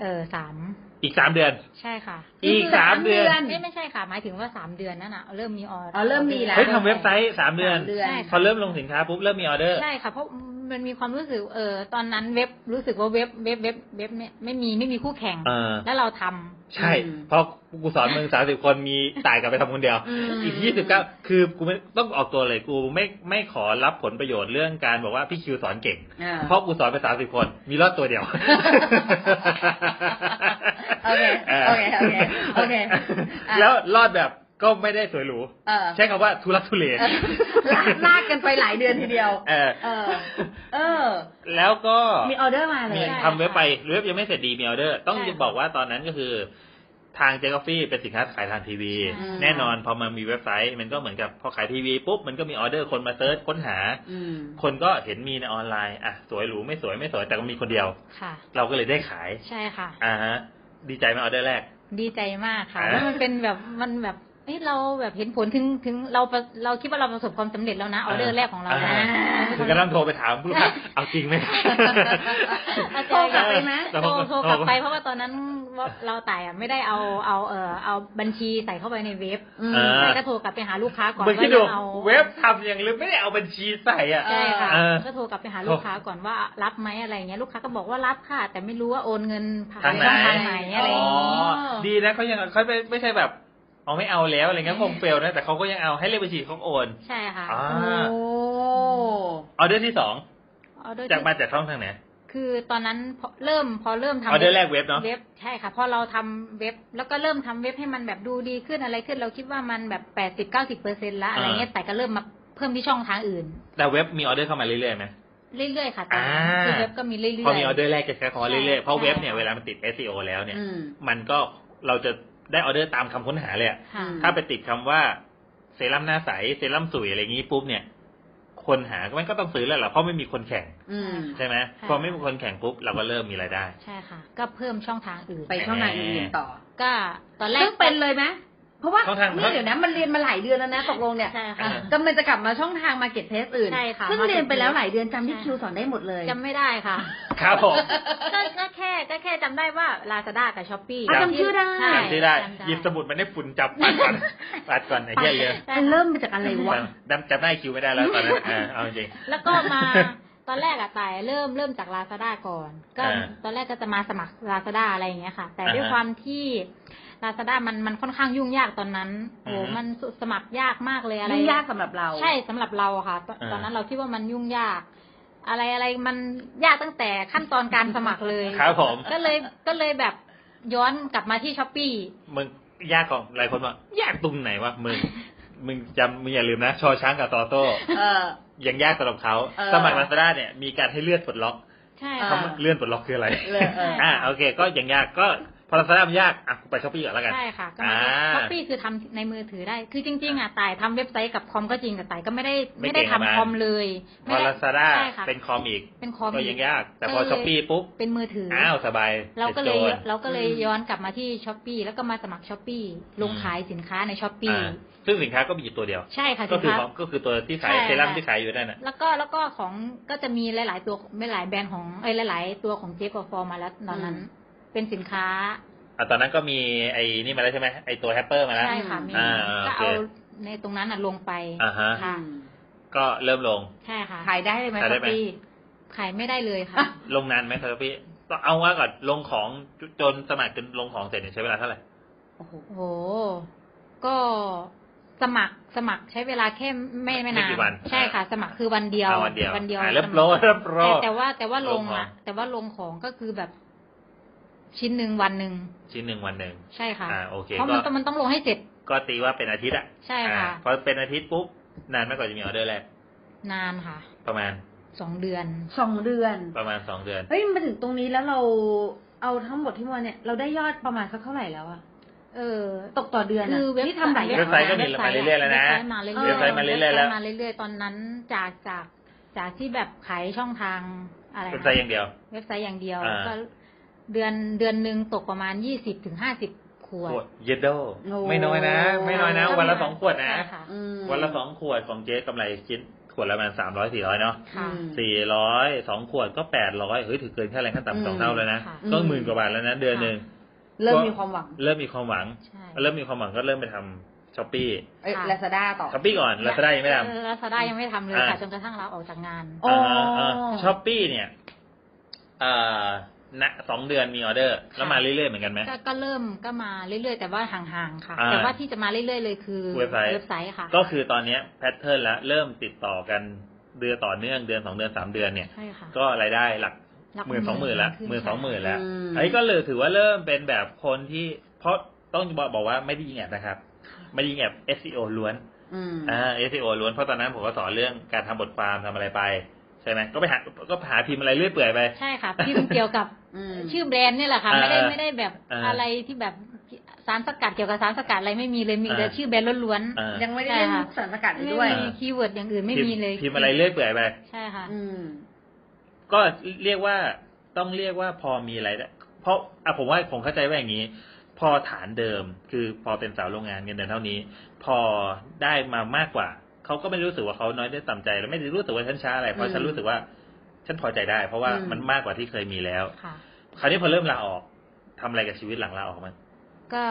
[SPEAKER 3] เออสาม
[SPEAKER 1] อีกสามเดือน
[SPEAKER 3] ใช่ค่ะ
[SPEAKER 2] อี
[SPEAKER 1] อี
[SPEAKER 2] ก
[SPEAKER 1] กสามเดือน
[SPEAKER 2] สามเดือน
[SPEAKER 3] ไม่ไม่ใช่ค่ะ หมายถึงว่าสามเดือนนั่นน่ะเริ่มมีออ
[SPEAKER 2] อ๋อเริ่มมีแล้ว
[SPEAKER 1] เฮ้ยทำเว็บไซต์สามเดือน
[SPEAKER 2] สามเดือน
[SPEAKER 3] ใช่
[SPEAKER 1] พ
[SPEAKER 3] ค่ะ
[SPEAKER 1] อเริ่มลงสินค้าปุ๊บเริ่มมีออเดอร์
[SPEAKER 3] ใช่ค่ะ เพราะมันมีความรู้สึกเออตอนนั้นเว็บรู้สึกว่าเว็บเว็บเว็บเว็บเนี่ยไม่มีไม่มีคู่แข่ง
[SPEAKER 1] เออ
[SPEAKER 3] แล้วเราทำ
[SPEAKER 1] ใช่
[SPEAKER 2] อืม
[SPEAKER 1] เพราะกูสอนมึงสามสิบคนมีตายกลับไปทำคนเดียว
[SPEAKER 2] อืม
[SPEAKER 1] อีกยี่สิบเก้าคือกูไม่ต้องออกตัวเลยกูไม่ไม่ขอรับผลประโยชน์เรื่องการบอกว่าพี่คิวสอนเก่ง
[SPEAKER 2] อ่า
[SPEAKER 1] เพราะกูสอนไปสามสิบคน มีรอดตัวเดียว
[SPEAKER 2] โอเคโอเคโอเคโอเคอ่ะ
[SPEAKER 1] แล้วรอดแบบ ก็ไม่ได้สวยหรู
[SPEAKER 2] เออ
[SPEAKER 1] ใช้คำว่าทุลักทุเล
[SPEAKER 2] เออลากลากกันไปหลายเดือนทีเดียว
[SPEAKER 1] เออ
[SPEAKER 2] เออ เออ
[SPEAKER 1] แล้วก็
[SPEAKER 2] มีออเดอร์มาเล
[SPEAKER 1] มี
[SPEAKER 2] ย
[SPEAKER 3] ใช่
[SPEAKER 1] ทำเว็บไปเว็บยังไม่เสร็จดีมีออเดอร์ ต้อง
[SPEAKER 3] ใช่
[SPEAKER 1] บอกว่าตอนนั้นก็คือ ทางเจกาฟี่เป็นสินค้าขายทางทีวี
[SPEAKER 3] ใช่
[SPEAKER 1] แน่นอนพอมันมีเว็บไซต์ มันก็เหมือนกับพอขายทีวีปุ๊บมันก็มีออเดอร์คนมาเซิร์ชค้นหา
[SPEAKER 2] อืม
[SPEAKER 1] คนก็เห็นมีในออนไลน์อ่ะสวยหรูไม่สวยไม่สวยแต่ก็มีคนเดียว
[SPEAKER 3] ค่ะ
[SPEAKER 1] เราก็เลยได้ขาย
[SPEAKER 3] ใช่ค่ะ
[SPEAKER 1] อ่าฮะดีใจไหมออเดอร์แรก
[SPEAKER 3] ดีใจมากค่ะ
[SPEAKER 1] อ่า
[SPEAKER 3] แล้วมันเป็นแบบมันแบบเอ้ยเราแบบเห็นผลถึงถึงเราประเราคิดว่าเราประสบความสำเร็จแล้วนะออเดอร์แรกของเรานะ
[SPEAKER 1] ถึงก็ต้องโทรไปถามลูกค้าเอาจริงไหม
[SPEAKER 3] อาจ
[SPEAKER 2] โทรกลั
[SPEAKER 3] า
[SPEAKER 2] บไป
[SPEAKER 3] รย์
[SPEAKER 2] ไหม
[SPEAKER 3] โทรโทรกลับไปเพราะว่าตอนนั้นเราแต่อะไม่ได้เอาเอาเออเอาบัญชีใส่เข้าไปในเว็บ
[SPEAKER 2] อืม
[SPEAKER 1] เออ
[SPEAKER 3] แต่ก็โทรกลับไปหาลูกค้าก่อน
[SPEAKER 1] มึง
[SPEAKER 3] ว่า
[SPEAKER 1] คิดดู
[SPEAKER 3] จะเอา
[SPEAKER 1] เว็บทำอย่างหรือไม่ได้เอาบัญชีใส่อ่ะ
[SPEAKER 3] ใช่ค่ะ
[SPEAKER 1] เออ
[SPEAKER 3] ก็โทรกลับไปหาลูกค้าก่อนว่ารับไหมอะไรเงี้ยลูกค้าก็บอกว่ารับค่ะ แต่ไม่รู้ว่าโอนเงินผ่าน
[SPEAKER 1] ทางไหน
[SPEAKER 3] ช่องทางไหนอะไร
[SPEAKER 1] อ๋อ
[SPEAKER 3] เงี้ย
[SPEAKER 1] ดีนะเขายังเขาไม่ไม่ใช่แบบเอาไม่เอาแล้วอะไรเงี้ยคงเฟลนะแต่เขาก็ยังเอาให้เลขบัญชีเขาโอน
[SPEAKER 3] ใช่ค่ะ
[SPEAKER 1] อ่า
[SPEAKER 2] โอ้
[SPEAKER 1] ออเดอร์ที่สอง
[SPEAKER 3] ออเดอร์
[SPEAKER 1] จาก
[SPEAKER 3] ที่
[SPEAKER 1] มาจากช่องทางไหน
[SPEAKER 3] คือตอนนั้นพอเริ่มพอเริ่ม
[SPEAKER 1] อ
[SPEAKER 3] ทำ
[SPEAKER 1] อเดอร์แรกเว็บเนาะ
[SPEAKER 3] เว็บใช่ค่ะพอเราทำเว็บแล้วก็เริ่มทำเว็บให้มันแบบดูดีขึ้นอะไรขึ้น เราคิดว่ามันแบบแปดสิบเก้าสิบเปอร์เซ็นละอะไรเงี้ยแต่ก็เริ่มมาเพิ่มที่ช่องทางอื่น
[SPEAKER 1] แต่เว็บมีออเดอร์เข้ามาเรื่อยๆไหม
[SPEAKER 3] เรื่อยๆค่ะตอนนั้
[SPEAKER 1] อ่า
[SPEAKER 3] นคือเว็บก็มีเรื่อยๆ
[SPEAKER 1] พอมีออเดอร์แรกจะใช้คำว่าเรื่อยๆเพราะ
[SPEAKER 3] ใช่
[SPEAKER 1] เว็บเนี่ยเวลามันติด SEO แล้วเนี่ย
[SPEAKER 2] อืม
[SPEAKER 1] มันก็เราจะได้ออเดอร์ตามคำค้นหาเลยอะ
[SPEAKER 3] ค่ะ
[SPEAKER 1] ถ้าไปติดคำว่าเซรั่มหน้าใสเซรั่มสวยอะไรอย่างนี้ปุ๊บเนี่ย คนหาก็มันก็ต้องซื้อแล้วล่ะเพราะไม่มีคนแข่ง
[SPEAKER 2] อืม
[SPEAKER 1] ใช่ไหมพอไม่มีคนแข่งปุ๊บเราก็เริ่มมีรายได้
[SPEAKER 3] ใช่ค่ะ ก็เพิ่มช่องทางอื่น
[SPEAKER 2] ไปช่องทางอื่นๆต่อ
[SPEAKER 3] ก็ตอนแรก
[SPEAKER 2] ซึ่งเป็นเลยไหมเพราะว่า
[SPEAKER 1] ช่องทาง
[SPEAKER 2] นี่เดี๋ยวนะมันเรียนมาหลายเดือนแล้วนะตกลงเนี่ย
[SPEAKER 3] ใช่ค่ะ
[SPEAKER 2] กำลังจะกลับมาช่องทาง Market Place อื่น
[SPEAKER 3] ใช่ค่ะ
[SPEAKER 2] ซึ่งเรียนไปแล้วหลายเดือนจำที่
[SPEAKER 3] ใช่
[SPEAKER 2] คิวสอนได้หมดเลย
[SPEAKER 3] จำไม่ได้ค่ะ
[SPEAKER 1] ครับผม
[SPEAKER 3] ก็ก็แค่ก็แค่จำได้ว่า Lazada กับ Shopee
[SPEAKER 2] อ่ะจำชื่อได้
[SPEAKER 3] ใช่
[SPEAKER 1] จำชื่อได้
[SPEAKER 3] จำได้
[SPEAKER 1] หยิบสมุดมันได้ฝุ่นจับปัดก่ อนปัดก่อนไอ้เหี้ยเลย
[SPEAKER 3] ใช่
[SPEAKER 2] มัน
[SPEAKER 3] ค่ะ
[SPEAKER 2] เริ่มมาจากอะไรวะ
[SPEAKER 1] จำจำได้คิวไม่ได้แล้วตอน นั้นอ่าเอาจริง
[SPEAKER 3] แล้วก็มา ตอนแรกอะตายเริ่มเริ่มจากลาซาด้าก่อน ก็
[SPEAKER 1] อ่า
[SPEAKER 3] ตอนแรกก็จะมาสมัครลาซาด้าอะไรอย่างเงี้ยค่ะ แต่
[SPEAKER 1] อ่าฮะ
[SPEAKER 3] ด้วยความที่ลาซาด้ามันมันค่อนข้างยุ่งยากตอนนั้นโอ้
[SPEAKER 1] อือฮึ
[SPEAKER 3] มันสสมัครยากมากเลยอะไร
[SPEAKER 2] ยุ่งยากสำหรับเรา
[SPEAKER 3] ใช่สำหรับเราอะค่ะตอน
[SPEAKER 1] อ่า
[SPEAKER 3] ตอนนั้นเราคิดว่ามันยุ่งยาก อะไรอะไรมันยากตั้งแต่ขั้นตอนการสมัครเลย
[SPEAKER 1] ครับผม
[SPEAKER 3] ก็เลยก็เลยแบบย้อนกลับมาที่ช้อปปี้
[SPEAKER 1] มึงยากของหลายคนว่ายากตรงไหนวะมึงมึงจำมึงอย่าลืมนะชอช้างกับตอโต้
[SPEAKER 2] เออ
[SPEAKER 1] ยังยากสำหรับเขา
[SPEAKER 2] เออ
[SPEAKER 1] สมัครลาซาด้าเนี่ยมีการให้เลื่อนปลดล็อก
[SPEAKER 3] ใช่
[SPEAKER 2] อ่า
[SPEAKER 3] ค่ะ
[SPEAKER 1] คำว่าเลื่อนปลดล็อกคืออะไร
[SPEAKER 2] เลยเออ
[SPEAKER 1] อ่าโอเค ก็ยังยากก็พอลาซาด้ามันยากอ่ะกูไปช้อปปี้ก่อนแล้วกัน
[SPEAKER 3] ใช่ค่ะก็มา
[SPEAKER 1] อ่า
[SPEAKER 3] ช้อปปี้คือทำในมือถือได้ คือจริง ๆอ่ะตายทำเว็บไซต์กับคอมก็จริงแต่ตายก็ไม่ได้
[SPEAKER 1] ไม่
[SPEAKER 3] ไม่
[SPEAKER 1] เก่
[SPEAKER 3] ได้
[SPEAKER 1] ง
[SPEAKER 3] ทำ
[SPEAKER 1] กับมัน
[SPEAKER 3] คอมเลย
[SPEAKER 1] พอ
[SPEAKER 3] ไม่ได้
[SPEAKER 1] ลาซาด้า
[SPEAKER 3] ใช่ค่ะ
[SPEAKER 1] เป็นคอมอีก
[SPEAKER 3] เป็นคอม
[SPEAKER 1] ก็
[SPEAKER 3] อี
[SPEAKER 1] ยัง
[SPEAKER 3] ก
[SPEAKER 1] ยาก แต่พอ
[SPEAKER 3] ก็เลย
[SPEAKER 1] ช้อปปี้ปุ๊บ
[SPEAKER 3] เป็นมือถืออ
[SPEAKER 1] อ้าวสบาย
[SPEAKER 3] เราก็เลย
[SPEAKER 1] สร็จโจ
[SPEAKER 3] เราก็เลย
[SPEAKER 2] อืม
[SPEAKER 3] ย้อนกลับมาที่ช้อปปีแล้วก็มาสมัครช้อปปีลงขายสินค้าในช้อปปี
[SPEAKER 1] อ่าซึ่งสินค้าก็มีอยู่ตัวเดียว
[SPEAKER 3] ใช่ค่ะ
[SPEAKER 1] ก็
[SPEAKER 3] สิ
[SPEAKER 1] คื
[SPEAKER 3] น
[SPEAKER 1] อ
[SPEAKER 3] ค้า
[SPEAKER 1] ของก็คือตัวที่ขาย
[SPEAKER 3] ใช่
[SPEAKER 1] เซรั่ม
[SPEAKER 3] ค่ะ
[SPEAKER 1] ที่ขายอยู่นั่นน่ะ
[SPEAKER 3] แล้วก็แล้วก็ของก็จะมีหลาย ๆ ตัวไม่หลายแบรนด์ของเอ้ยหลาย ๆ ตัวของเจฟกับฟอร์มาแล้วตอนนั้น เป็นสินค้า
[SPEAKER 1] อ่ะตอนนั้นก็มีไอ้นี่มาแล้วใช่ไหมไอ้ตัวแฮปเปอร์มาแล้ว
[SPEAKER 3] ใช่ค่ะมี
[SPEAKER 1] อ่าโอเค
[SPEAKER 3] ก็เอาในตรงนั้นอ่ะลงไป
[SPEAKER 1] อ่าฮะ
[SPEAKER 3] ค่ะ
[SPEAKER 1] ก็เริ่มลง
[SPEAKER 3] ใช่ค่ะ
[SPEAKER 2] ขายได้เลยไหม
[SPEAKER 1] ขายได้
[SPEAKER 2] ป๊
[SPEAKER 1] ไห
[SPEAKER 2] อป
[SPEAKER 1] ม
[SPEAKER 2] ปี้
[SPEAKER 3] ขายไม่ได้เลยค่ะ
[SPEAKER 1] ลงนานไหมครับพี่ต้องเอาว่าก่อนลงของจนสมัครจนลงของเสร็จเนี่ยใช้เวลาเท่าไหร่
[SPEAKER 2] โอ้โห
[SPEAKER 3] โอ้โห ก็สมัครสมัครใช้เวลาแค่ไม่ไม่นาน
[SPEAKER 1] ไม่กี่วัน
[SPEAKER 3] ใช่ค่ะ สมัครคือวันเดียว
[SPEAKER 1] อ่าวันเดียว
[SPEAKER 3] วันเดียว
[SPEAKER 1] อ่าเริ่ม
[SPEAKER 3] สค
[SPEAKER 1] โปรเริ่มโปร
[SPEAKER 3] แต่แต่ว่าแต่ว่าล
[SPEAKER 1] ลง
[SPEAKER 3] ง
[SPEAKER 1] ของ
[SPEAKER 3] อะแต่ว่าลงของก็คือแบบชิ้นหนึ่งวันหนึ่ง
[SPEAKER 1] ชิ้นหนึ่งวันหนึ่ง
[SPEAKER 3] ใช่ค่ะ
[SPEAKER 1] อ่าโอเค
[SPEAKER 3] เพราะ
[SPEAKER 1] ก็
[SPEAKER 3] มันต้องมันต้องลงให้เสร็จ
[SPEAKER 1] ก็ตีว่าเป็นอาทิตย์อะ
[SPEAKER 3] ใช่ค่ะ
[SPEAKER 1] อ่าพอเป็นอาทิตย์ปุ๊บ นานมากกว่าจะมีออเดอร์แรก
[SPEAKER 3] นานค่ะ
[SPEAKER 1] ประมาณ
[SPEAKER 3] สองเดือน
[SPEAKER 2] สองเดือน
[SPEAKER 1] ประมาณสองเดือน
[SPEAKER 2] เฮ้ยมาถึงตรงนี้แล้วเราเอาทั้งหมดที่มาเนี่ย เราได้ยอดประมาณสักเท่าไหร่แล้วอะ
[SPEAKER 3] เออ
[SPEAKER 2] ตกต่อเดือนอะ
[SPEAKER 3] คือเว็บ
[SPEAKER 2] นี่ทำหลายอย่า
[SPEAKER 1] เว็
[SPEAKER 2] ง
[SPEAKER 1] บไซต์ก็
[SPEAKER 2] นะ
[SPEAKER 1] มี มาเรื่อยๆแล้วนะ
[SPEAKER 3] เว็บไซต์
[SPEAKER 2] เออ
[SPEAKER 3] มาเรื่อยๆ
[SPEAKER 1] เว็บไซต์มาเรื่อยๆแล้ว
[SPEAKER 3] เว็บไซต์มาเรื่อยๆตอนนั้นจากจากจากที่แบบขายช่องทางอะไรนะ
[SPEAKER 1] เป็นใจอย่างเดียว
[SPEAKER 3] เว็บไซต์อย่างเดียว
[SPEAKER 1] อ่า
[SPEAKER 3] ก็เดือนเดือนหนึ่งตกประมาณยี่สิบถึงห้าสิบขวด
[SPEAKER 1] ขวดเยดโด
[SPEAKER 2] โอ้
[SPEAKER 1] ไม่น้อยนะ ไม่น้อยนะ วันละสองขวดนะ
[SPEAKER 3] ใช่ค่ะ
[SPEAKER 2] อืม
[SPEAKER 1] วันละสองขวดของเจ๊กำไรชิ้นขวดละประมาณสามร้อยสี่ร้อยเนาะ
[SPEAKER 3] ค่ะ
[SPEAKER 2] อืม
[SPEAKER 1] สี่ร้อยสองขวดก็แปดร้อยเฮ้ยถือเกินค่าแรงขั้น
[SPEAKER 2] อืม
[SPEAKER 1] ต่ำสองเท่าแล้วนะ
[SPEAKER 3] ค่ะ
[SPEAKER 1] ก็หมื่นกว่าบาทแล้วนะเดือนหนึ่ง
[SPEAKER 2] เริ่มมีความหวัง
[SPEAKER 1] เริ่มมีความหวัง
[SPEAKER 3] ใช่
[SPEAKER 1] เริ่มมีความหวังก็เริ่มไปทำช้อปปี้
[SPEAKER 2] เอ้ยลาซาด้าต่อ
[SPEAKER 1] ช้อปปี้ก่อนลาซาด้ายังไม่ท
[SPEAKER 3] ลาซาด้ายังไม่ทำเลยค่ะ
[SPEAKER 1] อ่า
[SPEAKER 3] จนกระทั่งเราออกจากงาน
[SPEAKER 1] ำ
[SPEAKER 2] อ๋ออ่
[SPEAKER 1] าๆช้อปปี้เนี่ยเอ่อณสองเดือนมีออเดอร์ แล้วมาเรื่อยๆเหมือนกันไหม
[SPEAKER 3] ก็ก็เริ่มก็มาเรื่อยๆ แต่ว่าห่างๆค่ะ
[SPEAKER 1] อ่า
[SPEAKER 3] แต่ว่าที่จะมาเรื่อยๆเลยคือ
[SPEAKER 1] เว็บไซต์
[SPEAKER 3] ไซต์ค่ะ
[SPEAKER 1] ก็คือตอนเนี้แพทเทิร์นละเริ่มติดต่อกันเดือนต่อเนื่องเดือนสองเดือนสามเดือนเนี่ย
[SPEAKER 3] ใช่ค่ะ
[SPEAKER 1] ก็รายได้หลัก
[SPEAKER 3] รัก
[SPEAKER 1] หมื่นสองหมื่นละหมื่นสองหมื่นละ
[SPEAKER 2] อืม
[SPEAKER 1] ไอ้ก็เลยถือว่าเริ่มเป็นแบบคนที่ เพราะต้องบอกบอกว่าไม่ได้ยิงแอดนะครับ
[SPEAKER 3] ค่ะ
[SPEAKER 1] มายิงแอบ SEO ล้วน
[SPEAKER 2] อืม
[SPEAKER 1] อ่า SEO ล้วนเพราะตอนนั้นผมก็สอนเรื่องการทำบทความทำอะไรไป ใช่ไหมก็ไปหาก็หาพิมพ์อะไรเรื่อยเปื่อยไป
[SPEAKER 3] ใช่ค่ะพิมพ์เกี่ยวกับ
[SPEAKER 2] อืม
[SPEAKER 3] ชื่อแบรนด์เนี่ยแหละค่ะ
[SPEAKER 1] อ่า
[SPEAKER 3] ไม่ได้ไม่ได้แบบ
[SPEAKER 1] อ่า
[SPEAKER 3] อะไรที่แบบสารสกัดเกี่ยวกับสารสกัดอะไรไม่มีเลยมีแต่
[SPEAKER 1] อ่า
[SPEAKER 3] ชื่อแบรนด์ล้วน
[SPEAKER 1] อ่า
[SPEAKER 2] ยังไม่ได้เล่น
[SPEAKER 3] ใช่ค่ะ
[SPEAKER 2] สารสกัด
[SPEAKER 3] ๆ
[SPEAKER 2] อีกด้วย
[SPEAKER 3] ไม่มีคีย์เวิร์ดอย่างอื่นไม่มีเลย
[SPEAKER 1] พิมพ์อะไรเรื่อยเปื่อยไป
[SPEAKER 3] ใช่ค่ะ
[SPEAKER 2] อืม
[SPEAKER 1] ก็เรียกว่าต้องเรียกว่าพอมีอะไรได้เพราะอ่ะผมว่าผมเข้าใจว่าอย่างนี้ พอฐานเดิมคือพอเป็นสาวโรงงานเงินเดือนเท่านี้ พอได้มามากกว่า เขาก็ไม่รู้สึกว่าเขาน้อยได้ต่ำใจแล้วไม่ได้รู้สึกว่าฉันช้าอะไรเพ
[SPEAKER 2] อื
[SPEAKER 1] ราะ
[SPEAKER 2] ม
[SPEAKER 1] ฉันรู้สึกว่า ฉันพอใจได้ เพราะว่า
[SPEAKER 2] อืม
[SPEAKER 1] มันมากกว่าที่เคยมีแล้ว
[SPEAKER 3] ค่ะ
[SPEAKER 1] คราวนี้พอเริ่มลาออกทำอะไรกับชีวิตหลังลาออกมัน
[SPEAKER 3] ก็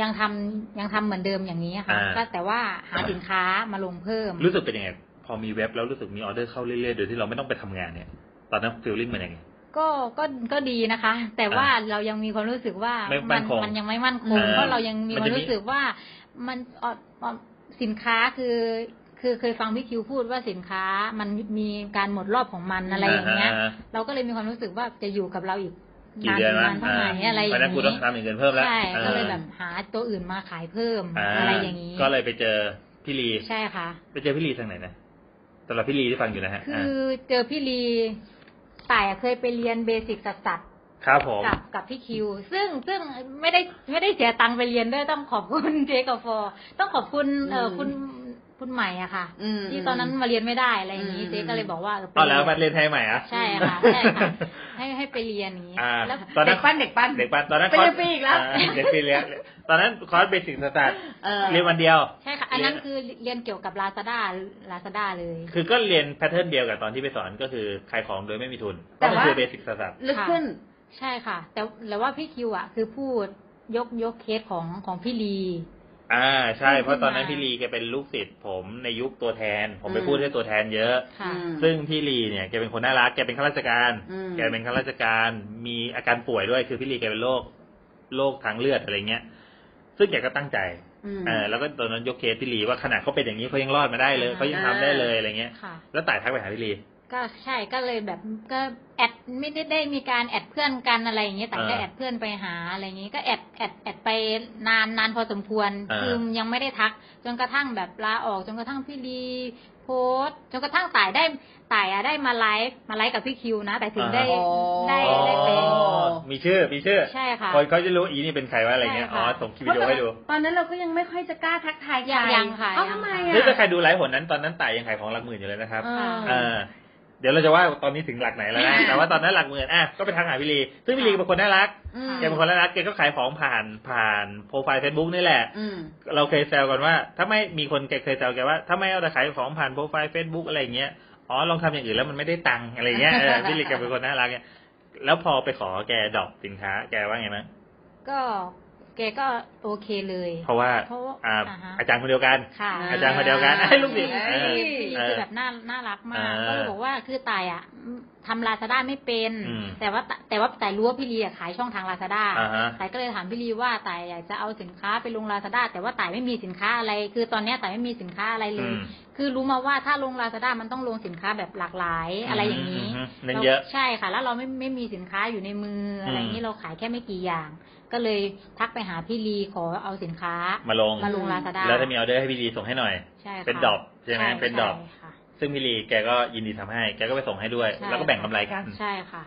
[SPEAKER 3] ยังทำยังทำเหมือนเดิมอย่างนี้ค่ะ
[SPEAKER 1] อ่า
[SPEAKER 3] ก็แต่ว่าหาสินค้ามาลงเพิ่ม
[SPEAKER 1] รู้สึกเป็นยังไงพอมีเว็บแล้วรู้สึกมีออเดอร์เข้าเรื่อยๆโดยที่เราไม่ต้องไปทำงานเนี่ย ตอนนั้นฟีลลิ่งเป็นยังไง
[SPEAKER 3] ก็ก็ก็ดีนะคะ แต่ว่าเรายังมีความรู้สึกว่า
[SPEAKER 1] ไม่มั่
[SPEAKER 3] มัน
[SPEAKER 1] คง
[SPEAKER 3] มันยังไม่มั่นคง
[SPEAKER 1] อ่า
[SPEAKER 3] เพราะเรายังมี
[SPEAKER 1] มั
[SPEAKER 3] คน วา
[SPEAKER 1] จะ
[SPEAKER 3] ม
[SPEAKER 1] มี
[SPEAKER 3] รู้สึกว่ามันอ่อนอ่อนสินค้าคือ คือเคยฟังพี่คิวพูดว่าสินค้ามันมีการหมดรอบของมันอะไรอย่างเงี้ย
[SPEAKER 1] อ่า
[SPEAKER 3] เราก็เลยมีความรู้สึกว่าจะอยู่กับเราอีก
[SPEAKER 1] กี่
[SPEAKER 3] นาน
[SPEAKER 1] เดือ
[SPEAKER 3] นาว
[SPEAKER 1] นะ
[SPEAKER 3] นเท่าไหร่
[SPEAKER 1] า
[SPEAKER 3] อะไรอ
[SPEAKER 1] เพราะฉะ
[SPEAKER 3] ย่า
[SPEAKER 1] นั้น
[SPEAKER 3] ง
[SPEAKER 1] กูต้อง
[SPEAKER 3] นี้
[SPEAKER 1] ทำอย่างเงินเพิ่มแล้ว
[SPEAKER 3] ใช่
[SPEAKER 1] อ่า
[SPEAKER 3] ก็เลยแบบหาตัวอื่นมาขายเพิ่ม
[SPEAKER 1] อา
[SPEAKER 3] อะไรอย่างนี้
[SPEAKER 1] ก็เลยไปเจอพี่ลี
[SPEAKER 3] ใช่ค่ะ
[SPEAKER 1] ไปเจอพี่ลีทางไหนนะสำหรับพี่ลีที่ฟังอยู่นะฮะ
[SPEAKER 3] คื
[SPEAKER 1] า
[SPEAKER 3] อเจอพี่ลีต่ายอะเคยไปเรียนเบสิกสัส
[SPEAKER 1] ครับผม
[SPEAKER 3] กับกับพี่คิว ซึ่งซึ่งไม่ได้ไม่ได้เสียตังค์ไปเรียนด้วยต้องขอบคุณ เจกับฟอต้องขอบคุณเอออ
[SPEAKER 2] ม
[SPEAKER 3] คุณคุณใหม่อะค่ะ
[SPEAKER 2] อืม
[SPEAKER 3] ที่ตอนนั้นมาเรียนไม่ได้อะไรอย่างนี้
[SPEAKER 2] อืม
[SPEAKER 3] เจก็เลยบอกว่าเออไป
[SPEAKER 1] เอาแล้วมาเรียนไทยใหม่อ่ะ
[SPEAKER 3] ใช่ค่ะ ใช่ค่ะ ให้ให้ไปเรียนอย่างนี้
[SPEAKER 1] อ่า
[SPEAKER 3] แล้ว
[SPEAKER 1] ตอนนั้
[SPEAKER 2] เด็
[SPEAKER 1] น
[SPEAKER 2] กปั้นเด็กปั้น
[SPEAKER 1] เด็กปันตอนนั้น
[SPEAKER 2] ไปเรียน
[SPEAKER 1] คส
[SPEAKER 2] ฟรีอีกแล้ว
[SPEAKER 1] าเรียนฟรีเรียนตอนนั้นคอร์สเบสิกสตาร์ท
[SPEAKER 2] เออ
[SPEAKER 1] เรียนวันเดียว
[SPEAKER 3] ใช่ค่ะ อันนั้น
[SPEAKER 1] เรียน
[SPEAKER 3] คือเรียนเกี่ยวกับลาซาด้าลาซาด้าเลย
[SPEAKER 1] คือก็เรียนแพทเทิร์นเดียวกับตอนที่ไปสอนก็คือขายของโดยไม่มีทุน
[SPEAKER 2] แต่
[SPEAKER 1] ก็
[SPEAKER 2] ว่า
[SPEAKER 1] คือเบสิกสตาร์ท
[SPEAKER 2] ลึกขึ้น
[SPEAKER 3] ใช่ค่ะ แต่แต่ว่าพี่คิวอะคือพูดยกยกเคสของของพี่ลี
[SPEAKER 1] อ่าใช่
[SPEAKER 3] ขึ้น
[SPEAKER 1] เพราะตอนนั้น
[SPEAKER 3] มา
[SPEAKER 1] พี่ลีแกเป็นลูกศิษย์ผมในยุคตัวแทน ผมไป
[SPEAKER 2] อืม
[SPEAKER 1] พูดให้ตัวแทนเยอะ
[SPEAKER 3] ค่ะ
[SPEAKER 2] อืม
[SPEAKER 1] ซึ่งพี่ลีเนี่ยแกเป็นคนน่ารักแกเป็นข้าราชการ
[SPEAKER 2] อืม
[SPEAKER 1] แกเป็นข้าราชการมีอาการป่วยด้วยคือพี่ลีแกเป็นโรคโรคทางเลือดอะไรเงี้ย ซึ่งแกก็ตั้งใจ
[SPEAKER 2] ม
[SPEAKER 1] เออแล้วก็ตอนนั้นยกเคสพี่ลีว่าขนาดเขาเป็นอย่างนี้เขายังรอดมาได้เลย
[SPEAKER 3] อ่า
[SPEAKER 1] เขายังทำได้เลยอะไรเงี้ย
[SPEAKER 3] ค่ะ
[SPEAKER 1] แล้วต่ายทักไปหาพี่ลี
[SPEAKER 3] ก็ใช่ก็เลยแบบก็แอดไม่ได้ได้มีการแอดเพื่อนกันอะไรอย่างเงี้ยแต่ก็
[SPEAKER 1] อ่า
[SPEAKER 3] แอดเพื่อนไปหาอะไรอย่างงี้ก็แอดแอดแอดไปนานนานพอสมควร
[SPEAKER 1] อ่า
[SPEAKER 3] คือยังไม่ได้ทัก จนกระทั่งแบบลาออกจนกระทั่งพี่ลีโพสต์จนกระทั่งต่ายได้ต่ายอะได้มาไลฟ์มาไลฟ์กับพี่คิวนะ แต่ถึงได้
[SPEAKER 2] อ๋อ
[SPEAKER 3] ได้
[SPEAKER 1] อ๋อ
[SPEAKER 3] ได้เป็น
[SPEAKER 1] มีชื่อมีชื่อ
[SPEAKER 3] ใช่ค่ะ
[SPEAKER 1] คนเขาจะรู้อีนี่เป็นใครว่าอะไรเงี้ย
[SPEAKER 3] ใช่
[SPEAKER 1] อ๋อ
[SPEAKER 3] ค่ะ
[SPEAKER 1] ส่งคลิปวิดีโอให้ดู
[SPEAKER 2] ตอนนั้นเราก็ยังไม่ค่อยจะกล้าทักทายใคร
[SPEAKER 3] ยังค่ะ
[SPEAKER 2] เอ้า
[SPEAKER 3] ยัง
[SPEAKER 2] ทำไม
[SPEAKER 1] นี่ถ้าใคร
[SPEAKER 2] อ่ะ
[SPEAKER 1] ดูไลฟ์ผลนั้นตอนนั้นต่ายยังขายของหลักหมื่นอยู่เลยนะครับ
[SPEAKER 2] เออ
[SPEAKER 1] เออเดี๋ยวเราจะว่าตอนนี้ถึงหลักไหนแล้วนะ
[SPEAKER 2] อ่า
[SPEAKER 1] แต่ว่าตอนนั้นหลักหมื่นอ่ะก็ไปทักหาพี่ลีซึ่งพี่ลีเป็นคนน่ารัก
[SPEAKER 2] ม
[SPEAKER 1] แกเป็นคนน่ารักแกก็ขายของผ่านผ่านโปรไฟล์เฟซบุ๊กนี่แหละ
[SPEAKER 2] อืม
[SPEAKER 1] เราเคยแซวกันว่า ถ้าไม่มีคนแกเคยแซวแกว่า ถ้าไม่เอาแต่ขายของผ่านโปรไฟล์เฟซบุ๊กอะไรอย่างเงี้ยอ๋อลองทำอย่างอื่นแล้วมันไม่ได้ตังค์อะไรเงี้ยเอ อ พี่ลิกแกเป็นคนน่ารักเนี่ยแล้วพอไปขอแกดรอกสินค้า แกว่าไงมั้ง
[SPEAKER 3] ก็แกก็โอเคเลย
[SPEAKER 1] เพราะว่า
[SPEAKER 3] เพราะว่า
[SPEAKER 1] อ่า
[SPEAKER 3] อ่าฮะ
[SPEAKER 1] อาจารย์คนเดียวกัน
[SPEAKER 3] ค่ะ
[SPEAKER 2] อ่า
[SPEAKER 1] อาจารย์คนเดี ยวกันไอ้ยลูกศิษย์
[SPEAKER 3] พี่
[SPEAKER 1] เออ
[SPEAKER 3] พี่
[SPEAKER 1] เออ
[SPEAKER 3] คือแบบน่าน่ารักมาก
[SPEAKER 1] เออ
[SPEAKER 3] ก็เลยบอกว่าคือตายอ่ะทำลาซาด้าไม่เป็น
[SPEAKER 1] อืม
[SPEAKER 3] แต่ว่าแต่ว่าแต่รู้ว่าพี่ลีอะขายช่องทางลาซาด้า
[SPEAKER 1] อ่าฮะ
[SPEAKER 3] ตายก็เลยถามพี่ลีว่าตายอยากจะเอาสินค้าไปลงลาซาด้าแต่ว่าตายไม่มีสินค้าอะไร คือตอนเนี้ยตายไม่มีสินค้าอะไรเล
[SPEAKER 1] อื
[SPEAKER 3] ย
[SPEAKER 1] ม
[SPEAKER 3] คือรู้มาว่าถ้าลงลาซาด้ามันต้องลงสินค้าแบบหลากหลายอะไรอย่างนี้
[SPEAKER 1] มเน้นเยอะ
[SPEAKER 3] ราใช่ค่ะ แล้วเราไม่ไม่มีสินค้าอยู่ในมืออะไรอย่าง
[SPEAKER 1] อื
[SPEAKER 3] นี้
[SPEAKER 1] ม
[SPEAKER 3] เราขายแค่ไม่กี่อย่าง ก็เลยทักไปหาพี่ลีขอเอาสินค้า
[SPEAKER 1] มาลง
[SPEAKER 3] มาลงลาซาด้า
[SPEAKER 1] แล้วถ้ามีออเดอร์ให้พี่ลีส่งให้หน่อย
[SPEAKER 3] ใช่ค่ะ
[SPEAKER 1] เป็นดรอกใช่ไหมเป็นดรอก
[SPEAKER 3] ใช่ค่ะ
[SPEAKER 1] ซึ่งพี่ลีแกก็ยินดีทำให้ แกก็ไปส่งให้ด้วย
[SPEAKER 3] ใช่
[SPEAKER 1] แล้วก็แบ่งกำไรกัน
[SPEAKER 3] ใช่ค่ะ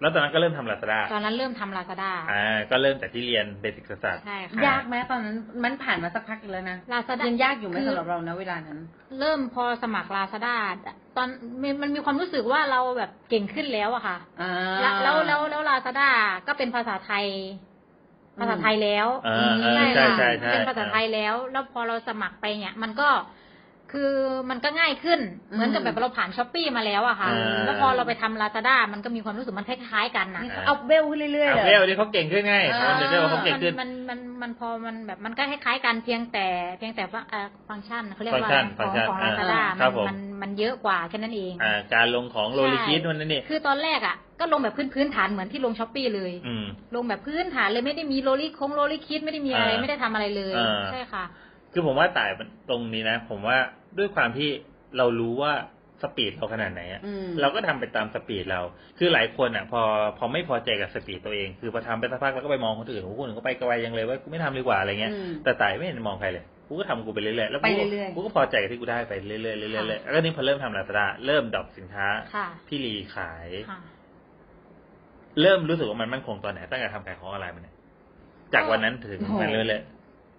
[SPEAKER 1] แล้วตอนนั้นก็เริ่มทำลาซาด้า
[SPEAKER 3] ตอนนั้นเริ่มทำลาซาด้า
[SPEAKER 1] อ่า ก็เริ่มจากที่เรียนเบสิกศาสตร์
[SPEAKER 3] ใช่
[SPEAKER 2] ยา
[SPEAKER 3] ค่ะ
[SPEAKER 2] กไหมตอนนั้นมันผ่านมาสักพักหนึ่งแล้วนะ
[SPEAKER 3] ลาซาด้า
[SPEAKER 2] ยังยากอยู่ไหม
[SPEAKER 3] คื
[SPEAKER 2] สำหรับเรานะเวลานั้น
[SPEAKER 3] เริ่มพอสมัครลาซาด้าตอนมันมันมีความรู้สึกว่าเราแบบเก่งขึ้นแล้วอะค่ะ
[SPEAKER 2] อ่า
[SPEAKER 3] แล้วแล้วแล้วแล้วลาซาด้าก็เป็นภาษาไทย
[SPEAKER 2] อืม
[SPEAKER 3] ภาษาไทยแล้ว
[SPEAKER 1] อ่าอ่า
[SPEAKER 3] ค่ะ
[SPEAKER 1] ใช่ใช่ใช่
[SPEAKER 3] เป็นภาษาไทยแล้ว แล้วพอเราสมัครไปเนี่ย มันก็คือมันก็ง่ายขึ้น เหมือนกับแบบเราผ่านช้อปปี้มาแล้วอะค่ะ
[SPEAKER 1] อ่า
[SPEAKER 3] แล้วพอเราไปทำลาซาด้ามันก็มีความรู้สึกมันคล้ายๆกันนะ
[SPEAKER 2] นี่เขาเอาเบลขึ้นเรื่อยๆ
[SPEAKER 1] อ่ะ
[SPEAKER 2] เลย
[SPEAKER 1] เวลนี่เขาเก่งขึ้นไง
[SPEAKER 2] อ่า
[SPEAKER 1] มันจะได้ว่าเขาเก่งขึ้น
[SPEAKER 3] มันมันมันมันพอมันแบบมันก็คล้ายๆกันเพียงแต่เพียงแต่ว่าเอ่อฟังก์ชันเขาเรียกว่าอะไร
[SPEAKER 1] function
[SPEAKER 3] ของ
[SPEAKER 1] function
[SPEAKER 3] ของลาซาด้า
[SPEAKER 1] อ่าครั
[SPEAKER 3] มั
[SPEAKER 1] บผม
[SPEAKER 3] มันมันเยอะกว่าแค่นั้นเอง
[SPEAKER 1] อ่า การลงของโลลิคิด
[SPEAKER 3] ใช่
[SPEAKER 1] วันนั้นนี่
[SPEAKER 3] คือตอนแรกอ่ะก็ลงแบบพื้นพื้นฐานเหมือนที่ลงช้อปปี้เลย
[SPEAKER 1] อืม
[SPEAKER 3] ลงแบบพื้นฐานเลยไม่ได้มีโลลิคงโลลิคิดไม่ได้มีอะไร
[SPEAKER 1] อ่า
[SPEAKER 3] ไม่ได้ทำอะไรเลย
[SPEAKER 1] อ่า
[SPEAKER 3] ใช่ค่ะ
[SPEAKER 1] คือผมว่าต่ายตรงนี้นะ ผมว่าด้วยความที่เรารู้ว่า สปีดเราขนาดไหนอะ
[SPEAKER 4] อืม
[SPEAKER 1] เราก็ทำไปตามสปีดเรา คือหลายคนอ่ะ พอพอไม่พอใจกับสปีดตัวเอง คือพอทำไปสักพักแล้วก็ไปมองคนอื่นโอ้โหคนอื่นก็ไปไกลยังเลยว่ากูไม่ทำดีกว่าอะไรเงี้ย
[SPEAKER 4] อืม
[SPEAKER 1] แต่ตายไม่เห็นมองใครเลยกูก็ทำกูไปเรื่อยๆแล้วกู
[SPEAKER 4] ไป
[SPEAKER 1] ก็
[SPEAKER 4] เรื่อยๆ
[SPEAKER 1] กูก็พอใจกับที่กูได้ไปเรื่อยๆเรื่อยๆเรื่อยๆแล้วนี่พอเริ่มทำลาซาด้าเริ่มดรอปสินค้า
[SPEAKER 3] ค่ะ
[SPEAKER 1] พี่ลีขาย
[SPEAKER 3] ค่ะ
[SPEAKER 1] เริ่มรู้สึกว่ามันมั่นคงตอนไหนตั้งแต่ทำขายของออนไลน์มันเนี่ยจากวันนั้นถึง
[SPEAKER 4] โอ้โห
[SPEAKER 1] มันเลยเลย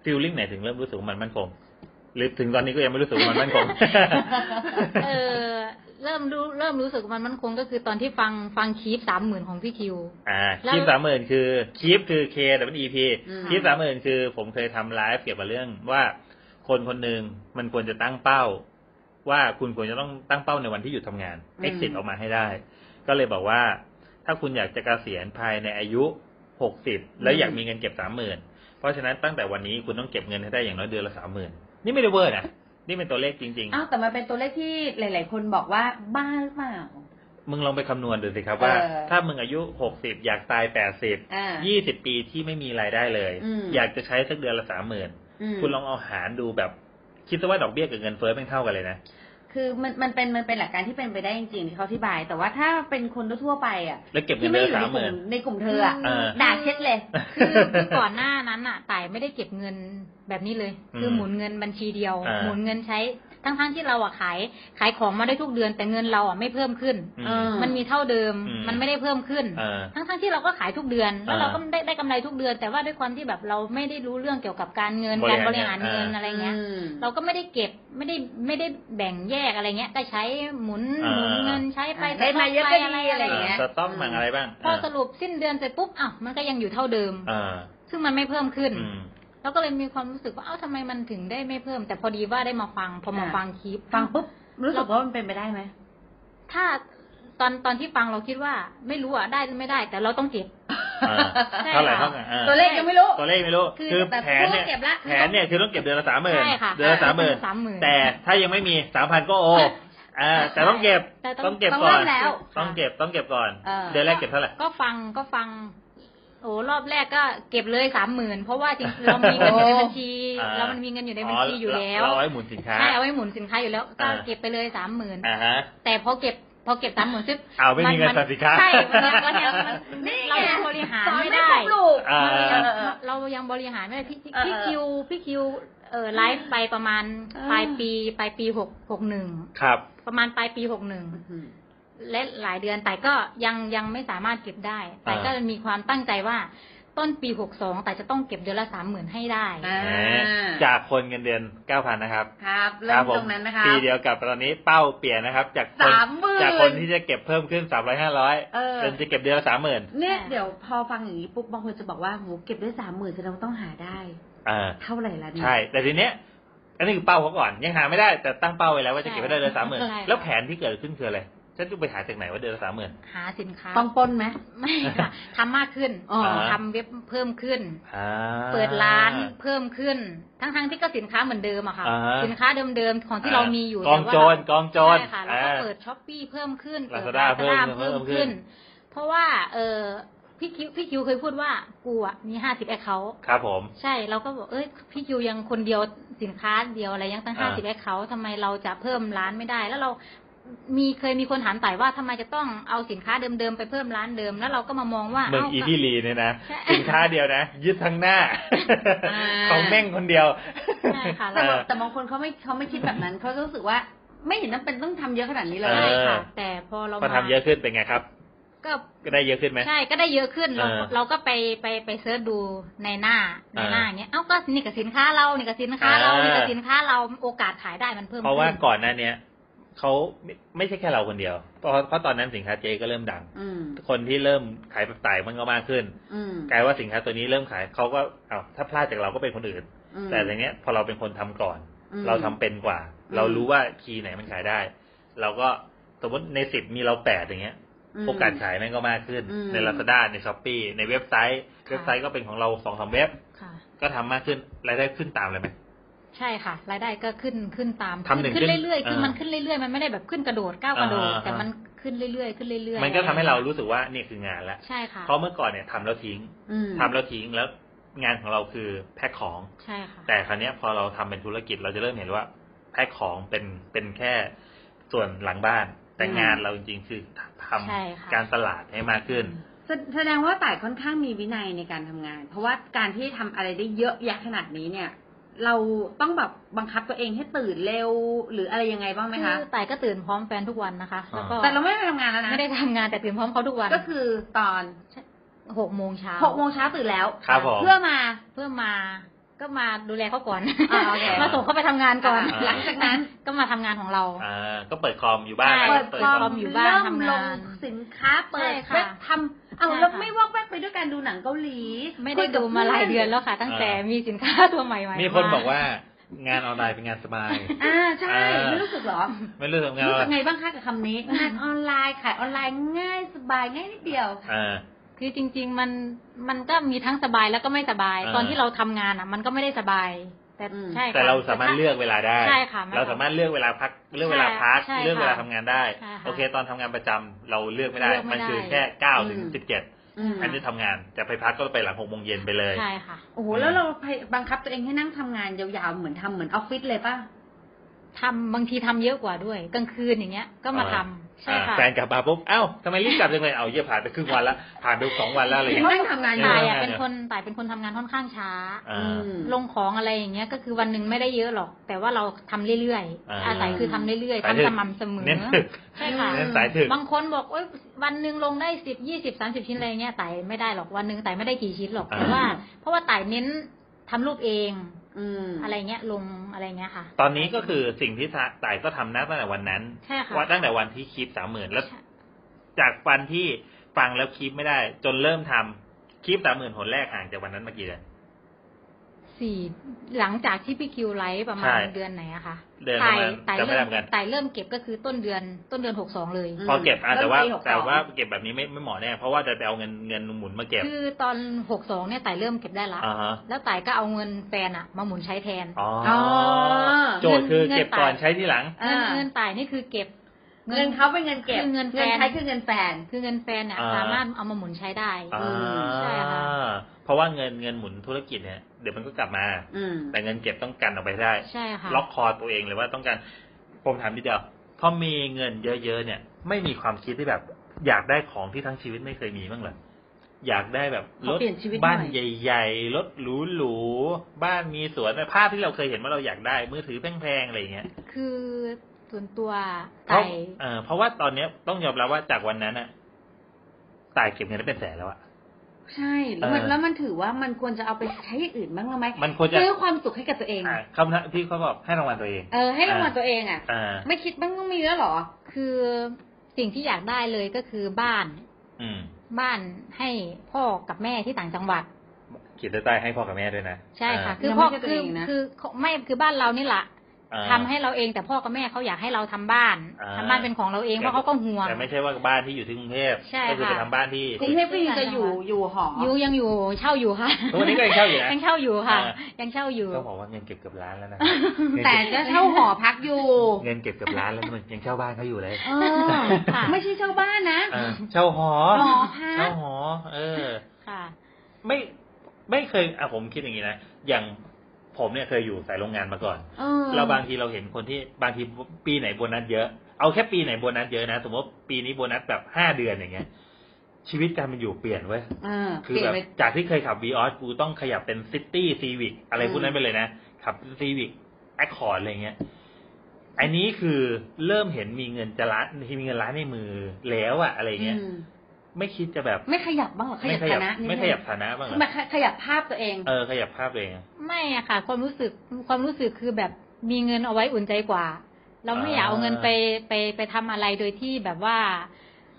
[SPEAKER 1] ฟิลลิ่งไหนถึงเริ่มรู้สึกว่ามันมั่นคง หรือถึงตอนนี้ก็ยังไม่รู้สึกว่ามันมั่นค ง
[SPEAKER 3] เออเริ่มรู้เริ่มรู้สึกว่ามันมันคงก็คือตอนที่ฟังฟังคีปสามหมื่นของพี่คิว
[SPEAKER 1] อ่า
[SPEAKER 3] แล้ว
[SPEAKER 1] คลิปสามหมื่นคือคลิปคือ K W E P
[SPEAKER 4] อืม
[SPEAKER 1] คลิปสามหมื่นคือผมเคยทำไลฟ์เกี่ยวกับเรื่องว่าคนคนหนึ่งมันควรจะตั้งเป้า ว่าคุณควรจะต้องตั้งเป้าในวันที่หยุดทำงาน
[SPEAKER 4] อืม
[SPEAKER 1] exit ออกมาให้ได้ ก็เลยบอกว่า ถ้าคุณอยากจะเกษียณภายในอายุหกสิบแล้วอยากมีเงินเก็บสามหมื่นเพราะฉะนั้นตั้งแต่วันนี้คุณต้องเก็บเงินให้ได้อย่างน้อยเดือนละสามหมื่นนี่ไม่ได้เวอร์นะนี่เป็นตัวเลขจริง
[SPEAKER 4] อ้าวแต่มันเป็นตัวเลขที่หลาย ๆ คนบอกว่าบ้าหรือเปล่า
[SPEAKER 1] ๆ มึงลองไปคำนวณดูสิครับว่า
[SPEAKER 4] เออ
[SPEAKER 1] ถ้ามึงอายุหกสิบอยากตายแปดสิบ
[SPEAKER 4] อ่า
[SPEAKER 1] ยี่สิบปีที่ไม่มีรายได้เลย
[SPEAKER 4] อืม
[SPEAKER 1] อยากจะใช้สักเดือนละสามหมื่น
[SPEAKER 4] ม
[SPEAKER 1] คุณลองเอาหารดูแบบคิดซะว่าดอกเบี้ยกับเงินเฟ้อแม่งเท่ากันเลยนะ
[SPEAKER 4] คือมันมันเป็นมันเป็นหลักการที่เป็นไปได้จริงๆที่เขาอธิบาย แต่ว่าถ้าเป็นคนทั่วๆไปอ่ะ
[SPEAKER 1] แล้วเก็บเงิ
[SPEAKER 4] ที่
[SPEAKER 1] น
[SPEAKER 4] ไม่
[SPEAKER 1] เดือ
[SPEAKER 4] อน ยู่
[SPEAKER 1] ละ
[SPEAKER 4] ใน
[SPEAKER 1] สาม
[SPEAKER 4] ก
[SPEAKER 1] ห
[SPEAKER 4] ลุ่
[SPEAKER 1] มื่น
[SPEAKER 4] มในกลุ่มเธออ่ะ
[SPEAKER 1] เออ
[SPEAKER 4] ด่าเช็ดเลย
[SPEAKER 3] คือคือก่อนหน้านั้นน่ะต่ายไม่ได้เก็บเงินแบบนี้เลย คือ
[SPEAKER 1] ม
[SPEAKER 3] หมุนเงินบัญชีเดียว
[SPEAKER 1] อ่า
[SPEAKER 3] หมุนเงินใช้ทั้งๆที่เราอ่ะขาย ขายของมาได้ทุกเดือนแต่เงินเราอ่ะไม่เพิ่มขึ้น
[SPEAKER 1] อื
[SPEAKER 4] เอ
[SPEAKER 1] ม
[SPEAKER 4] อ
[SPEAKER 3] มันมีเท่าเดิม
[SPEAKER 1] อืม
[SPEAKER 3] มันไม่ได้เพิ่มขึ้น
[SPEAKER 1] เออ
[SPEAKER 3] ทั้งๆที่เราก็ขายทุกเดือนแล้ว
[SPEAKER 1] อ่า
[SPEAKER 3] เราก็ได้ได้กำไรทุกเดือน แต่ว่าด้วยความที่แบบเราไม่ได้รู้เรื่องเกี่ยวกับการเงิน
[SPEAKER 1] บริหาร
[SPEAKER 3] การบริหารเงิน
[SPEAKER 1] อ่า
[SPEAKER 3] อะไรเงี้ย
[SPEAKER 4] ม
[SPEAKER 3] เราก็ไม่ได้เก็บไม่ได้ไม่ได้แบ่งแยกอะไรเงี้ยก็ใช้หมุน
[SPEAKER 1] อ่า
[SPEAKER 3] หมุนเงินใช้ไป
[SPEAKER 4] ได้มาเยอะก็ดีอะไรอย่างเงี้ย
[SPEAKER 1] สต็อกมันอะไรบ้าง
[SPEAKER 3] พอสรุปสิ้นเดือนเสร็จปุ๊บอ้าวมันก็ยังอยู่เท่าเดิม
[SPEAKER 1] เออ
[SPEAKER 3] ซึ่งมันไม่เพิ่มขึ้น
[SPEAKER 1] อืม
[SPEAKER 3] เราก็เลยมีความรู้สึกว่าเอ้าทำไมมันถึงได้ไม่เพิ่ม แต่พอดีว่าได้มาฟังพอมา
[SPEAKER 4] อ่า
[SPEAKER 3] ฟังคลิป
[SPEAKER 4] ฟังปุ๊บรู้สึกว่ามันเป็นไปได้ไหม
[SPEAKER 3] ถ้าตอนตอนที่ฟังเราคิดว่า ไม่รู้อะได้หรือไม่ได้ แต่เราต้องเก็บ
[SPEAKER 1] เออเท่าไหร่
[SPEAKER 3] ใช่ค่ะ
[SPEAKER 1] เท่ากันเออ
[SPEAKER 4] ตัวเลขยังไม่รู้
[SPEAKER 1] ตัวเลขไม่รู้
[SPEAKER 3] คือ
[SPEAKER 1] คือ
[SPEAKER 3] แบบ
[SPEAKER 1] แผนเนี่ย
[SPEAKER 3] เก็บละ
[SPEAKER 1] แผนเนี่ยคือต้องเก็บเดือนละสามหมื่น
[SPEAKER 3] ใช่ค่ะ
[SPEAKER 1] เดือนละสามหมื่น
[SPEAKER 3] สามหมื่น
[SPEAKER 1] แต่ถ้ายังไม่มีสามพันก็โออ่าแต่ต้องเก็บ
[SPEAKER 3] แต่ต้อง
[SPEAKER 1] ต้องเก็บ
[SPEAKER 4] ต้อง
[SPEAKER 1] ก่อ
[SPEAKER 4] เริ่
[SPEAKER 1] น
[SPEAKER 4] มแล้ว
[SPEAKER 1] ต้องเก็บต้องเก็บก่อน
[SPEAKER 4] เออ
[SPEAKER 1] เดือนแรกเก็บเท่าไหร่
[SPEAKER 3] ก็ฟังก็ฟัง โอ้รอบแรกก็เก็บเลยสามหมื่นเพราะว่าจริงๆเรามีเงินอยู่ในบัญชี
[SPEAKER 1] อ่า
[SPEAKER 3] เรามันมีเงินอยู่ในบัญชีอยู่แล้ว
[SPEAKER 1] เราเอาไว้หมุนสินค้า
[SPEAKER 3] ใช่เอาไว้หมุนสินค้าอยู่แล้วก็
[SPEAKER 1] อ่า
[SPEAKER 3] เก็บไปเลยสามหมื่น
[SPEAKER 1] อ่าฮะ
[SPEAKER 3] แต่พอเก็บพอเก็บสามหมื่นซึ่ง
[SPEAKER 1] เอาไม่มีเงิน
[SPEAKER 3] มันมัน
[SPEAKER 1] สั่งสินค้า
[SPEAKER 3] ใช่มันยังมันยังมัน
[SPEAKER 4] นี่ไง
[SPEAKER 3] เรายังบริหาร
[SPEAKER 4] สอน
[SPEAKER 3] ไม่
[SPEAKER 4] ไม่
[SPEAKER 3] ได้
[SPEAKER 4] ถูกลูก
[SPEAKER 1] อ่า
[SPEAKER 3] เรา
[SPEAKER 1] เอ
[SPEAKER 3] ยัง
[SPEAKER 1] อ
[SPEAKER 3] เรายังบริหารไม่ได้พี่พี่
[SPEAKER 4] เออ
[SPEAKER 3] พี่
[SPEAKER 4] เออ
[SPEAKER 3] คิวพี่คิวเออไลฟ์ไปประมาณ
[SPEAKER 4] เออ
[SPEAKER 3] ปลายปีปลายปีหกหกหนึ่ง
[SPEAKER 1] ครับ
[SPEAKER 3] ประมาณปลายปีหกหนึ่งและหลายเดือนแต่ก็ยังยังไม่สามารถเก็บได้ แต่ก็มีความตั้งใจว่าต้นปีหกสองแต่จะต้องเก็บเดือนละสามหมื่นให้ได้
[SPEAKER 4] อ่า
[SPEAKER 1] จากคนเงินเดือน 9,000 นะครับ
[SPEAKER 4] ครับเริ่
[SPEAKER 1] ครั
[SPEAKER 4] ม
[SPEAKER 1] ผ
[SPEAKER 4] ตรงนั้นนะคะ
[SPEAKER 1] ปีเดียวกับตอนนี้เป้าเปลี่ยนนะครับ จากคน
[SPEAKER 4] 30,000
[SPEAKER 1] จากคนที่จะเก็บเพิ่มขึ้น 300
[SPEAKER 4] เออ
[SPEAKER 1] 500เป็นจะเก็บเดือนละ30,000
[SPEAKER 4] เนี่ยเดี๋ยวพอฟังอย่างนี้ปุ๊บบางคนจะบอกว่าโหเก็บได้สามหมื่นแสดงว่าต้องหาได้
[SPEAKER 1] อ่า
[SPEAKER 4] เท่าไหร่ละเนี่ย
[SPEAKER 1] ใช่ แต่ทีเนี้ย อันนี้คือเป้าเขาก่อน ยังหาไม่ได้ แต่ตั้งเป้าไว้แล้วว่าจะเก็บให้ได้เดือนละ
[SPEAKER 3] ใช่
[SPEAKER 1] 30,000 แล้วแผนที่เกิดขึ้นคืออะไร ฉันจะไปหาจากไหนว่าเดือนละ30,000
[SPEAKER 3] หาสินค้า
[SPEAKER 4] ต้องปล้นไหม
[SPEAKER 3] ไม่ ค่ะทำมากขึ้น
[SPEAKER 4] อ๋อ
[SPEAKER 3] ทำเว็บเพิ่มขึ้น
[SPEAKER 1] อ่า
[SPEAKER 3] เปิดร้านเพิ่มขึ้น ทั้งๆที่ก็สินค้าเหมือนเดิมอะค่ะ
[SPEAKER 1] อ่าฮะ
[SPEAKER 3] สินค้าเดิมๆของที่เรามีอยู่
[SPEAKER 1] กอง
[SPEAKER 3] แต่ว่า
[SPEAKER 1] โจรกองโจร
[SPEAKER 3] ใช่ค่ะแล้ว
[SPEAKER 1] อ่า
[SPEAKER 3] ก็เปิดช้อปปี้เพิ่มขึ้น เปิด
[SPEAKER 1] Lazada เพิ่ม
[SPEAKER 3] Lazada
[SPEAKER 1] เพิ่มขึ้น
[SPEAKER 3] เพราะว่าเออพี่คิวพี่คิวเคยพูดว่ากูอ่ะมีห้าสิบแอคเคาท์
[SPEAKER 1] ครับผม
[SPEAKER 3] ใช่เราก็บอกเอ้ยพี่คิวยังคนเดียวสินค้าเดียวอะไรยังตั้งห้า
[SPEAKER 1] อ่า
[SPEAKER 3] สิบแอคเคาท์ทำไมเราจะเพิ่มร้านไม่ได้ แล้วเรามีเคยมีคนถามต่ายว่าทำไมจะต้องเอาสินค้าเดิมๆไปเพิ่มร้านเดิม แล้วเราก็มามองว่า
[SPEAKER 1] เมือง
[SPEAKER 3] เอ้า
[SPEAKER 1] อีที่ลีเนี่ยนะ
[SPEAKER 3] ใช่
[SPEAKER 1] สินค้าเดียวนะ ยึดทั้งหน้า
[SPEAKER 4] อ่า
[SPEAKER 1] ของแม่งคนเดียว
[SPEAKER 3] ใช่ค่ะแล้
[SPEAKER 4] แต่
[SPEAKER 3] ว
[SPEAKER 1] เอ
[SPEAKER 4] ว่า
[SPEAKER 1] อ
[SPEAKER 4] แต่บางคนเขาไม่เขาไม่คิดแบบนั้น เขารู้สึกว่าไม่เห็นจำเป็นต้องทำเยอะขนาดนี้เลย
[SPEAKER 1] เอ
[SPEAKER 3] ใช่
[SPEAKER 1] อ
[SPEAKER 3] ค่ะ แต่พอเรา
[SPEAKER 1] พอทำเยอะขึ้นเป็นไงครับ
[SPEAKER 3] ก็
[SPEAKER 1] ก็ได้เยอะขึ้นไหม
[SPEAKER 3] ใช่ก็ได้เยอะขึ้นเรา
[SPEAKER 1] เออ
[SPEAKER 3] เราก็ไปไปไปเสิร์ชดูในหน้าใน
[SPEAKER 1] อ่า
[SPEAKER 3] หน้าอย่างเงี้ยเอ้าก็นี่กับสินค้าเรานี่กับสินค้าเรา
[SPEAKER 1] อ่า
[SPEAKER 3] นี่กับสินค้าเราโอกาสขายได้มันเพิ่ม
[SPEAKER 1] เพราะว่า
[SPEAKER 3] ขึ้น
[SPEAKER 1] ก่อนหน้าเนี้ยเขาไม่ไม่ใช่แค่เราคนเดียวเพราะเพราะตอนนั้นสินค้าเจก็เริ่มดัง
[SPEAKER 4] อืม
[SPEAKER 1] คนที่เริ่มขายแบบต่ายมันก็มากขึ้น
[SPEAKER 4] อืม
[SPEAKER 1] กลายว่าสินค้าตัวนี้เริ่มขายเขาก็เอาถ้าพลาดจากเราก็เป็นคนอื่น
[SPEAKER 4] อืม
[SPEAKER 1] แต่อย่างเนี้ยพอเราเป็นคนทำก่อน
[SPEAKER 4] อืม
[SPEAKER 1] เราทำเป็นกว่า
[SPEAKER 4] อืม
[SPEAKER 1] เรารู้ว่าคีย์ไหนมันขายได้ เราก็สมมติในสิบมีเราแปดอย่างเงี้ย
[SPEAKER 4] ม
[SPEAKER 1] โอกาสขายแม่งก็มากขึ้น
[SPEAKER 4] อืม
[SPEAKER 1] ใน Lazada ใน s h อ p e e ในเว็บไซต์ เว็บไซต์ก็เป็นของเราสองสามเว็บ
[SPEAKER 3] ค่ะ
[SPEAKER 1] ก็ทำมากขึ้นรายได้ขึ้นตามเลยไหม
[SPEAKER 3] ใช่ค่ะ รายได้ก็ขึ้นขึ้นตาม
[SPEAKER 1] ทำหนึ่ง
[SPEAKER 3] ขึ้น
[SPEAKER 1] ขึ้น
[SPEAKER 3] เรื่อยๆคือ
[SPEAKER 1] เออ
[SPEAKER 3] มันขึ้นเรื่อยๆมันไม่ได้แบบขึ้นกระโดดก้าวกระโดด
[SPEAKER 1] อ่า
[SPEAKER 3] แต่มันขึ้นเรื่อยๆขึ้นเรื่อยๆ
[SPEAKER 1] มันก็ทำให้เรารู้สึกว่านี่คืองานละ
[SPEAKER 3] ใช่ค่ะ
[SPEAKER 1] เพราะเมื่อก่อนเนี่ยทำแล้วทิ้ง
[SPEAKER 4] อืม
[SPEAKER 1] ทำแล้วทิ้งแล้วงานของเราคือแพ็คของ
[SPEAKER 3] ใช่ค่ะ
[SPEAKER 1] แต่คราวเนี้ยพอเราทำเป็นธุรกิจเราจะเริ่มเห็นว่าแพ็คของเป็นเป็นแค่ ส่วนหลังบ้าน แต่
[SPEAKER 2] อืม
[SPEAKER 1] งานเราจริงๆคือทำ
[SPEAKER 3] ใช่ค่ะ
[SPEAKER 1] การตลาดให้มากขึ้น
[SPEAKER 2] แสแสดงว่าต่ายค่อนข้างมีวินัยในการทำงาน เพราะว่าการที่ทำอะไรได้เยอะแยะขนาดนี้เนี่ย เราต้องแบบบังคับตัวเองให้ตื่นเร็ว หรืออะไรยังไงบ้างไหมคะ
[SPEAKER 3] คือต่ายก็ตื่นพร้อมแฟนทุกวันนะคะ แล้วก็
[SPEAKER 2] แต่เราไม่ได้ไปทำงานแล้วนะ
[SPEAKER 3] ไม่ได้ทำงานแต่ตื่นพร้อมเขาทุกวัน
[SPEAKER 2] ก็คือตอน
[SPEAKER 3] หกโมงเช้า
[SPEAKER 2] หกโมงเช้าตื่นแล้ว
[SPEAKER 1] ครับผม
[SPEAKER 2] เพื่อมา
[SPEAKER 3] เพื่อมาก็มาดูแลเขาก่อน
[SPEAKER 2] อ่าโอเค
[SPEAKER 3] มาส่งเขาไปทำงานก่อน
[SPEAKER 1] อ่า
[SPEAKER 2] หลังจากนั้น
[SPEAKER 3] ก็มาทำงานของเรา
[SPEAKER 1] อ่าก็เปิดคอมอยู่บ้าน
[SPEAKER 3] ใช่
[SPEAKER 1] แล้ว
[SPEAKER 2] เปิ
[SPEAKER 1] ก็
[SPEAKER 2] ด
[SPEAKER 1] เปิดคอ
[SPEAKER 2] คอม
[SPEAKER 1] ม
[SPEAKER 3] มอยู่บ้าน
[SPEAKER 2] เริ่ม
[SPEAKER 3] ทำ
[SPEAKER 2] ล
[SPEAKER 3] งาง น
[SPEAKER 2] สินค้าเปิด
[SPEAKER 3] ใช่ค่ะ
[SPEAKER 2] เว็บทำเอา
[SPEAKER 3] ใช่
[SPEAKER 2] แล้ว
[SPEAKER 3] ค่ะ
[SPEAKER 2] ไม่วอกแวกไปด้วยการดูหนังเกาหลี
[SPEAKER 3] ไม่
[SPEAKER 2] คุ
[SPEAKER 3] ได้
[SPEAKER 2] ยกับ
[SPEAKER 3] ดูมาหลาย
[SPEAKER 2] พื่
[SPEAKER 3] เดือนแล้วค่ะ ตั้งแต่
[SPEAKER 1] อ่ามี
[SPEAKER 3] มีสินค้าตัวใหม่ๆ
[SPEAKER 1] มีคน
[SPEAKER 3] ม
[SPEAKER 1] บอกว่างานออนไลน์เป็นงานสบาย
[SPEAKER 2] อ่า
[SPEAKER 1] อ
[SPEAKER 2] ใช่
[SPEAKER 1] ่า
[SPEAKER 2] ไม่รู้สึกเหรอ
[SPEAKER 1] ไม่รู้ทำงาน
[SPEAKER 2] รู้
[SPEAKER 1] ออน
[SPEAKER 2] สึก
[SPEAKER 1] ไลน์
[SPEAKER 2] ไงบ้างคะกับคำนี้ งานออนไลน์ขายออนไลน์ง่ายสบายง่ายนิดเดียว
[SPEAKER 1] อ่า
[SPEAKER 3] คือจริง ๆ มันมันก็มีทั้งสบายแล้วก็ไม่สบาย
[SPEAKER 1] อ่า
[SPEAKER 3] ตอนที่เราทำงานอ่ะ มันก็ไม่ได้สบาย แต่
[SPEAKER 2] อืม
[SPEAKER 3] ใช่ค่ะ
[SPEAKER 1] แต่เราสามารถเลือกเวลาได้
[SPEAKER 3] ใช่ค่ะมัน
[SPEAKER 1] เราสามารถเลือกเวลาพักเลือกเวลา
[SPEAKER 3] ใช่
[SPEAKER 1] พัก
[SPEAKER 3] ใช่ค่ะ
[SPEAKER 1] เลือกเวลาทำงานได้
[SPEAKER 3] ใช่ค่ะ
[SPEAKER 1] โอเค ตอนทำงานประจำเราเลือกไม่ได้
[SPEAKER 3] เลือกไม่
[SPEAKER 1] มันคือ
[SPEAKER 3] ได้
[SPEAKER 1] แค่เก้า
[SPEAKER 2] อืม
[SPEAKER 1] ถึงสิบเจ็ด
[SPEAKER 2] อืม
[SPEAKER 1] อันนี้ทำงานจะไปพักก็ไปหลังหกโมงเย็นไปเลย
[SPEAKER 3] ใช่ค่ะ
[SPEAKER 2] โอ้โหแล้วเราพยบังคับตัวเองให้นั่งทำงานยาวๆเหมือนทำเหมือนออฟฟิศเลยป่ะ
[SPEAKER 3] ทำบางทีทำเยอะกว่าด้วยกลางคืนอย่างเงี้ย ก็มา
[SPEAKER 1] อ่า
[SPEAKER 3] ทำใช่
[SPEAKER 1] อ่า
[SPEAKER 3] ค่ะ
[SPEAKER 1] แฟนกลับมาปุ๊บเอ้าทำไมรีบกลับจังเลยเอาเยี่ยผ่านไปครึ่งวันละผ่านไปสองวันแล้วอะไรอย่าง
[SPEAKER 2] ยัง
[SPEAKER 1] เงี้ย
[SPEAKER 2] นั่งทำงานอยู่
[SPEAKER 3] ตาย
[SPEAKER 2] เลย
[SPEAKER 3] อ่ะ
[SPEAKER 1] เออ
[SPEAKER 3] เป็นคนตายเป็นคนทำงานค่อนข้างช้า
[SPEAKER 1] อ่า
[SPEAKER 2] อืม
[SPEAKER 3] ลงของอะไรอย่างเงี้ยก็คือวันหนึ่งไม่ได้เยอะหรอก แต่ว่าเราทำเรื่อย
[SPEAKER 1] อ่า
[SPEAKER 3] ๆ อาศัยคือทำเรื่อยๆ
[SPEAKER 1] สายถึก
[SPEAKER 3] ทำสม่ำเสมอ
[SPEAKER 1] เน้นถึก
[SPEAKER 3] ใช่ค่ะ
[SPEAKER 1] เน้นสายถึก
[SPEAKER 3] บางคนบอกโอ๊ยวันหนึ่งลงได้สิบยี่สิบสามสิบชิ้นอะไรเงี้ยไต่ไม่ได้หรอกวันหนึ่งไต่ไม่ได้กี่ชิ้นหรอก
[SPEAKER 1] อ่า
[SPEAKER 3] เพราะว่า เพราะว่าไต่เน้นทำรูปเอง
[SPEAKER 2] อืม
[SPEAKER 3] อะไรเงี้ยลงอะไรเงี้ยค่ะ
[SPEAKER 1] ตอนนี้ก็คือสิ่งที่ต่ายก็ทำนะตั้งแต่วันนั้น
[SPEAKER 3] ใช่ค่ะ
[SPEAKER 1] ว่าตั้งแต่วันที่คลิปสามหมื่นแล้ว
[SPEAKER 3] ใช่
[SPEAKER 1] จากวันที่ฟังแล้วคลิปไม่ได้ จนเริ่มทำคลิปสามหมื่นหนแรกห่างจากวันนั้นมากี่เดือน
[SPEAKER 3] สี่หลังจากที่พี่คิวไลฟ์ประมา
[SPEAKER 1] ใช่
[SPEAKER 3] ณเดือนไหนอะคะ
[SPEAKER 1] เดือนป
[SPEAKER 3] ไต่
[SPEAKER 1] ระมาณจำ
[SPEAKER 3] ไต่
[SPEAKER 1] ไม่
[SPEAKER 3] เริ่
[SPEAKER 1] ได้
[SPEAKER 3] ม
[SPEAKER 1] เหมือนกัน
[SPEAKER 3] ไต่เริ่มเก็บก็คือต้นเดือนต้นเดือนหกสองเลย
[SPEAKER 2] อืม
[SPEAKER 1] พอเก็บอ่ะแต่ว่า
[SPEAKER 2] เริ่มปีหกสอง
[SPEAKER 1] แต่ว่าเก็บแบบนี้ไม่ไม่เหมาะแน่เพราะว่าจะไปเอาเงินเงินหมุนมาเก็บ
[SPEAKER 3] คือตอนหกสองเนี่ยไต่เริ่มเก็บได้ละ
[SPEAKER 1] อ่าฮะ
[SPEAKER 3] แล้วไต่ก็เอาเงินแฟนอะมาหมุนใช้แทน
[SPEAKER 1] อ๋อ
[SPEAKER 2] อ๋อ
[SPEAKER 1] โจทย์คือ
[SPEAKER 3] เงิน
[SPEAKER 1] เก็บก่อนใช้ที่หลัง
[SPEAKER 3] เงิน
[SPEAKER 2] อ่า
[SPEAKER 3] เงินไต่นี่คือเก็บ
[SPEAKER 2] เงินเขาเป็นเงินเก็บ
[SPEAKER 3] คือเงินแฟน
[SPEAKER 2] ใช้คือเงินแฟน
[SPEAKER 3] คือเงินแฟนเนี่ย
[SPEAKER 1] อ่า
[SPEAKER 3] สามารถเอามาหมุนใช้ได้
[SPEAKER 1] อ่า
[SPEAKER 3] ใช่ค่ะ
[SPEAKER 1] เพราะว่าเงินเงินหมุนธุรกิจเนี่ยเดี๋ยวมันก็กลับมา
[SPEAKER 2] อืม
[SPEAKER 1] แต่เงินเก็บต้องกันออกไปให้ได้
[SPEAKER 3] ใช่ค่ะ
[SPEAKER 1] ล็อกคอตัวเองเลยว่าต้องการผมถามนิดเดียวพอมีเงินเยอะๆเนี่ย ไม่มีความคิดที่แบบ อยากได้ของที่ทั้งชีวิตไม่เคยมีบ้างเหรออยากได้แบบ
[SPEAKER 2] ขอเปลี่ยนชีวิตหน่อย
[SPEAKER 1] บ้านใหญ่ๆรถหรูๆบ้านมีสวนภาพที่เราเคยเห็นว่าเราอยากได้ มือถือแพงๆอะไรอย่างเงี้ย
[SPEAKER 3] คือส่วนตัว
[SPEAKER 1] เพ
[SPEAKER 3] ไก่
[SPEAKER 1] ราะเอ่อเพราะว่าตอนเนี้ยต้องยอมรับว่าจากวันนั้นอะตายเก็บเงินได้เป็นแสนแล้วอะ
[SPEAKER 2] ใช่แล้วมัน
[SPEAKER 1] เออ
[SPEAKER 2] แล้วมันถือว่ามันควรจะเอาไปใช้อย่างอื่นบ้างหรือไหม
[SPEAKER 1] มันควรจะ
[SPEAKER 2] ซื้อความสุขให้กับตัวเอง
[SPEAKER 1] อ่ะคำนั้นที่เขาบอกให้รางวัลตัวเอง
[SPEAKER 2] เออให้รางวัลตัวเองอ่ะ
[SPEAKER 1] อ่า
[SPEAKER 2] ไม่คิดบ้างต้องมีแล้วเหรอ
[SPEAKER 3] คือสิ่งที่อยากได้เลยก็คือบ้าน
[SPEAKER 1] อืม
[SPEAKER 3] บ้านให้พ่อกับแม่ที่ต่างจังหวัด
[SPEAKER 1] ขีดเส้นใต้ให้พ่อกับแม่ด้วยนะ
[SPEAKER 3] ใช่ค่ะ
[SPEAKER 2] เออ
[SPEAKER 3] คือพ่อ
[SPEAKER 2] ยังไม่ใช่ตัว
[SPEAKER 3] คือ
[SPEAKER 2] เองนะ
[SPEAKER 3] คือเขาไม่คือบ้านเรานี่แหละ
[SPEAKER 1] อ่า
[SPEAKER 3] ทำให้เราเองแต่พ่อกับแม่เขาอยากให้เราทำบ้าน
[SPEAKER 1] อ่า
[SPEAKER 3] ทำบ้านเป็นของเราเองเพราะเขาก็ห่วง
[SPEAKER 1] แต่ไม่ใช่ว่าบ้านที่อยู่ที่กรุงเทพ
[SPEAKER 3] ใช่
[SPEAKER 1] ก็คือ
[SPEAKER 3] ค่ะ
[SPEAKER 1] ไปทำบ้านที่
[SPEAKER 2] กรุงเทพก็ยังจะอยู่อยู่หอ
[SPEAKER 3] ยูยังอยู่เช่าอยู่ค่ะ
[SPEAKER 1] ทุกวันนี้ก็ยังเช่าอยู่นะ
[SPEAKER 3] ยังเช่าอยู่ค่ะ
[SPEAKER 1] อ่า
[SPEAKER 3] ยังเช่าอยู่
[SPEAKER 1] ต้องบอกว่าเงินเก็บเกือบล้านแล้วนะ
[SPEAKER 2] แต่ก็เช่าหอพักอยู่
[SPEAKER 1] เงินเก็บเกือบล้านแล้วมึงยังเช่าบ้านเขาอยู่เลย
[SPEAKER 2] เออ
[SPEAKER 3] ค่ะ
[SPEAKER 2] ไม่ใช่เช่าบ้านนะ
[SPEAKER 1] เออเช่าหอ
[SPEAKER 2] หอพั
[SPEAKER 1] เช่าก หอ เออ
[SPEAKER 3] ค่ะ
[SPEAKER 1] ไม่ไม่เคยอ่ะผมคิดอย่างนี้นะอย่างผมเนี่ยเคยอยู่สายโรงงานมาก่อน
[SPEAKER 2] เออ
[SPEAKER 1] เราบางทีเราเห็นคนที่บางทีปีไหนโบนัสเยอะ เอาแค่ปีไหนโบนัสเยอะนะสมมติว่าปีนี้โบนัสแบบห้าเดือนอย่างเงี้ย ชีวิตการมันอยู่เปลี่ยนเว้ย
[SPEAKER 2] เออ
[SPEAKER 1] คือ
[SPEAKER 2] เปลี่ย
[SPEAKER 1] แบ
[SPEAKER 2] น
[SPEAKER 1] บ
[SPEAKER 2] ไป
[SPEAKER 1] จากที่เคยขับ v ีออสกูต้องขยับเป็นซิตี้ซีวิกอะไร
[SPEAKER 2] อืม
[SPEAKER 1] พวกนั้นไปเลยนะ ขับซีวิกแอคคอร์ดอะไรเงี้ย อันนี้คือเริ่มเห็นมีเงินจะล้านมีเงินล้านในมือแล้วอะอะไรเงี้ย
[SPEAKER 2] อืม
[SPEAKER 1] ไม่คิดจะแบบ
[SPEAKER 2] ไม่ขยับบ้างเหรอขยับฐานะนิดนึง
[SPEAKER 1] ไม่ขยับฐานะบ้างเหรอ
[SPEAKER 2] มาขยับภาพตัวเอง
[SPEAKER 1] เออขยับภาพตัวเอง
[SPEAKER 3] ไม่อะค่ะ ความรู้สึกความรู้สึกคือแบบมีเงินเอาไว้อุ่นใจกว่า เราไม่
[SPEAKER 1] อ่า
[SPEAKER 3] อยากเอาเงินไปไปไปทำอะไรโดยที่แบบว่า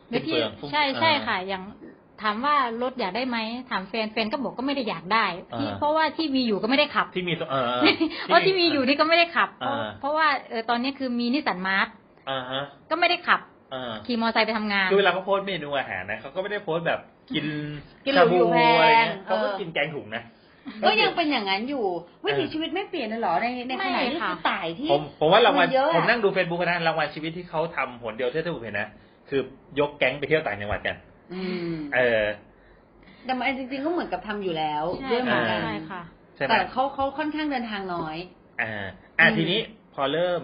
[SPEAKER 3] โดยที่
[SPEAKER 1] ฟุ่มเฟือยฟุ่ม
[SPEAKER 3] ใช่ใช่
[SPEAKER 1] อ่า
[SPEAKER 3] ค่ะ อย่างถามว่ารถอยากได้ไหมถามแฟนแฟนก็บอกก็ไม่ได้อยากได้ที่
[SPEAKER 1] อ่า
[SPEAKER 3] เพราะว่าที่มีอยู่ก็ไม่ได้ขับ
[SPEAKER 1] ที่มีตัวเออเออ
[SPEAKER 3] เพราะที่มีอยู่นี่ก็ไม่ได้ขับ เพราะ
[SPEAKER 1] อ่า
[SPEAKER 3] เพราะว่าเออตอนนี้คือมีนิสสันมาร์ท
[SPEAKER 1] อ่าฮะ
[SPEAKER 3] ก็ไม่ได้ขับ
[SPEAKER 1] อ่า
[SPEAKER 3] ขี่มอเตอร์ไซค์ไปทำงาน
[SPEAKER 1] คือเวลาเขาโพสต์เมนูอาหารนะเขาก็ไม่ได้โพสต์แบบกิน
[SPEAKER 2] กินหรูอยู่แพง
[SPEAKER 1] อะไรเงี้ย
[SPEAKER 2] เออ
[SPEAKER 1] เขาก็กินแกงถุงนะ
[SPEAKER 2] ก็ยังเป็นอย่างนั้นอยู่ วิถี
[SPEAKER 1] เออ
[SPEAKER 2] ชีวิตไม่เปลี่ยนเลยเหรอในในขณะ
[SPEAKER 3] ไม่
[SPEAKER 2] ที่
[SPEAKER 3] ค่ะ
[SPEAKER 2] คือต่ายที่
[SPEAKER 1] ผมผมว่ารางวัล
[SPEAKER 2] มันเยอะอะ
[SPEAKER 1] ผมนั่งดูเฟซบุ๊กนะรางวัลชีวิตที่เขาทำหนเดียวเท่าที่ผมเห็นนะ คือยกแก๊งไปเที่ยวต่างจังหวัดกัน
[SPEAKER 2] อืม
[SPEAKER 1] เออ
[SPEAKER 2] แต่มันจริงๆก็เหมือนกับทำอยู่แล้ว
[SPEAKER 3] ใช่
[SPEAKER 2] ด้วยเหมือนกัน
[SPEAKER 3] ใช่ค่ะ
[SPEAKER 1] ใช่ไหม
[SPEAKER 2] แต่เขาเขาค่อนข้างเดินทางน้อย
[SPEAKER 1] อ่า อ่า
[SPEAKER 2] อืม
[SPEAKER 1] ทีนี้พอเริ่ม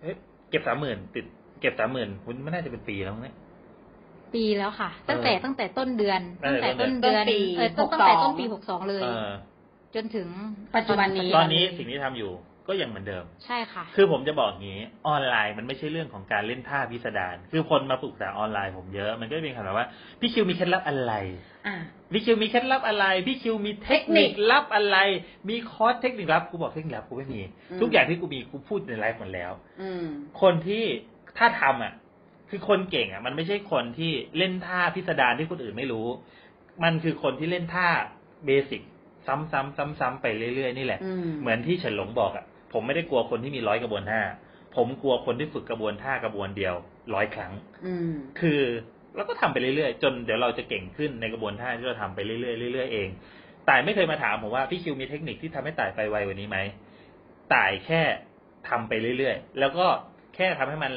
[SPEAKER 1] เอ๊ะเก็บสามหมื่นติดเ ก็บสามหมื่นคุณไม่น่าจะเป็นปีแล้วมั้งเนี่ย
[SPEAKER 3] ปีแล้วค่ะ ตั้งแต่
[SPEAKER 1] เออ
[SPEAKER 3] ตั้งแต่ต้นเดือน
[SPEAKER 1] เออ
[SPEAKER 3] ตั้งแต่ต้นเดือน
[SPEAKER 4] ต้นปี
[SPEAKER 3] เออตั้ง
[SPEAKER 4] 62
[SPEAKER 3] ตั้งแต่ต้นปีหกสองเลย
[SPEAKER 1] เออ
[SPEAKER 3] จนถึง
[SPEAKER 4] ปัจจุบันนี้
[SPEAKER 1] ตอนนี้สิ่งที่ทำอยู่ก็ยังเหมือนเดิม
[SPEAKER 3] ใช่ค่ะ
[SPEAKER 1] คือผมจะบอกอย่างนี้ออนไลน์มันไม่ใช่เรื่องของการเล่นท่าพิสดารคือคนมาปรึกษาออนไลน์ผมเยอะ มันก็เป็นคำถามว่าพี่คิวมีเคล็ดลับอะไร
[SPEAKER 4] อ่า
[SPEAKER 1] พี่คิวมีเคล็ดลับอะไร พี่คิวมีเทคนิคลับอะไร มีคอร์สเทคนิคลับ กูบอกเทคนิคลับกูไม่มี
[SPEAKER 4] อืม
[SPEAKER 1] ทุกอย่างที่กูมีกูพูดในไลฟ์หมดแล้ว
[SPEAKER 4] อืม
[SPEAKER 1] คนที่ถ้าทำอ่ะ คือคนเก่งอ่ะ มันไม่ใช่คนที่เล่นท่าพิสดารที่คนอื่นไม่รู้ มันคือคนที่เล่นท่าเบสิกซ้ำๆซ้ำๆไปเรื่อยๆนี่แหละ
[SPEAKER 4] อืม
[SPEAKER 1] เหมือนที่เฉินหลงบอกอ่ะ ผมไม่ได้กลัวคนที่มีร้อยกระบวนท่า ผมกลัวคนที่ฝึกกระบวนท่ากระบวนเดียวร้อยครั้ง
[SPEAKER 4] อืม
[SPEAKER 1] คือเราก็ทำไปเรื่อยๆ จนเดี๋ยวเราจะเก่งขึ้นในกระบวนท่าที่เราทำไปเรื่อยๆเรื่อยๆเองต่ายไม่เคยมาถามผมว่าพี่คิวมีเทคนิคที่ทำให้ต่ายไปไวกว่านี้ไหมต่ายแค่ทำไปเรื่อยๆ แล้วก็แค่ทำให้มัน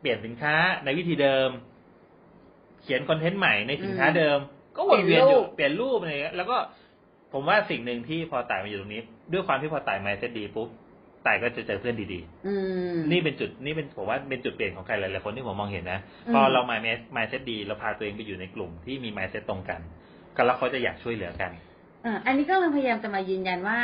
[SPEAKER 1] เปลี่ยนสินค้าในวิธีเดิม เขียนคอนเทนต์ใหม่ในสินค้าเดิม ก็วนเวียนอยู่เปลี่ยนรูปอะไรอย่างเงี้ยแล้วก็ผมว่าสิ่งหนึ่งที่พอต่ายมาอยู่ตรงนี้ ด้วยความที่พอต่ายมาเซตดีปุ๊บต่ายก็จะเจอเพื่อนดีๆ
[SPEAKER 4] อืม
[SPEAKER 1] นี่เป็นจุดนี่เป็นผมว่าเป็นจุดเปลี่ยนของใครหลายๆคนที่ผมมองเห็นนะ
[SPEAKER 4] อืม
[SPEAKER 1] พอเรา my mindset- mindset ดีเราพาตัวเองไปอยู่ในกลุ่มที่มี mindset ตรงกัน ก็แล้วเขาจะอยากช่วยเหลือกัน
[SPEAKER 4] เอ่ออันนี้ก็เราพยายามจะมายืนยันว่า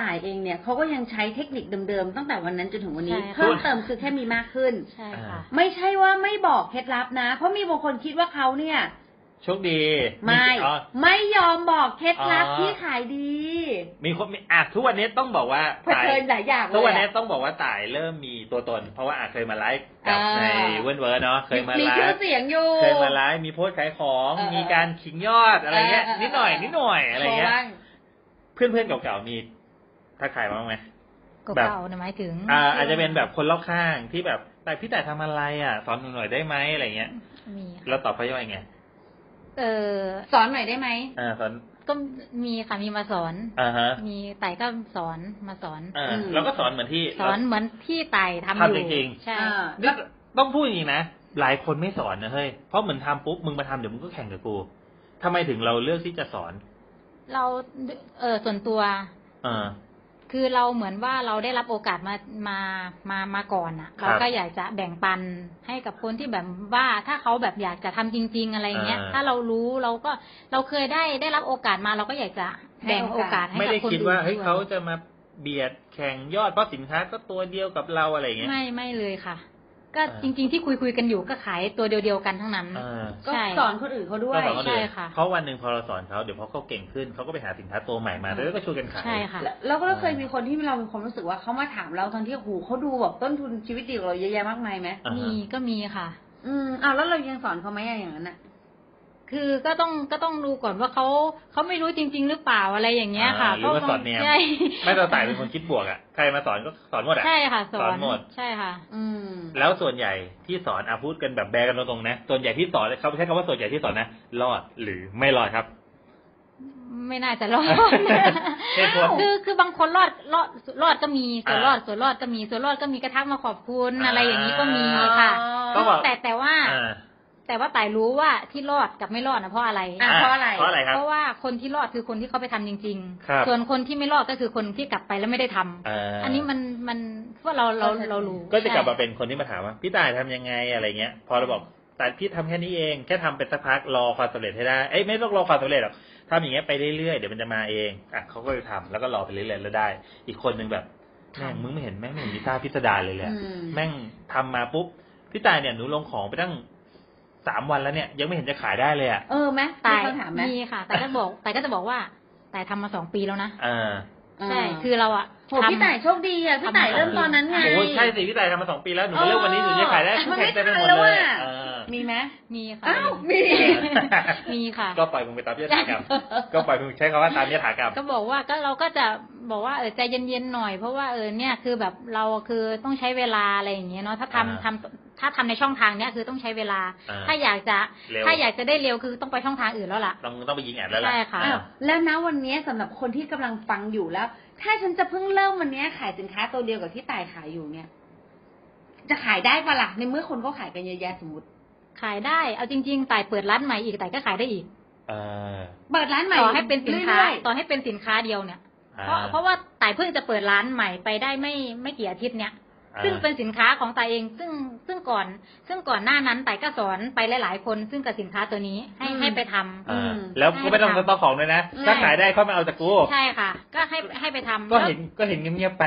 [SPEAKER 4] ต่ายเองเนี่ยเขาก็ยังใช้เทคนิคเดิมๆ ตั้งแต่วันนั้นจนถึงวันนี้
[SPEAKER 3] ใช่ค่ะ
[SPEAKER 4] เพิ่มเติมคือแค่มีมากขึ้น
[SPEAKER 3] ใช่ค่ะ
[SPEAKER 4] ไม่ใช่ว่าไม่บอกเคล็ดลับนะ เพราะมีบางคนคิดว่าเขาเนี่ย
[SPEAKER 1] โชคดี
[SPEAKER 4] ไม่
[SPEAKER 1] อ๋อ
[SPEAKER 4] ไม่ยอมบอกเคล็ดลับ
[SPEAKER 1] อ๋อ
[SPEAKER 4] ที่ขายดี
[SPEAKER 1] มีคนมีอ่ะทุกวันนี้ต้องบอกว่า
[SPEAKER 4] เผชิญหลายอย่างเล
[SPEAKER 1] ทุกวัน
[SPEAKER 4] ย
[SPEAKER 1] นี้
[SPEAKER 4] อะ
[SPEAKER 1] ต้องบอกว่าต่ายเริ่มมีตัวตน เพราะว่าอ่ะเคยมาไลฟ์กับ
[SPEAKER 4] อ่า
[SPEAKER 1] ในเวิร์นเวิร์นเนาะเคยมา
[SPEAKER 4] มี
[SPEAKER 1] ไล
[SPEAKER 4] ชื่อ
[SPEAKER 1] ฟ์
[SPEAKER 4] เสียงอยู่
[SPEAKER 1] เคยมาไลฟ์มีโพสต์ขายของ
[SPEAKER 4] เออ
[SPEAKER 1] มีการขิงยอดอะไรเงี้ย
[SPEAKER 4] เออเออเออ
[SPEAKER 1] นิดหน่อยนิดหน่อยอะไรเงี้ย
[SPEAKER 4] บ้าง
[SPEAKER 1] เพื่อนๆเก่าๆมีทักทายมาบ้างไหม
[SPEAKER 3] ก็
[SPEAKER 1] แบบ
[SPEAKER 3] เก่านะหมายถึง
[SPEAKER 1] อ่าอาจจะเป็นแบบคนรอบข้างที่แบบแต่พี่แต่ทำอะไรอ่ะ สอนหนูหน่อยได้ไหมอะไรเงี้ย
[SPEAKER 3] มีค่ะ
[SPEAKER 1] แล้วตอบเขายังไง
[SPEAKER 3] เออ
[SPEAKER 4] สอนหน่อยได้ไหม
[SPEAKER 1] อ่าสอน
[SPEAKER 3] ก็มีค่ะมีมาสอน
[SPEAKER 1] อ่าฮะ
[SPEAKER 3] มีไต่ก็สอนมาสอน
[SPEAKER 1] อ่า
[SPEAKER 4] อืม
[SPEAKER 1] เราก็สอนเหมือนที่
[SPEAKER 3] สอนเหมือนที่ไต่ทำอยู่
[SPEAKER 1] ทำจริง
[SPEAKER 3] ใช่
[SPEAKER 4] อ่า
[SPEAKER 1] นี่ต้องพูดอย่างนี้นะหลายคนไม่สอนนะเฮ้ยเพราะเหมือนทำปุ๊บมึงมาทำเดี๋ยวมึงก็แข่งกับกูทำไมถึงเราเลือกที่จะสอน
[SPEAKER 3] เราเออส่วนตัว
[SPEAKER 1] เออ
[SPEAKER 3] คือเราเหมือนว่าเราได้รับโอกาสมามามามาก่อนอะ่ะ
[SPEAKER 1] ครับ
[SPEAKER 3] เราก็อยากจะแบ่งปันให้กับคนที่แบบว่าถ้าเขาแบบอยากจะทำจริง ๆ อะไรอย่างเงี้ย ถ้าเรารู้เราก็เราเคยได้ได้รับโอกาสมาเราก็อยากจะแบ่งโอกาสให้
[SPEAKER 1] ไม่
[SPEAKER 3] กับ
[SPEAKER 1] ได้
[SPEAKER 3] คน
[SPEAKER 1] คิด
[SPEAKER 3] อื่น
[SPEAKER 1] ว่าเฮ้ย
[SPEAKER 3] ด้ย
[SPEAKER 1] เขาจะมาเบียดแข่งยอดเพราะสินค้าก็ตัวเดียวกับเราอะไรอย่างเงี้ย
[SPEAKER 3] ไม่ไม่เลยค่ะ ก็
[SPEAKER 1] อ่า
[SPEAKER 3] จริง ๆ ที่คุยคุยกันอยู่ก็ขายตัวเดียวๆกันทั้งนั้น
[SPEAKER 1] เออ
[SPEAKER 4] ก็
[SPEAKER 3] ใช่
[SPEAKER 4] สอนคนอื่นเขาด้วย
[SPEAKER 1] เราสอนเขาเลย
[SPEAKER 3] ใช่ค่ะ
[SPEAKER 1] เพราะวันหนึ่งพอเราสอนเขาเดี๋ยวพอเขาเก่งขึ้นเขาก็ไปหาสินค้าตัวใหม่มาแล้วก็ช่วยกันขาย
[SPEAKER 3] ใช่ค่ะ
[SPEAKER 4] แล้วแล้วก็เคยมีคนที่เรามีความรู้สึกว่าเขามาถามเราตอนที่หูเขาดูแบบต้นทุนชีวิตดีกว่าเราเยอะแยะมากมายไหม
[SPEAKER 1] อ่าฮะ
[SPEAKER 3] มีก็มีค่ะ
[SPEAKER 4] อืมอ้าวแล้วเรายังสอนเขาไหมอะอย่างนั้นอะ
[SPEAKER 3] คือก็ต้องก็ต้องดูก่อนว่าเขาเขาไม่รู้จริง ๆ หรือเปล่าอะไรอย่างเงี้ยค่ะ
[SPEAKER 1] อ่าหรือว่า
[SPEAKER 3] เพะ
[SPEAKER 1] สอดแนม
[SPEAKER 3] ใช่
[SPEAKER 1] ไม่เราต่ายเป็นคนคิดบวกอ่ะใครมาสอนก็สอนหมดอ่ะ
[SPEAKER 3] ใช่ค่ะ สอ
[SPEAKER 1] สอน นหมด
[SPEAKER 3] ใช่ค่ะ
[SPEAKER 4] อืม
[SPEAKER 1] แล้วส่วนใหญ่ที่สอนอาพูดกันแบบแบร์กันตรงๆนะ ส่วนใหญ่ที่สอนเขาใช้คำว่าส่วนใหญ่ที่สอนนะ รอดหรือไม่รอดครับ
[SPEAKER 3] ไม่น่าจะรอด
[SPEAKER 1] เหตุผล
[SPEAKER 3] คือคือบางคนรอดรอดรอดก็มีส่วนรอด
[SPEAKER 1] อ่า
[SPEAKER 3] ส่วนรอดก็มีส่วนรอดก็มีกระทั่งมาขอบคุณ
[SPEAKER 1] อ่า
[SPEAKER 3] อะไรอย่างนี้ก็มีค่ะ
[SPEAKER 1] ก็บอก
[SPEAKER 3] แต่แต่ว่า
[SPEAKER 1] อ่า
[SPEAKER 3] แต่ว่าต่ายรู้ว่าที่รอดกับไม่รอดนะเพราะอะไร
[SPEAKER 4] อ่ะเพราะอะไร
[SPEAKER 1] เพราะอะไรครับ
[SPEAKER 3] เพราะว่าคนที่รอดคือคนที่เขาไปทำจริง
[SPEAKER 1] ครับ
[SPEAKER 3] ๆ ส่วนคนที่ไม่รอดก็คือคนที่กลับไปแล้วไม่ได้ทำ
[SPEAKER 1] อ่า
[SPEAKER 3] อันนี้มันมันพวกเราเรา
[SPEAKER 4] เข้าใจ
[SPEAKER 3] เรารู้
[SPEAKER 1] ก็จะกลับมา
[SPEAKER 3] ใช่
[SPEAKER 1] เป็นคนที่มาถามว่าพี่ตายทำยังไงอะไรเงี้ย พอเราบอกแต่พี่ทำแค่นี้เองแค่ทำเป็นสักพักรอความสำเร็จให้ได้เอ้ยไม่ต้องรอความสำเร็จหรอกทำอย่างเงี้ยไปเรื่อยๆเดี๋ยวมันจะมาเองอ่ะเขาก็จะทำแล้วก็รอไปเรื่อยๆแล้วได้ อีกคนหนึ่งแบบแม่งมึงไม่เห็นแม่งไม่เห็นมีท่าพิสดารเลยเลย
[SPEAKER 4] อืม
[SPEAKER 1] แม่งทำมาปุ๊บพี่ตายเนี่ยหนูลงของไปตั้งสามวันแล้วเนี่ย ยังไม่เห็นจะขายได้เลยอ่ะ
[SPEAKER 4] เออไหม
[SPEAKER 3] ตา
[SPEAKER 4] มี
[SPEAKER 3] ย
[SPEAKER 4] คำถามไหม
[SPEAKER 3] มีค่ะ แต่ก็บอก แต่ก็จะบอกว่า แต่ทำมาสองปีแล้วนะ
[SPEAKER 1] อ่า
[SPEAKER 3] ใช่ คือเราอะ
[SPEAKER 4] โหพี่
[SPEAKER 3] ทำ
[SPEAKER 4] ต่ายโชคดีอ่ะ พี่
[SPEAKER 3] ทำ
[SPEAKER 4] ต่ายเริ่มตอนนั้นไง
[SPEAKER 1] โอ้ยใช่สิพี่ตายทำมาสองปีแล้วหนูก็เริ่มวันนี้หนูจะขายได้คู่แข่งเต็มไปหมดเลยเออ
[SPEAKER 4] มีไหม
[SPEAKER 3] มีค่ะ
[SPEAKER 4] อ้าว มี
[SPEAKER 3] มีค่ะ
[SPEAKER 1] ก็ปล่อยมึงไปตามยถากรรมก็ปล่อยมึงใช้คำว่าตามยถากรรม
[SPEAKER 3] ก็บอกว่าก็เราก็จะบอกว่าเออใจเย็นๆหน่อย เพราะว่าเออเนี่ยคือแบบเราคือต้องใช้เวลาอะไรอย่างเงี้ยเนาะถ้าทำ
[SPEAKER 1] อ่า
[SPEAKER 3] ทำถ้าทำในช่องทางเนี้ยคือต้องใช้เวลา
[SPEAKER 1] อ่า
[SPEAKER 3] ถ้าอยากจะ
[SPEAKER 1] เร็ว
[SPEAKER 3] ถ้าอยากจะได้เร็วคือต้องไปช่องทางอื่นแล้วล่ะ
[SPEAKER 1] ต้องต้องไปยิงแอดแล้วล่ะ
[SPEAKER 3] ใช่ค่ะ
[SPEAKER 1] อ่า
[SPEAKER 4] อ้าว แล้วนะวันนี้สำหรับคนที่กำลังฟังอยู่แล้ว ถ้าฉันจะเพิ่งเริ่มวันนี้ขายสินค้าตัวเดียวกับที่ต่ายขายอยู่เนี่ย จะขายได้ปะล่ะในเมื่อคนเขาขายกันเยอะแยะสมมติ
[SPEAKER 3] ขายได้ เอาจริงๆแต่เปิดร้านใหม่อีกแต่ก็ขายได้อีก
[SPEAKER 1] อ่า
[SPEAKER 4] เปิดร้านใหม่
[SPEAKER 3] ต่อให้เป็นสินค้า
[SPEAKER 4] รื่อยๆ
[SPEAKER 3] ต่อให้เป็นสินค้าเดียวเนี่ย
[SPEAKER 1] อ่
[SPEAKER 3] เพราะเพราะว่าต่ายเพิ่งจะเปิดร้านใหม่ไปได้ไม่ไม่กี่อาทิตย์เนี่ย ซึ่งเป็นสินค้าของตายเอง ซึ่งซึ่งก่อน ซึ่งก่อนหน้านั้นตายก็สอนไปหลาย ๆ คน ซึ่งกับสินค้าตัวนี้ให้
[SPEAKER 2] อืม
[SPEAKER 3] ให้ไปทำ
[SPEAKER 1] อ่า
[SPEAKER 2] อืม
[SPEAKER 1] แล้วก็ไม่ต้องส
[SPEAKER 3] ใช่ค่ะ
[SPEAKER 1] ต๊อกของเลยนะ
[SPEAKER 3] ใช่
[SPEAKER 1] ถ้าขายได้เขาไม่เอาจากกู
[SPEAKER 3] ใช่ค่ะ ก็ให้ให้ไปทำ
[SPEAKER 1] ก็
[SPEAKER 3] แล้ว
[SPEAKER 1] เห็นก็เห็นเงียบๆไป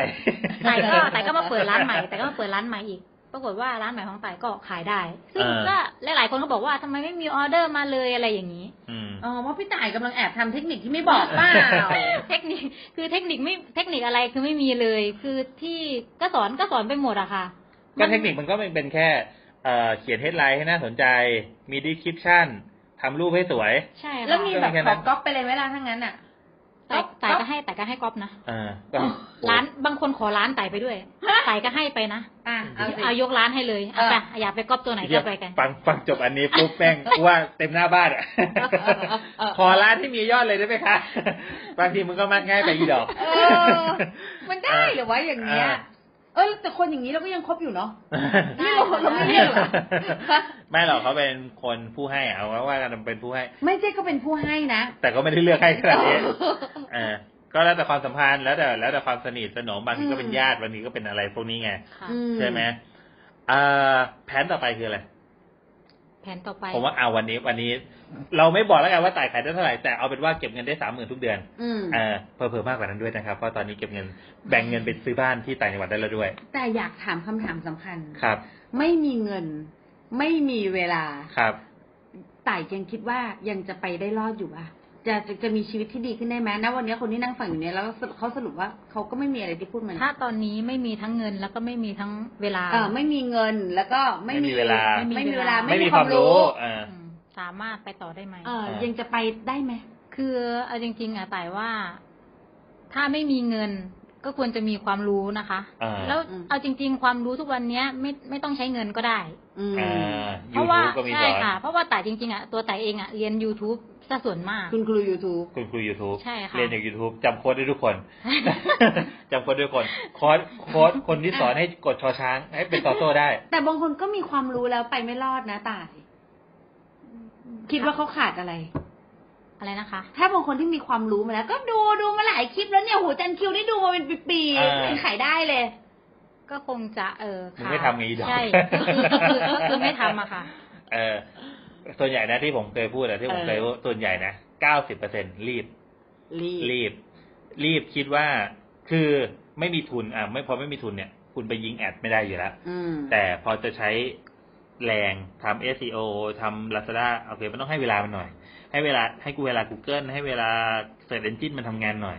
[SPEAKER 3] ตายก็ตายก็มาเปิดร้านใหม่แต่ก็มาเปิดร้านใหม่อีก ปรากฏว่าร้านใหม่ของตายก็ขายได้ ซึ่ง
[SPEAKER 1] อ่า
[SPEAKER 3] ก็หลาย ๆ คนก็บอกว่าทำไมไม่มีออเดอร์มาเลยอะไรอย่างนี้
[SPEAKER 1] อืม
[SPEAKER 2] อ๋อว่าพี่ต่ายกำลังแอบทำเทคนิคที่ไม่บอกเปล่า
[SPEAKER 3] เทคนิคคือเทคนิคไม่เทคนิคอะไรคือไม่มีเลย คือที่ก็สอนก็สอนไปหมดอะค่ะ
[SPEAKER 1] ก็เทคนิคมันก็เป็นแค่เอ่อเขียนเฮดไลน์ให้น่าสนใจ มีดีคริปชั่นทำรูปให้สวย
[SPEAKER 3] ใช่ค่ะ
[SPEAKER 2] แล้วมีแบบ
[SPEAKER 1] แค่
[SPEAKER 2] ข
[SPEAKER 1] นั้
[SPEAKER 2] อน ก๊อปไปเลยไหมล่ะทั้างนั้นอ่ะ
[SPEAKER 3] แต่แต่
[SPEAKER 2] ก๊อฟ
[SPEAKER 3] ก็ให้แต่ก็ให้ก๊อฟนะ
[SPEAKER 1] อ่าก็
[SPEAKER 3] ร้านบางคนขอร้านไต่ไปด้วยไต่ก็ให้ไปนะ
[SPEAKER 2] อ่ะเอาสิ
[SPEAKER 3] เอายกร้านให้เลยเอา
[SPEAKER 2] เออ
[SPEAKER 3] ไปอยากไปก๊อปตัวไหน
[SPEAKER 1] เหี้
[SPEAKER 3] ก็
[SPEAKER 1] ย
[SPEAKER 3] ไปกัน
[SPEAKER 1] ฟังฟังจบอันนี้ปุ๊บแม่ งกูว่าเต็มหน้าบ้านอ่ะ
[SPEAKER 2] เอ อ
[SPEAKER 1] ขอร้านที่มียอดเลยได้ไหมคะ บางทีมันก็มักง่ายไปอีดอก
[SPEAKER 2] เออ มันได้เหรือวะอย่างเงี้ย
[SPEAKER 1] อ่า
[SPEAKER 2] เออแต่คนอย่างนี้เราก็ยังคบอยู่เนาะ
[SPEAKER 3] ได้
[SPEAKER 2] นี่เราเราไม่เรียกเหรอ
[SPEAKER 1] ไม่หรอกเขาเป็นคนผู้ให้อะเอาว่ากันเป็นผู้ให้
[SPEAKER 2] ไม่ใช่เขาเป็นผู้ให้นะ
[SPEAKER 1] แต่ก็ไม่ได้เลือกให้ขนาด นี้เออก็แล้วแต่ความสัมพันธ์แล้วแต่แล้วแต่ความสนิทสนมบางทีก็เป็นญาติบางทีก็เป็นอะไรพวกนี้ไง
[SPEAKER 3] ค่ะ
[SPEAKER 2] อื
[SPEAKER 1] ใช่ไหมอ่าแผนต่อไปคืออะไร
[SPEAKER 3] แผนต่อไป
[SPEAKER 1] ผมว่าเอาวันนี้วันนี้ เราไม่บอกแล้วกันว่าต่ายขายได้เท่าไหร่แต่เอาเป็นว่าเก็บเงินได้สามหมื่นทุกเดือน
[SPEAKER 2] อืม
[SPEAKER 1] เออเพิ่มมากกว่านั้นด้วยนะครับเพราะตอนนี้เก็บเงินแบ่งเงินไปซื้อบ้านที่ต่างจังหวัดได้แล้วด้วย
[SPEAKER 2] แต่อยากถามคำถามสำคัญ
[SPEAKER 1] ครับ
[SPEAKER 2] ไม่มีเงิน ไม่มีเวลา
[SPEAKER 1] ครับ
[SPEAKER 2] ต่ายยังคิดว่ายังจะไปได้รอดอยู่ป่ะจะจะจะมีชีวิตที่ดีขึ้นได้ไหมนะวันนี้คนที่นั่งฟังอยู่เนี่ยแล้วสรุปเขาสรุปว่าเขาก็ไม่มีอะไรที่พูดมัน
[SPEAKER 3] ถ้าตอนนี้ไม่มีทั้งเงินแล้วก็ไม่มีทั้งเวลา
[SPEAKER 2] เออไม่มีเงินแล้วก็ไม่
[SPEAKER 1] ไม่มีเวลา
[SPEAKER 2] ไม่มีเวลา
[SPEAKER 1] ไม่มีความรู้เออ
[SPEAKER 3] อืมสามารถไปต่อได้ไหม
[SPEAKER 2] เออยังจะไปได้ไหม
[SPEAKER 3] คือเอาจริงๆอะแต่ว่า ถ้าไม่มีเงินก็ควรจะมีความรู้นะคะ
[SPEAKER 1] อ่า
[SPEAKER 3] แล้ว
[SPEAKER 2] อืม
[SPEAKER 3] เอาจริง ๆ ความรู้ทุกวันเนี้ยไม่ไม่ต้องใช้เงินก็ได้
[SPEAKER 2] อืม
[SPEAKER 1] อ่า
[SPEAKER 3] เพราะว่า
[SPEAKER 1] YouTube ก็มี
[SPEAKER 3] ใช่
[SPEAKER 1] สอน
[SPEAKER 3] ค่ะ เพราะว่าแต่จริงๆอะตัวแต่เองอะเรียน YouTube ซะส่วนมาก
[SPEAKER 2] คุณครู YouTube
[SPEAKER 1] คุณครู YouTube
[SPEAKER 3] ใช่ค่ะ
[SPEAKER 1] เรียนจาก YouTube จำโค้ดได้ทุกคน จำโค้ดได้ทุกคนโค้ดโค้ดคนที่สอนให้กดชอช้างให้เป็นต่อโต้ได้
[SPEAKER 2] แต่บางคนก็มีความรู้แล้วไปไม่รอดนะตาย คิดว่าเขาขาดอะไร
[SPEAKER 3] อะไรนะคะ
[SPEAKER 2] ถ้าบางคนที่มีความรู้มาแล้ว ก็ดูดูมาหลายคลิปแล้วเนี่ยโหจันคิวได้ดูมาเป็นปี
[SPEAKER 1] อ่า
[SPEAKER 2] ๆไม่เห็นขายได้เลย
[SPEAKER 3] ก็คงจะเออ
[SPEAKER 1] มึง
[SPEAKER 3] ค่ะ
[SPEAKER 1] ไม่ทำไงอีดอก
[SPEAKER 3] ใช่คือคือคือไม่ทำอะค่ะ
[SPEAKER 1] เออส่วนใหญ่นะที่ผมเคยพูดอะที่ผม
[SPEAKER 2] เออ
[SPEAKER 1] เคยพูดส่วนใหญ่นะเก้าสิบเปอร์เซ็นรีบ
[SPEAKER 2] รีบ
[SPEAKER 1] รีบ รีบคิดว่าคือไม่มีทุนอ่ะไม่พอไม่มีทุนเนี่ย คุณไปยิงแอดไม่ได้อยู่แล้ว
[SPEAKER 2] อืม
[SPEAKER 1] แต่พอจะใช้แรงทำ SEO ทำ Lazada โอเค มันต้องให้เวลามันหน่อย ให้เวลาให้กูเวลา Google ให้เวลา Search Engine มันทำงานหน่อย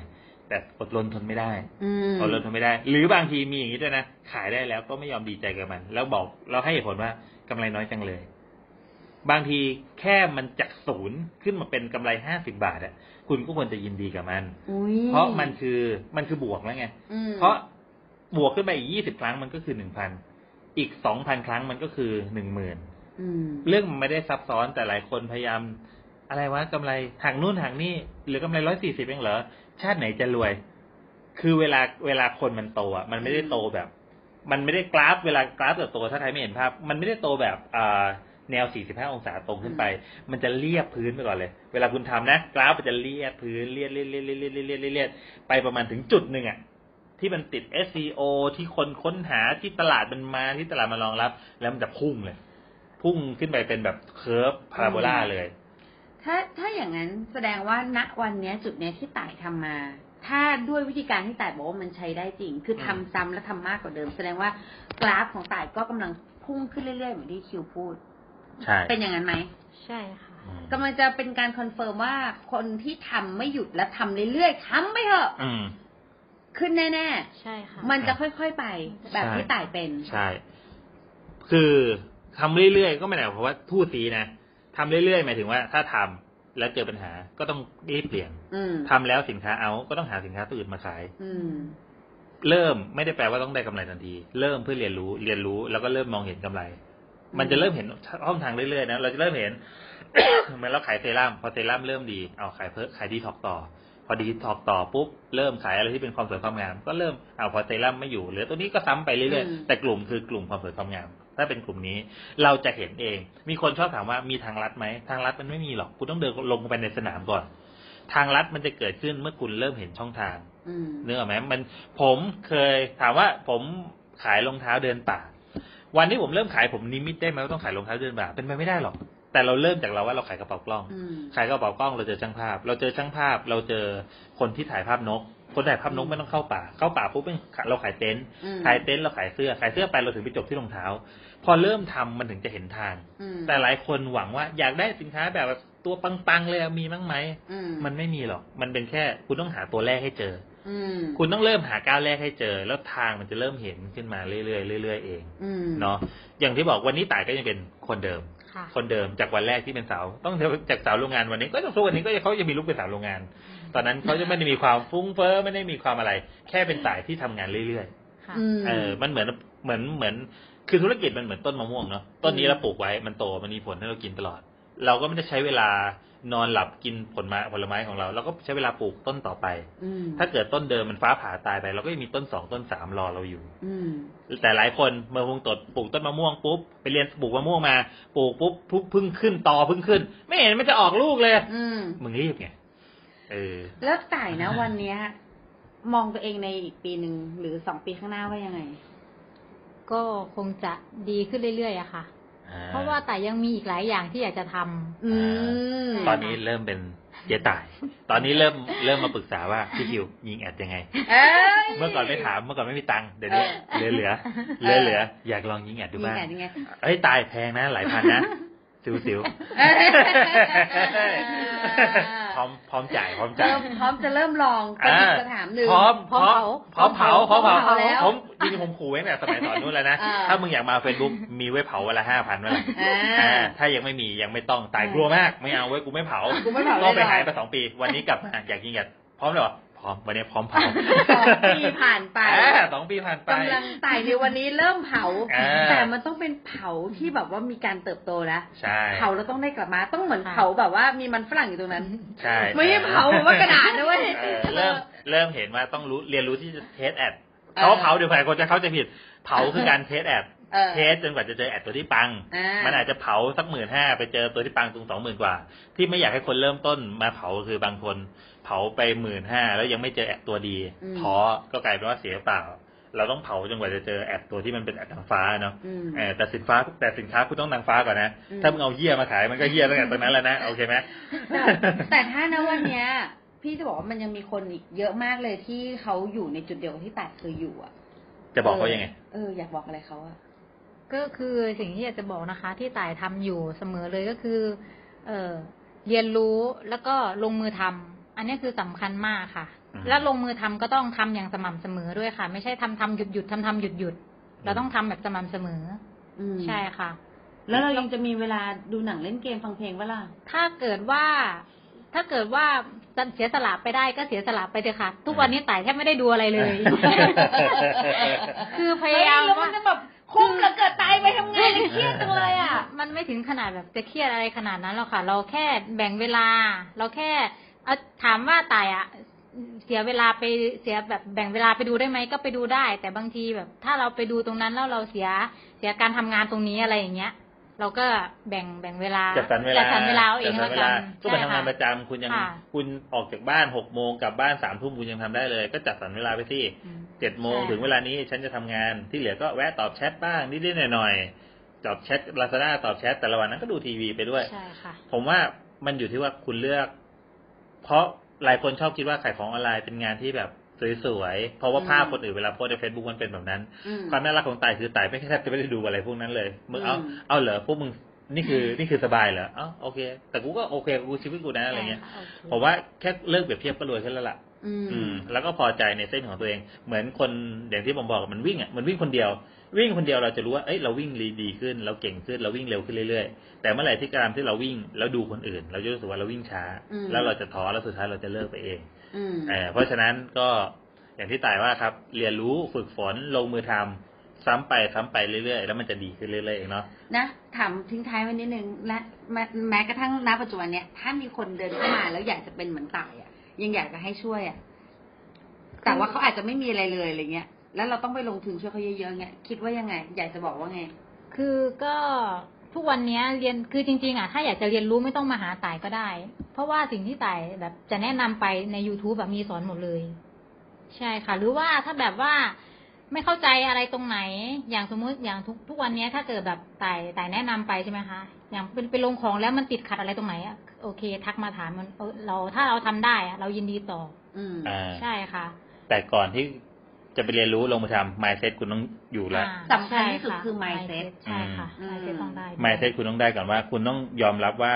[SPEAKER 1] แต่อดรนทนไม่ได้
[SPEAKER 2] อืม
[SPEAKER 1] อดรนทนไม่ได้ หรือบางทีมีอย่างนี้ด้วยนะ ขายได้แล้วก็ไม่ยอมดีใจกับมัน แล้วบอกเราให้เหตุผลว่ากำไรน้อยจังเลย บางทีแค่มันจากศูนย์ขึ้นมาเป็นกำไรห้าสิบาทอะคุณก็ควรจะยินดีกับมัน
[SPEAKER 2] อุ๊ย
[SPEAKER 1] เพราะมันคือมันคือบวกแล้วไง
[SPEAKER 2] อืม
[SPEAKER 1] เพราะบวกขึ้นไปอีกยี่สิบครั้งมันก็คือหนึ่งพัน อีกสองพันครั้งมันก็คือหนึ่งหมื่น
[SPEAKER 2] อืม
[SPEAKER 1] เรื่องมันไม่ได้ซับซ้อนแต่หลายคนพยายาม อะไรวะกำไรหักนู่นหักนี่เหรือกำไรร้อยสี่สิบเองเหรอ ชาติไหนจะรวย คือเวลาเวลาคนมันโตอ่ะมันไม่ได้โตแบบ มันไม่ได้กราฟเวลากราฟเติบโตถ้าใครไม่เห็นภาพ มันไม่ได้โตแบบอ่าแนว 45 องศาตรงขึ้นไป มันจะเรียบพื้นไปก่อนเลย เวลาคุณทำนะกราฟมันจะเรียบพื้นเรียบเรียบเรียบเรียบเรียบเรียบเรียบเรียบไปประมาณถึงจุดหนึ่งอ่ะ ที่มันติด SEO ที่คนค้นหาที่ตลาดมันมาที่ตลาดมารองรับ แล้วมันจะพุ่งเลย พุ่งขึ้นไปเป็นแบบเค r ร์ฟพาราโบลาเลย
[SPEAKER 2] ถ้าถ้าอย่างนั้นแสดงว่าณวันเนี้ยจุดเนี้ยที่ต่ายทำมา ถ้าด้วยวิธีการที่ต่ายบอกว่ามันใช้ได้จริง คือทำ
[SPEAKER 1] อืม
[SPEAKER 2] ซ้ำและทำมากกว่าเดิม แสดงว่ากราฟของต่ายก็กำลังพุ่งขึ้นเรื่อยๆเหมือนที่คิวพูด
[SPEAKER 1] ใช่
[SPEAKER 2] เป็นอย่างนั้นไหม
[SPEAKER 3] ใช่ค่ะ
[SPEAKER 1] อืม
[SPEAKER 2] กำลังจะเป็นการคอนเฟิร์มว่าคนที่ทำไม่หยุดและทำเรื่อยๆทำไปเถอะ
[SPEAKER 1] อืม
[SPEAKER 2] ขึ้นแน่
[SPEAKER 3] ใช่ค่ะ
[SPEAKER 2] ๆ มันจะค่อยๆไปแบบ
[SPEAKER 1] ใช่
[SPEAKER 2] ที่ต่ายเป็น
[SPEAKER 1] ใช่ คือทำเรื่อยๆ ก็ไม่ได้หมายความว่าทู่ซีนะทำเรื่อยๆ หมายถึงว่าถ้าทำแล้วเจอปัญหาก็ต้องรีบเปลี่ยน
[SPEAKER 2] อืม
[SPEAKER 1] ทำแล้วสินค้าเอาก็ต้องหาสินค้าตัวอื่นมาขาย
[SPEAKER 2] อืม
[SPEAKER 1] เริ่มไม่ได้แปลว่าต้องได้กำไรทันที เริ่มเพื่อเรียนรู้ เรียนรู้แล้วก็เริ่มมองเห็นกำไร มันจะเริ่มเห็นช่องทางเรื่อยๆ นะ เราจะเริ่มเห็น เหมือนเราขายเซรั่มพอเซรั่มเริ่มดี เอาขายเพิ่มขายดีท็อกซ์ต่อ พอดีท็อกซ์ต่อปุ๊บเริ่มขายอะไรที่เป็นความสวยความงาม ก็เริ่มเอาพอเซรั่มไม่อยู่เหลือตัวนี้ก็ซ้ำไปเรื่อย
[SPEAKER 2] อืม
[SPEAKER 1] ๆ แต่กลุ่มคือกลุ่มความสวยความงาม ถ้าเป็นกลุ่มนี้เราจะเห็นเอง มีคนชอบถามว่ามีทางลัดไหมทางลัดมันไม่มีหรอกคุณต้องเดินลงไปในสนามก่อน ทางลัดมันจะเกิดขึ้นเมื่อคุณเริ่มเห็นช่องทาง
[SPEAKER 2] อืม
[SPEAKER 1] นึกออกไหมมันผมเคยถามว่าผม ขายรองเท้าเดินป่า วันที่ผมเริ่มขายผมนิมิตได้ไหมว่าต้องขายรองเท้าเดินป่าเป็นไปไม่ได้หรอก แต่เราเริ่มจากเราว่าเราขายกระเป๋ากล้อง
[SPEAKER 2] อืม
[SPEAKER 1] ขายกระเป๋ากล้องเราเจอช่างภาพ เราเจอช่างภาพ เราเจอคนที่ถ่ายภาพนก คนถ่ายภาพนก
[SPEAKER 2] อืม
[SPEAKER 1] ไม่ต้องเข้าป่า เข้าป่าปุ๊บเป็นเราขายเต็นท์
[SPEAKER 2] อืม
[SPEAKER 1] ขายเต็นท์เราขายเสื้อ ขายเสื้อไปเราถึงไปจบที่รองเท้า พอเริ่มทำมันถึงจะเห็นทาง
[SPEAKER 2] อืม
[SPEAKER 1] แต่หลายคนหวังว่าอยากได้สินค้าแบบตัวปังๆเลยอะมีมั้างไหม
[SPEAKER 2] อื
[SPEAKER 1] มันไม่มีหรอก มันเป็นแค่คุณต้องหาตัวแรกให้เจอ
[SPEAKER 2] อืม
[SPEAKER 1] คุณต้องเริ่มหาก้าวแรกให้เจอ แล้วทางมันจะเริ่มเห็นขึ้นมาเรื่อยๆเรื่อยๆเอง
[SPEAKER 2] อืม
[SPEAKER 1] เนาะ อย่างที่บอกวันนี้ตายก็ยังเป็นคนเดิม
[SPEAKER 3] ค่ะ
[SPEAKER 1] คนเดิมจากวันแรกที่เป็นสาว ต้องจากสาวโรงงานวันนี้ก็ต้องทุกวันนี้ก็ยังเขาจะมีลูกเป็นสาวโรงงาน ตอนนั้นเขาจะไม่ได้มีความฟุ้งเฟ้อไม่ได้มีความอะไร แค่เป็นสายที่ทำงานเรื่อย
[SPEAKER 3] ค่ะ
[SPEAKER 1] ๆเออมันเหมือนเหมือนเหมือน คือธุรกิจมันเหมือนต้นมะม่วงเนาะต้นนี้เราปลูกไว้มันโตมันมีผลให้เรากินตลอด เราก็ไม่ได้ใช้เวลานอนหลับกินผลไม้ผลไม้ของเราเราก็ใช้เวลาปลูกต้นต่อไป
[SPEAKER 2] อืม
[SPEAKER 1] ถ้าเกิดต้นเดิมมันฟ้าผ่าตายไป เราก็ยังมีต้นสองต้นสามรอเราอยู่
[SPEAKER 2] อืม
[SPEAKER 1] แต่หลายคนเมื่อพงตดปลูกต้นมะม่วงปุ๊บไปเรียนปลูกมะม่วงมาปลูกปุ๊บปุ๊บเพึ่งขึ้นตอเพึ่งขึ้น ไม่เห็นมันจะออกลูกเลย
[SPEAKER 2] อืม
[SPEAKER 1] มึงรีบไงเออ
[SPEAKER 2] แล้วต่ายนะวันเนี้ย มองตัวเองในอีกปีหนึ่งหรือสองปีข้างหน้าว่ายังไง
[SPEAKER 3] ก็คงจะดีขึ้นเรื่อยๆอะค่ะ เพราะว่าแต่ยังมีอีกหลายอย่างที่อยากจะทำ
[SPEAKER 2] อืม
[SPEAKER 1] ตอนนี้เริ่มเป็นเจตาย ตอนนี้เริ่มเริ่มมาปรึกษาว่าพี่คิวยิงแอดยังไง
[SPEAKER 2] เอ้ย
[SPEAKER 1] เมื่อก่อนไม่ถามเมื่อก่อนไม่มีตังค์เดี๋ยวนี้เหลือเหลือเห
[SPEAKER 2] เอ
[SPEAKER 1] ลื
[SPEAKER 2] อ
[SPEAKER 1] อเหลืออยากลองยิงแอดดู
[SPEAKER 2] มี
[SPEAKER 1] บ้าง
[SPEAKER 2] แผนยังไง
[SPEAKER 1] เอ้ยตายแพงนะหลายพันนะ สิวสิว
[SPEAKER 2] เอ้ย
[SPEAKER 1] พร้อมพร้อมจ่ายพร้อมจ่าย
[SPEAKER 2] เริ่มพร้อมจะเริ่มลองประดิษฐ์ประถามหนึ่ง
[SPEAKER 1] พร้อมพร้อมพร้อมเผาพร้อมเผา
[SPEAKER 2] พร้อมเผาแล้ว
[SPEAKER 1] ผมจริงๆผมขู่ไว้ตั้งแต่สมัยสอนนู้นแล้วนะ
[SPEAKER 2] อ่า
[SPEAKER 1] ถ้ามึงอยากมา Facebook มีไว้เผาวันละห้าพันวันละ
[SPEAKER 2] อ่
[SPEAKER 1] อ่า
[SPEAKER 2] า
[SPEAKER 1] ถ้ายังไม่มียังไม่ต้องตาย
[SPEAKER 2] อ่าก
[SPEAKER 1] ลัวมาก ไม่เอาไว้กูไม่เผา
[SPEAKER 2] กูไม่เผา
[SPEAKER 1] ก็ไป
[SPEAKER 2] เลยเหรอ
[SPEAKER 1] หายไปสองปี วันนี้กลับมาอยากกินอยากพร้อมเลยเหรอพร้อมวันนี้พร้อมเผา
[SPEAKER 2] สองปีผ่านไป
[SPEAKER 1] อ่าสองปีผ่านไป
[SPEAKER 2] กำลังต่ายในวันนี้เริ่มเผา
[SPEAKER 1] อ่า
[SPEAKER 2] แต่มันต้องเป็นเผาที่แบบว่ามีการเติบโตแล้ว
[SPEAKER 1] ใช่
[SPEAKER 2] เผาแล้วต้องได้กลับมาต้องเหมือน
[SPEAKER 3] ค่ะ
[SPEAKER 2] เผาแบบว่ามีมันฝรั่งอยู่ตรงนั้น
[SPEAKER 1] ใช่
[SPEAKER 2] ไม่ใช่เผาแบบว่ากระดาษนะเว้ย
[SPEAKER 1] เออเริ่มเริ่มเห็นว่าต้องรู้เรียนรู้ที่จะเทสแอดเขาว่าเผาเดี๋ยวหลายคนจะเข้าใจผิดเผาคือการเทสแอด
[SPEAKER 2] เออ
[SPEAKER 1] เทสจนกว่าจะเจอแอดตัวที่ปัง
[SPEAKER 2] อ่า
[SPEAKER 1] มันอาจจะเผาสักหมื่นห้าไปเจอตัวที่ปังตรงสองหมื่นกว่า ที่ไม่อยากให้คนเริ่มต้นมาเผาคือบางคน เผาไปหมื่นห้าแล้วยังไม่เจอแอดตัวดี
[SPEAKER 2] อืม
[SPEAKER 1] ท้อก็กลายเป็นว่าเสียเปล่า เราต้องเผาจนกว่าจะเจอแอดตัวที่มันเป็นแอดนางฟ้าเนาะ
[SPEAKER 2] อืม
[SPEAKER 1] เออแต่สินค้าแต่สินค้าคุณต้องนางฟ้าก่อนนะ
[SPEAKER 2] อืม
[SPEAKER 1] ถ้ามึงเอาเหี้ยมาขายมันก็เหี้ยตั้งแต่ตอนนั้นแล้วนะโอเคไหม
[SPEAKER 2] แต่แต่ถ้านะวันเนี้ย พี่จะบอกว่ามันยังมีคนอีกเยอะมากเลยที่เขาอยู่ในจุดเดียวกับที่แต่เคยอยู่อ่ะ
[SPEAKER 1] จะบอกเขายังไง
[SPEAKER 2] เอออยากบอกอะไรเขาอ่ะ
[SPEAKER 3] ก็คือสิ่งที่อยากจะบอกนะคะ ที่ต่ายทำอยู่เสมอเลยก็คือ เออเรียนรู้แล้วก็ลงมือทำอันนี้คือสำคัญมากค่ะ
[SPEAKER 1] อืม
[SPEAKER 3] และลงมือทำก็ต้องทำอย่างสม่ำเสมอด้วยค่ะ ไม่ใช่ทำทำหยุดหยุดทำทำหยุดหยุดเราต้องทำแบบสม่ำเสมอ
[SPEAKER 2] อื
[SPEAKER 3] อ
[SPEAKER 2] ม
[SPEAKER 3] ใช่ค่ะ
[SPEAKER 2] แล้วเรายังจะมีเวลาดูหนังเล่นเกมฟังเพลงเวล่ะ
[SPEAKER 3] ถ้าเกิดว่า ถ้าเกิดว่าเสียสละไปได้ก็เสียสละไปเถอะค่ะ ทุกวันนี้ต่ายแทบไม่ได้ดูอะไรเลย คือพยายาม
[SPEAKER 5] แล้วมั
[SPEAKER 3] ว่า
[SPEAKER 5] นจะแบบคุ้มเหลือเกิดตายไปทำงานเลยเครียดจังเลยอ่ะ
[SPEAKER 3] มันไม่ถึงขนาดแบบจะเครียดอะไรขนาดนั้นหรอกค่ะ เราแค่แบ่งเวลา เราแค่เอาถามว่าตายอะเสียเวลาไปเสียแบบแบ่งเวลาไปดูได้ไหมก็ไปดูได้ แต่บางทีแบบ ถ้าเราไปดูตรงนั้นแล้วเราเสียเสียการทำงานตรงนี้อะไรอย่างเงี้ย เราก็แบ่งแบ่งเวลา
[SPEAKER 1] จัดสรรเวลา
[SPEAKER 3] จัดสรรเวลาเอาเองแล้วกัน
[SPEAKER 1] ก็ไป
[SPEAKER 3] ใช่
[SPEAKER 1] ทำงา
[SPEAKER 3] ค่ะ
[SPEAKER 1] นประจำคุณยัง
[SPEAKER 3] ค่ะ
[SPEAKER 1] คุณออกจากบ้านหกโมงกลับบ้านสามทุ่มคุณยังทำได้เลย ก็จัดสรรเวลาไปที่
[SPEAKER 3] อืม
[SPEAKER 1] เจ็ดโมง
[SPEAKER 3] ใช่
[SPEAKER 1] ถึงเวลานี้ฉันจะทำงานที่เหลือก็แวะตอบแชทบ้างนิดๆหน่อยๆตอบแชทลาซาด้าตอบแชทแต่ละวันนั้นก็ดูทีวีไปด้วย
[SPEAKER 3] ใช่ค่ะ
[SPEAKER 1] ผมว่ามันอยู่ที่ว่าคุณเลือก เพราะหลายคนชอบคิดว่าขายของออนไลน์เป็นงานที่แบบสวยๆเพราะว่า
[SPEAKER 2] อืม
[SPEAKER 1] ภาพคนอื่นเวลาโพสต์ในเฟซบุ๊กมันเป็นแบบนั้น
[SPEAKER 2] อืม
[SPEAKER 1] ความน่ารักของตายคือตายไม่แทบจะไม่ได้ดูอะไรพวกนั้นเลยมึงเอา
[SPEAKER 2] อืม
[SPEAKER 1] เอาเหรอพวกมึงนี่คือนี่คือสบายเหรอเอ้าโอเค แต่กูก็โอเคกูชีวิตกูนะอะไรเงี้ย
[SPEAKER 3] ใช่ค่ะโอเค
[SPEAKER 1] ผมว่าแค่เลิกเปรียบเทียบก็รวยขึ้นแล้วล่ะ
[SPEAKER 2] อืม
[SPEAKER 1] อืมแล้วก็พอใจในเส้นของตัวเอง เหมือนคนอย่างที่ผมบอกมันวิ่งอ่ะมันวิ่งคนเดียว วิ่งคนเดียวเราจะรู้ว่าเอ้ยเราวิ่งดีขึ้น เราเก่งขึ้นเราวิ่งเร็วขึ้นเรื่อยๆ แต่เมื่อไหร่ที่การที่เราวิ่งแล้วดูคนอื่น เราจะรู้สึกว่าเราวิ่งช้า
[SPEAKER 2] อืม
[SPEAKER 1] แล้วเราจะท้อแล้วสุดท้ายเราจะเลิกไปเอง
[SPEAKER 2] อืม
[SPEAKER 1] เออเพราะฉะนั้นก็อย่างที่ตายว่าครับ เรียนรู้ฝึกฝนลงมือทำซ้ำไปซ้ำไปเรื่อยๆ แล้วมันจะดีขึ้นเรื่อยๆเองเนาะ
[SPEAKER 2] นะถามทิ้งท้ายไว้นิดนึงและแม้แม้กระทั่งณปัจจุบันเนี้ยถ้ามีคนเดินเข้ามาแล้วอยากจะเป็นเหมือนต่ายอ่ะ ยังอยากจะให้ช่วยอ่ะแต่ว่าเขาอาจจะไม่มีอะไรเลยอะไรเงี้ย แล้วเราต้องไปลงทุนช่วยเขาเยอะๆเงี้ยคิดว่ายังไง อยากจะบอกว่าไง
[SPEAKER 3] คือก็ทุกวันเนี้ยเรียนคือจริง ๆอ่ะถ้าอยากจะเรียนรู้ไม่ต้องมาหาต่ายก็ได้ เพราะว่าสิ่งที่ต่ายแบบจะแนะนำไปใน youtube แบบมีสอนหมดเลย ใช่ค่ะ หรือว่าถ้าแบบว่า ไม่เข้าใจอะไรตรงไหน อย่างสมมุติอย่างทุกทุกวันเนี้ยถ้าเกิดแบบต่ายต่ายแนะนำไปใช่ไหมคะ อย่างเป็นไปลงของแล้วมันติดขัดอะไรตรงไหนอะโอเค ทักมาถามมันเออเราถ้าเราทำได้อะเรายินดีตอบ
[SPEAKER 4] อืม
[SPEAKER 1] อ่า
[SPEAKER 3] ใช่ค่ะ
[SPEAKER 1] แต่ก่อนที่จะไปเรียนรู้ลงมือทำ mindset คุณต้องอยู่แล้ว
[SPEAKER 3] อ่า
[SPEAKER 4] สำคัญที่สุด
[SPEAKER 3] ใช่ะ
[SPEAKER 4] คือ mindset
[SPEAKER 3] mindset ใช่ค่ะ
[SPEAKER 4] อืม
[SPEAKER 3] mindset ต้องได้
[SPEAKER 1] mindset คุณต้องได้ก่อนว่า คุณต้องยอมรับว่า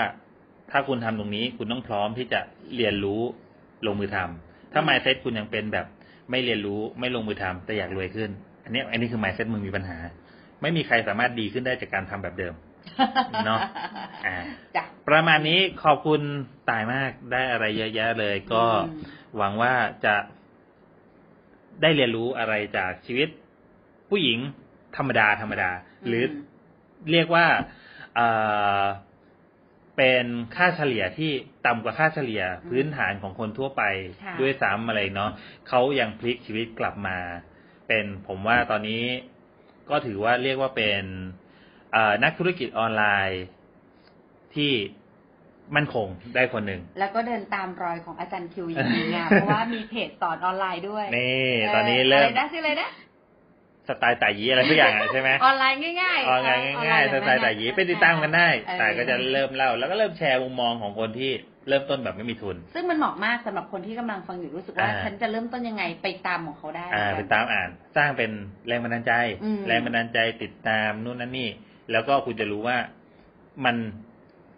[SPEAKER 1] ถ้าคุณทำตรงนี้ คุณต้องพร้อมที่จะเรียนรู้ลงมือทำถ้า mindset คุณยังเป็นแบบไม่เรียนรู้ไม่ลงมือทำแต่อยากรวยขึ้น อันเนี้ยอันนี้คือ mindset มึงมีปัญหา ไม่มีใครสามารถดีขึ้นได้จากการทำแบบเดิม เนาะ อ่า
[SPEAKER 4] จ้ะ
[SPEAKER 1] ประมาณนี้ขอบคุณตายมากได้อะไรเยอะแยะเลย ก็
[SPEAKER 4] อืม
[SPEAKER 1] หวังว่าจะได้เรียนรู้อะไรจากชีวิตผู้หญิงธรรมดาธรรมดา หรือเรียกว่าเอ่อเป็นค่าเฉลี่ยที่ต่ำกว่าค่าเฉลี่ยพื้นฐานของคนทั่วไป
[SPEAKER 4] ค่ะ
[SPEAKER 1] ด้วยซ้ำอะไรเนาะเขายังพลิกชีวิตกลับมา เป็นผมว่าตอนนี้ก็ถือว่าเรียกว่าเป็นเอ่อนักธุรกิจออนไลน์ที่มั่นคงได้คนหนึ่ง
[SPEAKER 4] แล้วก็เดินตามรอยของอาจารย์คิวอย่างนี้นะเพราะว่ามีเพจสอนออนไลน์ด้วย
[SPEAKER 1] นี่
[SPEAKER 4] เ
[SPEAKER 1] ตอนนี้เริ่ม
[SPEAKER 4] ะไรนะชื่ออะไรนะ
[SPEAKER 1] สไตล์ต่ายยีอะไรทุกอย่างอะใช่ไหม
[SPEAKER 4] อ อนไลน์ง่ายๆ
[SPEAKER 1] ออนไลน์
[SPEAKER 4] เออ
[SPEAKER 1] ง่าย
[SPEAKER 4] อ
[SPEAKER 1] ๆส
[SPEAKER 4] อน
[SPEAKER 1] ไต
[SPEAKER 4] ลน์
[SPEAKER 1] ล์ต่ายยี
[SPEAKER 4] ง่ๆ
[SPEAKER 1] ไปติดตามกันได้
[SPEAKER 4] เออ
[SPEAKER 1] ต่ายก็จะเริ่มเล่า แล้วก็เริ่มแชร์มุมมองของคนที่เริ่มต้นแบบไม่มีทุน
[SPEAKER 4] ซึ่งมันเหมาะมากสำหรับคนที่กำลังฟังอยู่รู้สึกว่า
[SPEAKER 1] อ่า
[SPEAKER 4] ฉันจะเริ่มต้นยังไงไปตามของเขาได้
[SPEAKER 1] อ่าไปตามอ่านสร้างเป็นแรงบันดาลใจ
[SPEAKER 4] อืม
[SPEAKER 1] แรงบันดาลใจติดตามนู่นนั่นนี่ แล้วก็คุณจะรู้ว่ามัน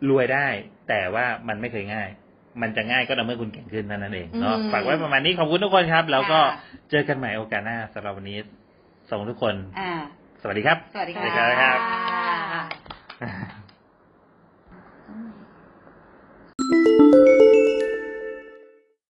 [SPEAKER 1] รวยได้ แต่ว่ามันไม่เคยง่าย มันจะง่ายก็ต่อเมื่อคุณเก่งขึ้นเท่านั้นเองเนาะ
[SPEAKER 4] อืม
[SPEAKER 1] ฝากไว้ประมาณนี้ขอบคุณทุกคนครับ แล้วก็
[SPEAKER 4] ค่ะ
[SPEAKER 1] เจอกันใหม่โอกาสหน้าสำหรับวันนี้ส่งทุกคน
[SPEAKER 4] อ่า
[SPEAKER 1] สวัสดีครับ
[SPEAKER 4] สวัสดี
[SPEAKER 1] สวัสดี
[SPEAKER 4] ค่ะ
[SPEAKER 1] ครับ
[SPEAKER 3] ค่ะ